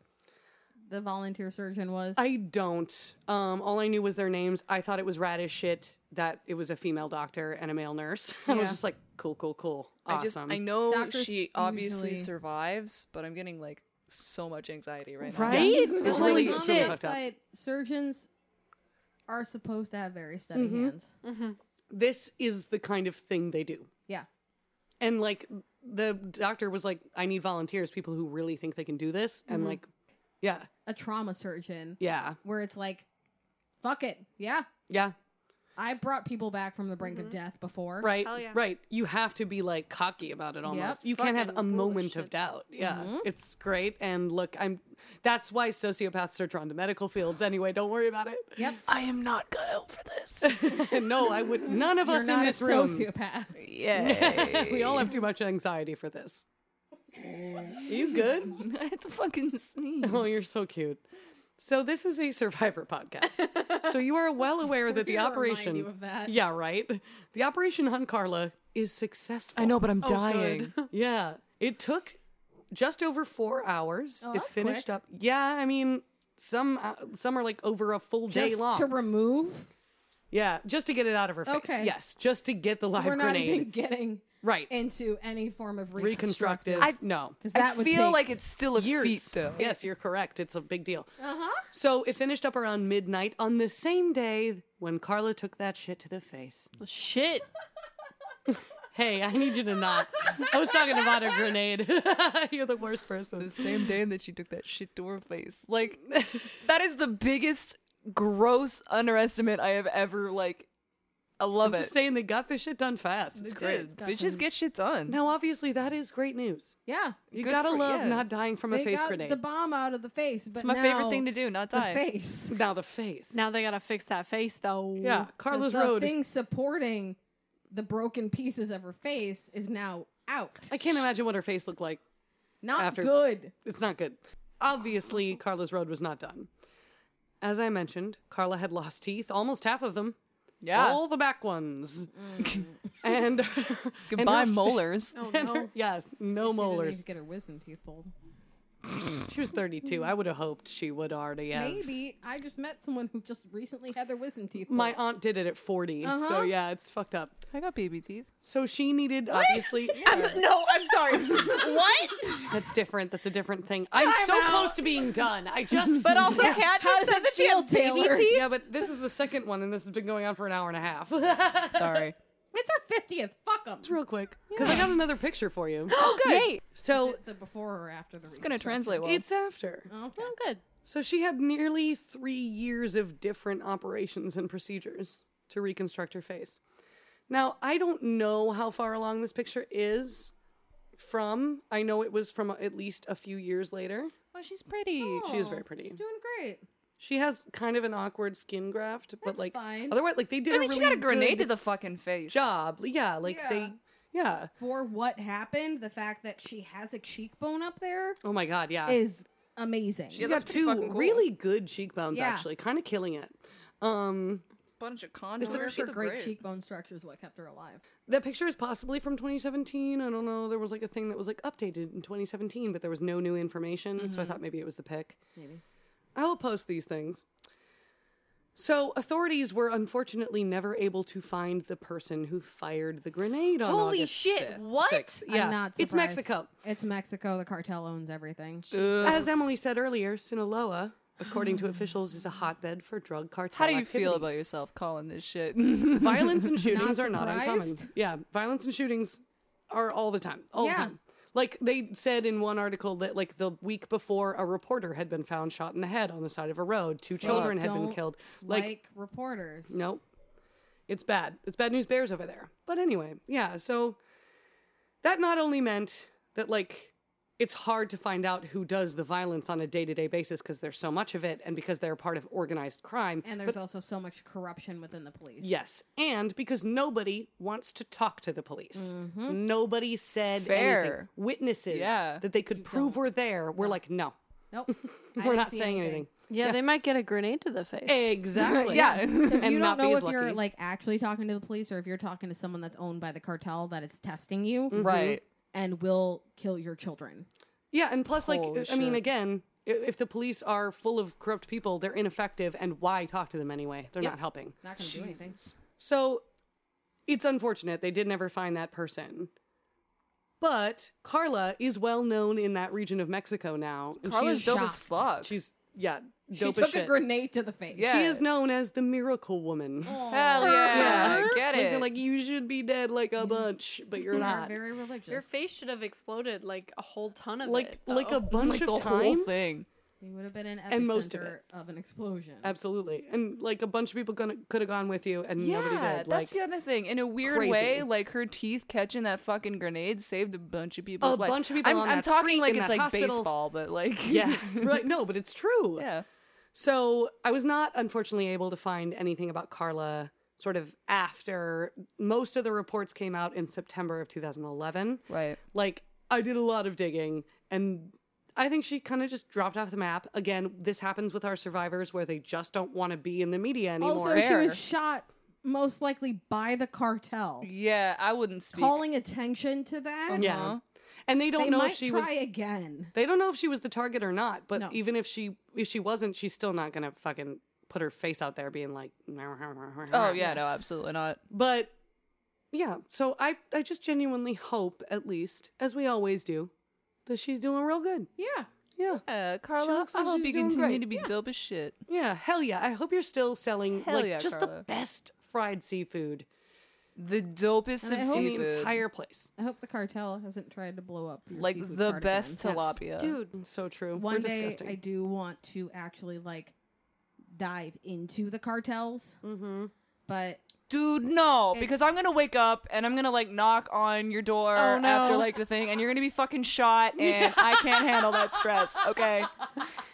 [SPEAKER 2] the volunteer surgeon was?
[SPEAKER 1] I don't. Um, all I knew was their names. I thought it was rad as shit that it was a female doctor and a male nurse. I was
[SPEAKER 2] Yeah.
[SPEAKER 1] just like, cool, cool, cool.
[SPEAKER 4] I just
[SPEAKER 1] Awesome.
[SPEAKER 4] I know
[SPEAKER 2] Doctors
[SPEAKER 4] she obviously
[SPEAKER 2] usually-
[SPEAKER 4] survives, but I'm getting like so much anxiety right, now.
[SPEAKER 3] Right?
[SPEAKER 1] It's
[SPEAKER 2] But,
[SPEAKER 1] really,
[SPEAKER 2] on
[SPEAKER 1] it's
[SPEAKER 2] the
[SPEAKER 1] really
[SPEAKER 2] flip
[SPEAKER 1] fucked up.
[SPEAKER 2] side, surgeons are supposed to have very steady
[SPEAKER 1] Mm-hmm.
[SPEAKER 2] hands.
[SPEAKER 1] This is the kind of thing they do.
[SPEAKER 2] Yeah.
[SPEAKER 1] And like the doctor was like, I need volunteers, people who really think they can do this.
[SPEAKER 3] Mm-hmm.
[SPEAKER 1] And like, yeah,
[SPEAKER 2] A trauma surgeon
[SPEAKER 1] yeah,
[SPEAKER 2] where it's like, fuck it. Yeah.
[SPEAKER 1] yeah,
[SPEAKER 2] I brought people back from the brink of death before.
[SPEAKER 1] Mm-hmm. right,
[SPEAKER 3] Hell yeah.
[SPEAKER 1] right. You have to be like cocky about it almost. You can't have
[SPEAKER 3] Fucking
[SPEAKER 1] a
[SPEAKER 3] cool as
[SPEAKER 1] moment of
[SPEAKER 3] shit. Mm-hmm.
[SPEAKER 1] doubt. Yeah, it's great. And look, I'm. That's why sociopaths are drawn to medical fields anyway. Don't worry about it.
[SPEAKER 2] Yep.
[SPEAKER 4] I am not cut out for this.
[SPEAKER 1] no, I would. None of
[SPEAKER 2] You're
[SPEAKER 1] us in
[SPEAKER 2] not a
[SPEAKER 1] this room.
[SPEAKER 2] sociopath.
[SPEAKER 4] Yay.
[SPEAKER 1] We all have too much anxiety for this. you good?
[SPEAKER 4] I had to fucking sneeze.
[SPEAKER 1] Oh, you're so cute. So this is a survivor podcast. so you are well aware that the
[SPEAKER 2] Here to remind
[SPEAKER 1] operation
[SPEAKER 2] you of that.
[SPEAKER 1] Yeah, right. The operation on Carla is successful.
[SPEAKER 4] I know, but
[SPEAKER 2] Oh,
[SPEAKER 4] I'm
[SPEAKER 3] good.
[SPEAKER 4] dying.
[SPEAKER 1] Yeah. It took just over 4 hours. it
[SPEAKER 2] Oh, that's
[SPEAKER 1] finished
[SPEAKER 2] quick.
[SPEAKER 1] up. Yeah, I mean some uh, some are like over a full day
[SPEAKER 2] Just
[SPEAKER 1] long.
[SPEAKER 2] to remove.
[SPEAKER 1] yeah, just to get it out of her face.
[SPEAKER 2] Okay.
[SPEAKER 1] Yes, just to get the live
[SPEAKER 2] We're not
[SPEAKER 1] grenade.
[SPEAKER 2] even getting
[SPEAKER 1] right.
[SPEAKER 2] into any form of
[SPEAKER 1] Reconstructive.
[SPEAKER 2] reconstructive.
[SPEAKER 1] no.
[SPEAKER 2] 'Cause
[SPEAKER 4] I
[SPEAKER 2] that would
[SPEAKER 4] feel
[SPEAKER 2] take
[SPEAKER 4] like it's still a
[SPEAKER 1] years.
[SPEAKER 4] feat though.
[SPEAKER 1] Yes, you're correct. It's a big deal.
[SPEAKER 2] Uh-huh.
[SPEAKER 1] So it finished up around midnight on the same day when Carla took that shit to the face.
[SPEAKER 3] Shit.
[SPEAKER 1] Hey, I need you to not. I was talking about a grenade. you're the worst person.
[SPEAKER 4] The same day that she took that shit to her face. Like that is the biggest gross underestimate I have ever like I love
[SPEAKER 1] I'm
[SPEAKER 4] it.
[SPEAKER 1] just saying they got the shit done fast.
[SPEAKER 4] They
[SPEAKER 1] It's great.
[SPEAKER 4] did. Bitches get shit done.
[SPEAKER 1] Now, obviously, that is great news.
[SPEAKER 2] Yeah.
[SPEAKER 1] You
[SPEAKER 4] Good
[SPEAKER 1] gotta
[SPEAKER 4] for-
[SPEAKER 1] love
[SPEAKER 4] yeah.
[SPEAKER 1] not dying from a
[SPEAKER 2] they
[SPEAKER 1] face
[SPEAKER 2] got
[SPEAKER 1] grenade.
[SPEAKER 2] the bomb out of the face, but
[SPEAKER 4] it's my favorite thing to do, not
[SPEAKER 2] The
[SPEAKER 4] die.
[SPEAKER 2] face.
[SPEAKER 1] now the face.
[SPEAKER 3] Now they gotta fix that face though.
[SPEAKER 1] yeah,
[SPEAKER 2] Because
[SPEAKER 1] Carla's
[SPEAKER 2] the
[SPEAKER 1] road.
[SPEAKER 2] thing supporting the broken pieces of her face is now out.
[SPEAKER 1] I can't imagine what her face looked like.
[SPEAKER 2] Not
[SPEAKER 1] after-
[SPEAKER 2] good.
[SPEAKER 1] It's not good. Obviously, Carla's road was not done. As I mentioned, Carla had lost teeth, almost half of them.
[SPEAKER 4] Yeah.
[SPEAKER 1] all the back ones.
[SPEAKER 2] Mm.
[SPEAKER 1] and and Oh. her-
[SPEAKER 4] Goodbye, molars.
[SPEAKER 1] and her- yeah, no
[SPEAKER 2] She didn't need
[SPEAKER 1] molars.
[SPEAKER 2] to get her wisdom teeth pulled.
[SPEAKER 1] She was 32. I would have hoped she would already have.
[SPEAKER 2] Maybe I just met someone who just recently had their wisdom teeth.
[SPEAKER 1] My
[SPEAKER 2] pulled.
[SPEAKER 1] aunt did it at 40. So
[SPEAKER 2] Uh-huh.
[SPEAKER 1] yeah, it's fucked up.
[SPEAKER 4] I got baby teeth.
[SPEAKER 1] So she needed obviously
[SPEAKER 5] no, I'm sorry. what?
[SPEAKER 1] That's different. That's a different thing. I'm so
[SPEAKER 2] out.
[SPEAKER 1] close to being done. I just
[SPEAKER 5] But also, Kat just said that she had
[SPEAKER 2] feel,
[SPEAKER 5] baby
[SPEAKER 2] Taylor?
[SPEAKER 5] teeth.
[SPEAKER 1] Yeah, but this is the second one and this has been going on for an hour and a half. it's
[SPEAKER 4] Sorry.
[SPEAKER 2] it's her fiftieth. Fuck them.
[SPEAKER 1] real quick cuz I got another picture for you.
[SPEAKER 3] Oh, good.
[SPEAKER 1] So
[SPEAKER 2] the before or after the. It's
[SPEAKER 4] It's gonna translate well.
[SPEAKER 1] it's after.
[SPEAKER 2] Okay.
[SPEAKER 5] good.
[SPEAKER 1] So she had nearly three years of different operations and procedures to reconstruct her face. Now, I don't know how far along this picture is from. I know it was from at least a few years later.
[SPEAKER 4] well, Oh, she's pretty.
[SPEAKER 1] She is very pretty.
[SPEAKER 2] She's doing great.
[SPEAKER 1] She has kind of an awkward skin graft, but
[SPEAKER 2] That's
[SPEAKER 1] like
[SPEAKER 2] fine.
[SPEAKER 1] otherwise, like they did.
[SPEAKER 4] I mean,
[SPEAKER 1] a
[SPEAKER 4] she
[SPEAKER 1] really
[SPEAKER 4] got a grenade to
[SPEAKER 1] good
[SPEAKER 4] the fucking face.
[SPEAKER 1] job. Yeah, like
[SPEAKER 2] Yeah.
[SPEAKER 1] they. Yeah.
[SPEAKER 2] For what happened, the fact that she has a cheekbone up there
[SPEAKER 1] Oh my god. Yeah.
[SPEAKER 2] is amazing.
[SPEAKER 1] She's
[SPEAKER 4] that's
[SPEAKER 1] got
[SPEAKER 4] pretty
[SPEAKER 1] two
[SPEAKER 4] fucking cool.
[SPEAKER 1] really good cheekbones,
[SPEAKER 2] Yeah.
[SPEAKER 1] actually, kind of killing it. Um,
[SPEAKER 4] Bunch of
[SPEAKER 2] It's
[SPEAKER 4] contours.
[SPEAKER 2] her great
[SPEAKER 4] cheek.
[SPEAKER 2] cheekbone structure is what kept her alive.
[SPEAKER 1] That picture is possibly from 2017. I don't know. There was like a thing that was like updated in 2017, but there was no new information. So I thought maybe it was the pic. Maybe. I will post these things. So authorities were unfortunately never able to find the person who fired the grenade on
[SPEAKER 5] Holy
[SPEAKER 1] August
[SPEAKER 5] shit,
[SPEAKER 1] 6th,
[SPEAKER 5] what?
[SPEAKER 1] 6th.
[SPEAKER 2] I'm
[SPEAKER 1] Yeah.
[SPEAKER 2] not
[SPEAKER 1] it's
[SPEAKER 2] surprised.
[SPEAKER 1] Mexico.
[SPEAKER 2] It's Mexico. The cartel owns everything.
[SPEAKER 1] As Emily said earlier, Sinaloa, according to officials, is a hotbed for drug cartel
[SPEAKER 4] How do you
[SPEAKER 1] activity.
[SPEAKER 4] feel about yourself calling this shit?
[SPEAKER 1] violence and shootings are not uncommon.
[SPEAKER 2] surprised?
[SPEAKER 1] Yeah, violence and shootings are all the time. All
[SPEAKER 2] Yeah.
[SPEAKER 1] the time. Like they said in one article that like the week before a reporter had been found shot in the head on the side of a road, two children had been
[SPEAKER 2] don't
[SPEAKER 1] killed.
[SPEAKER 2] like,
[SPEAKER 1] Like,
[SPEAKER 2] reporters.
[SPEAKER 1] nope. It's bad. It's bad news bears over there. But anyway, yeah, so that not only meant that like it's hard to find out who does the violence on a day-to-day basis because there's so much of it and because they're part of organized crime.
[SPEAKER 2] And there's also so much corruption within the police.
[SPEAKER 1] Yes, and because nobody wants to talk to the police.
[SPEAKER 2] Mm-hmm.
[SPEAKER 1] Nobody said anything.
[SPEAKER 4] Fair.
[SPEAKER 1] Witnesses
[SPEAKER 4] Yeah.
[SPEAKER 1] that they could prove were there were like, no,
[SPEAKER 2] Nope. I
[SPEAKER 1] we're
[SPEAKER 2] didn't
[SPEAKER 1] not
[SPEAKER 2] see
[SPEAKER 1] saying anything.
[SPEAKER 3] Yeah, they might get a grenade to the face.
[SPEAKER 1] Exactly.
[SPEAKER 4] yeah.
[SPEAKER 2] Because you
[SPEAKER 1] And
[SPEAKER 2] don't
[SPEAKER 1] not
[SPEAKER 2] know
[SPEAKER 1] be
[SPEAKER 2] if
[SPEAKER 1] as
[SPEAKER 2] you're
[SPEAKER 1] lucky.
[SPEAKER 2] like actually talking to the police or if you're talking to someone that's owned by the cartel that is testing you
[SPEAKER 1] Mm.
[SPEAKER 4] Right.
[SPEAKER 2] and will kill your children.
[SPEAKER 1] Yeah, and plus, like,
[SPEAKER 4] Holy
[SPEAKER 1] I mean,
[SPEAKER 4] shit.
[SPEAKER 1] again, i- if the police are full of corrupt people, they're ineffective, and why talk to them anyway? They're not helping.
[SPEAKER 2] Not going to do anything.
[SPEAKER 1] So it's unfortunate they did never find that person. But Carla is well known in that region of Mexico now. and
[SPEAKER 4] Carla's
[SPEAKER 1] she's
[SPEAKER 4] dope as
[SPEAKER 2] shocked.
[SPEAKER 4] fuck.
[SPEAKER 1] She's yeah,
[SPEAKER 2] She
[SPEAKER 1] dope as
[SPEAKER 2] took
[SPEAKER 1] shit.
[SPEAKER 2] a grenade to the face.
[SPEAKER 4] Yeah.
[SPEAKER 1] She is known as the Miracle Woman.
[SPEAKER 4] Hell yeah. Get
[SPEAKER 1] Like,
[SPEAKER 4] it.
[SPEAKER 1] they're like, you should be dead like a bunch, but you're
[SPEAKER 2] They are
[SPEAKER 1] not.
[SPEAKER 2] very religious.
[SPEAKER 3] Your face should have exploded like a whole ton of
[SPEAKER 1] Like
[SPEAKER 3] it.
[SPEAKER 1] like a
[SPEAKER 3] though.
[SPEAKER 1] bunch
[SPEAKER 4] Like,
[SPEAKER 1] of
[SPEAKER 4] the
[SPEAKER 1] times.
[SPEAKER 4] whole thing.
[SPEAKER 2] They would have been an epicenter
[SPEAKER 1] And most of
[SPEAKER 2] of,
[SPEAKER 1] it.
[SPEAKER 2] an explosion.
[SPEAKER 1] Absolutely, and like a bunch of people gonna, could have gone with you, and nobody did.
[SPEAKER 4] that's
[SPEAKER 1] Like
[SPEAKER 4] the other thing. In a weird
[SPEAKER 1] crazy.
[SPEAKER 4] way, like her teeth catching that fucking grenade saved a bunch of people's
[SPEAKER 1] A
[SPEAKER 4] life.
[SPEAKER 1] bunch of people
[SPEAKER 4] I'm,
[SPEAKER 1] on
[SPEAKER 4] I'm
[SPEAKER 1] that
[SPEAKER 4] talking
[SPEAKER 1] street,
[SPEAKER 4] like
[SPEAKER 1] in
[SPEAKER 4] it's
[SPEAKER 1] that
[SPEAKER 4] like
[SPEAKER 1] hospital.
[SPEAKER 4] baseball, but like
[SPEAKER 1] yeah, right? No, but it's true.
[SPEAKER 4] yeah.
[SPEAKER 1] So I was not unfortunately able to find anything about Carla. Sort of after most of the reports came out in September of 2011.
[SPEAKER 4] Right.
[SPEAKER 1] like I did a lot of digging and I think she kind of just dropped off the map. Again, this happens with our survivors where they just don't want to be in the media anymore.
[SPEAKER 2] Also, she
[SPEAKER 4] Fair.
[SPEAKER 2] was shot most likely by the cartel.
[SPEAKER 4] Yeah, I wouldn't speak.
[SPEAKER 2] Calling attention to that,
[SPEAKER 1] yeah.
[SPEAKER 4] Uh-huh.
[SPEAKER 1] And they don't
[SPEAKER 2] they
[SPEAKER 1] know
[SPEAKER 2] might
[SPEAKER 1] if she
[SPEAKER 2] try
[SPEAKER 1] was
[SPEAKER 2] again.
[SPEAKER 1] they don't know if she was the target or not, but
[SPEAKER 2] No.
[SPEAKER 1] even if she if she wasn't, she's still not going to fucking put her face out there being like
[SPEAKER 4] oh yeah, no, absolutely not.
[SPEAKER 1] But yeah, so I I just genuinely hope at least as we always do that she's doing real good.
[SPEAKER 2] Yeah,
[SPEAKER 1] Yeah.
[SPEAKER 4] Uh, Carla,
[SPEAKER 1] looks
[SPEAKER 4] I
[SPEAKER 1] like
[SPEAKER 4] hope
[SPEAKER 1] she's
[SPEAKER 4] you
[SPEAKER 1] doing
[SPEAKER 4] continue
[SPEAKER 1] great.
[SPEAKER 4] to be dope as shit.
[SPEAKER 1] Yeah, hell yeah. I hope you're still selling
[SPEAKER 4] Hell
[SPEAKER 1] like
[SPEAKER 4] yeah,
[SPEAKER 1] just the
[SPEAKER 4] Carla.
[SPEAKER 1] best fried seafood
[SPEAKER 4] The dopest
[SPEAKER 2] And I
[SPEAKER 4] of
[SPEAKER 2] hope-
[SPEAKER 1] in
[SPEAKER 4] seafood,
[SPEAKER 1] the entire place.
[SPEAKER 2] I hope the cartel hasn't tried to blow up. Your
[SPEAKER 4] like
[SPEAKER 2] seafood
[SPEAKER 4] the
[SPEAKER 2] cardigan.
[SPEAKER 4] best
[SPEAKER 2] Yes.
[SPEAKER 4] tilapia.
[SPEAKER 3] dude.
[SPEAKER 1] It's so true.
[SPEAKER 2] One
[SPEAKER 1] We're
[SPEAKER 2] day,
[SPEAKER 1] disgusting.
[SPEAKER 2] I do want to actually like dive into the cartels, mm-hmm. but
[SPEAKER 4] Dude, no, because I'm gonna wake up and I'm gonna like knock on your door
[SPEAKER 3] no.
[SPEAKER 4] after like the thing, and you're gonna be fucking shot, and I can't handle that stress. Okay,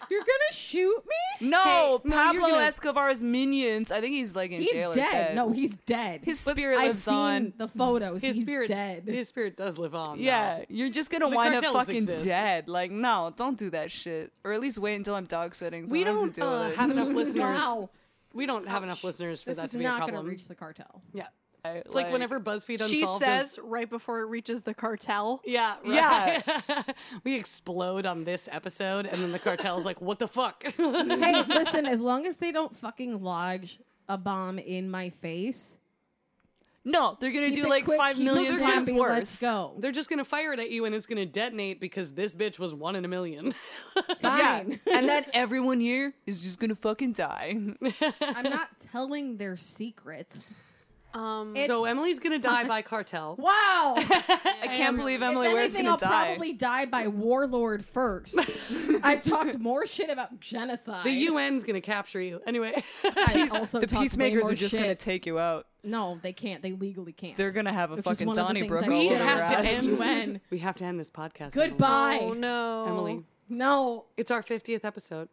[SPEAKER 2] you're gonna shoot me?
[SPEAKER 4] no,
[SPEAKER 1] Hey, no,
[SPEAKER 4] Pablo
[SPEAKER 1] you're gonna-
[SPEAKER 4] Escobar's minions. I think he's like in
[SPEAKER 2] He's
[SPEAKER 4] jail. or
[SPEAKER 2] dead. No, he's dead.
[SPEAKER 4] his spirit
[SPEAKER 2] I've
[SPEAKER 4] lives
[SPEAKER 2] seen
[SPEAKER 4] on.
[SPEAKER 2] the photos.
[SPEAKER 1] his
[SPEAKER 2] he's
[SPEAKER 1] spirit
[SPEAKER 2] dead.
[SPEAKER 1] His spirit does live on.
[SPEAKER 4] Yeah,
[SPEAKER 1] though.
[SPEAKER 4] you're just gonna
[SPEAKER 1] The
[SPEAKER 4] wind up
[SPEAKER 1] cartels
[SPEAKER 4] fucking
[SPEAKER 1] exist.
[SPEAKER 4] dead. Like, no, don't do that shit, or at least wait until I'm dog sitting. So
[SPEAKER 1] We
[SPEAKER 4] I don't,
[SPEAKER 1] don't
[SPEAKER 4] have, to deal
[SPEAKER 1] uh,
[SPEAKER 4] with it.
[SPEAKER 1] have enough listeners.
[SPEAKER 2] wow,
[SPEAKER 1] We don't have enough listeners for
[SPEAKER 2] this
[SPEAKER 1] that
[SPEAKER 2] is
[SPEAKER 1] to be a
[SPEAKER 2] not gonna
[SPEAKER 1] problem.
[SPEAKER 2] reach the cartel.
[SPEAKER 1] yeah. It's like, whenever BuzzFeed
[SPEAKER 3] She
[SPEAKER 1] Unsolved
[SPEAKER 3] says
[SPEAKER 1] is-
[SPEAKER 3] right before it reaches the cartel.
[SPEAKER 1] yeah,
[SPEAKER 4] Yeah.
[SPEAKER 1] right. we explode on this episode, and then the cartel's like, "What the fuck?"
[SPEAKER 2] hey, listen, as long as they don't fucking lodge a bomb in my face,
[SPEAKER 4] No, they're gonna
[SPEAKER 2] keep
[SPEAKER 4] do
[SPEAKER 2] it
[SPEAKER 4] like
[SPEAKER 2] quick,
[SPEAKER 4] five
[SPEAKER 2] keep it
[SPEAKER 4] million
[SPEAKER 2] snappy,
[SPEAKER 4] times
[SPEAKER 2] Let's
[SPEAKER 4] worse.
[SPEAKER 2] go.
[SPEAKER 1] They're just gonna fire it at you, and it's gonna detonate because this bitch was one in a million.
[SPEAKER 2] Fine.
[SPEAKER 4] and then everyone here is just gonna fucking die.
[SPEAKER 2] I'm not telling their secrets.
[SPEAKER 3] Um,
[SPEAKER 1] so Emily's gonna die by cartel.
[SPEAKER 2] Wow.
[SPEAKER 4] I can't believe
[SPEAKER 2] If
[SPEAKER 4] Emily Ware's
[SPEAKER 2] anything,
[SPEAKER 4] gonna
[SPEAKER 2] I'll
[SPEAKER 4] die.
[SPEAKER 2] probably die by warlord first. I've talked more shit about genocide.
[SPEAKER 1] The UN's gonna capture you anyway.
[SPEAKER 2] I also
[SPEAKER 4] the
[SPEAKER 2] talked way
[SPEAKER 4] peacemakers
[SPEAKER 2] more
[SPEAKER 4] are just
[SPEAKER 2] shit.
[SPEAKER 4] gonna take you out.
[SPEAKER 2] No, they can't. They legally can't.
[SPEAKER 4] They're gonna have a
[SPEAKER 2] Which is
[SPEAKER 4] fucking
[SPEAKER 2] one of the things
[SPEAKER 4] Donnybrook
[SPEAKER 2] I
[SPEAKER 4] all
[SPEAKER 2] hate
[SPEAKER 4] over your
[SPEAKER 1] about the
[SPEAKER 4] ass.
[SPEAKER 1] things
[SPEAKER 2] UN.
[SPEAKER 1] we have to end this podcast. Emily.
[SPEAKER 2] Goodbye.
[SPEAKER 3] oh no,
[SPEAKER 1] Emily.
[SPEAKER 2] No.
[SPEAKER 1] It's our 50th episode.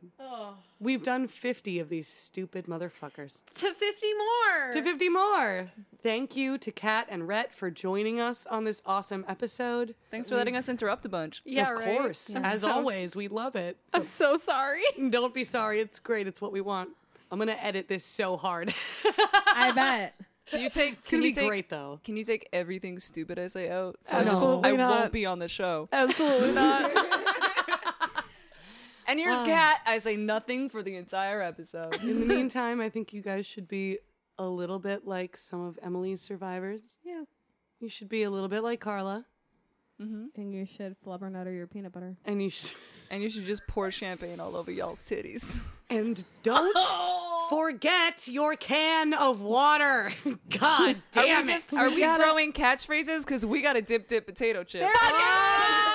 [SPEAKER 1] We've done 50 of these stupid motherfuckers.
[SPEAKER 5] to 50 more.
[SPEAKER 1] To 50 more. Thank you to Kat and Rhett for joining us on this awesome episode.
[SPEAKER 4] Thanks for letting us interrupt a bunch.
[SPEAKER 3] Yeah,
[SPEAKER 1] of
[SPEAKER 3] right?
[SPEAKER 1] course.
[SPEAKER 3] I'm
[SPEAKER 1] As
[SPEAKER 3] so-
[SPEAKER 1] always, we love it.
[SPEAKER 3] I'm so sorry.
[SPEAKER 1] Don't be sorry. It's great. It's what we want. I'm going to edit this so hard.
[SPEAKER 2] I bet.
[SPEAKER 4] Can you take?
[SPEAKER 1] It's
[SPEAKER 4] can
[SPEAKER 1] going to
[SPEAKER 4] you
[SPEAKER 1] be
[SPEAKER 4] take-
[SPEAKER 1] great, though.
[SPEAKER 4] Can you take everything stupid I say out? So
[SPEAKER 2] No.
[SPEAKER 4] I
[SPEAKER 3] Absolutely not.
[SPEAKER 4] won't be on the show.
[SPEAKER 3] Absolutely not.
[SPEAKER 4] And here's Kat. I say nothing for the entire episode.
[SPEAKER 1] In the meantime, I think you guys should be a little bit like some of Emily's survivors.
[SPEAKER 2] Yeah.
[SPEAKER 1] You should be a little bit like Carla,
[SPEAKER 2] And you should flubbernutter your peanut butter.
[SPEAKER 1] and you should.
[SPEAKER 4] and you should just pour champagne all over y'all's titties.
[SPEAKER 1] And don't forget your can of water. God
[SPEAKER 4] Are we
[SPEAKER 1] damn it.
[SPEAKER 4] just- are we throwing catchphrases? Because we got a dip dip potato chip.
[SPEAKER 1] Ah!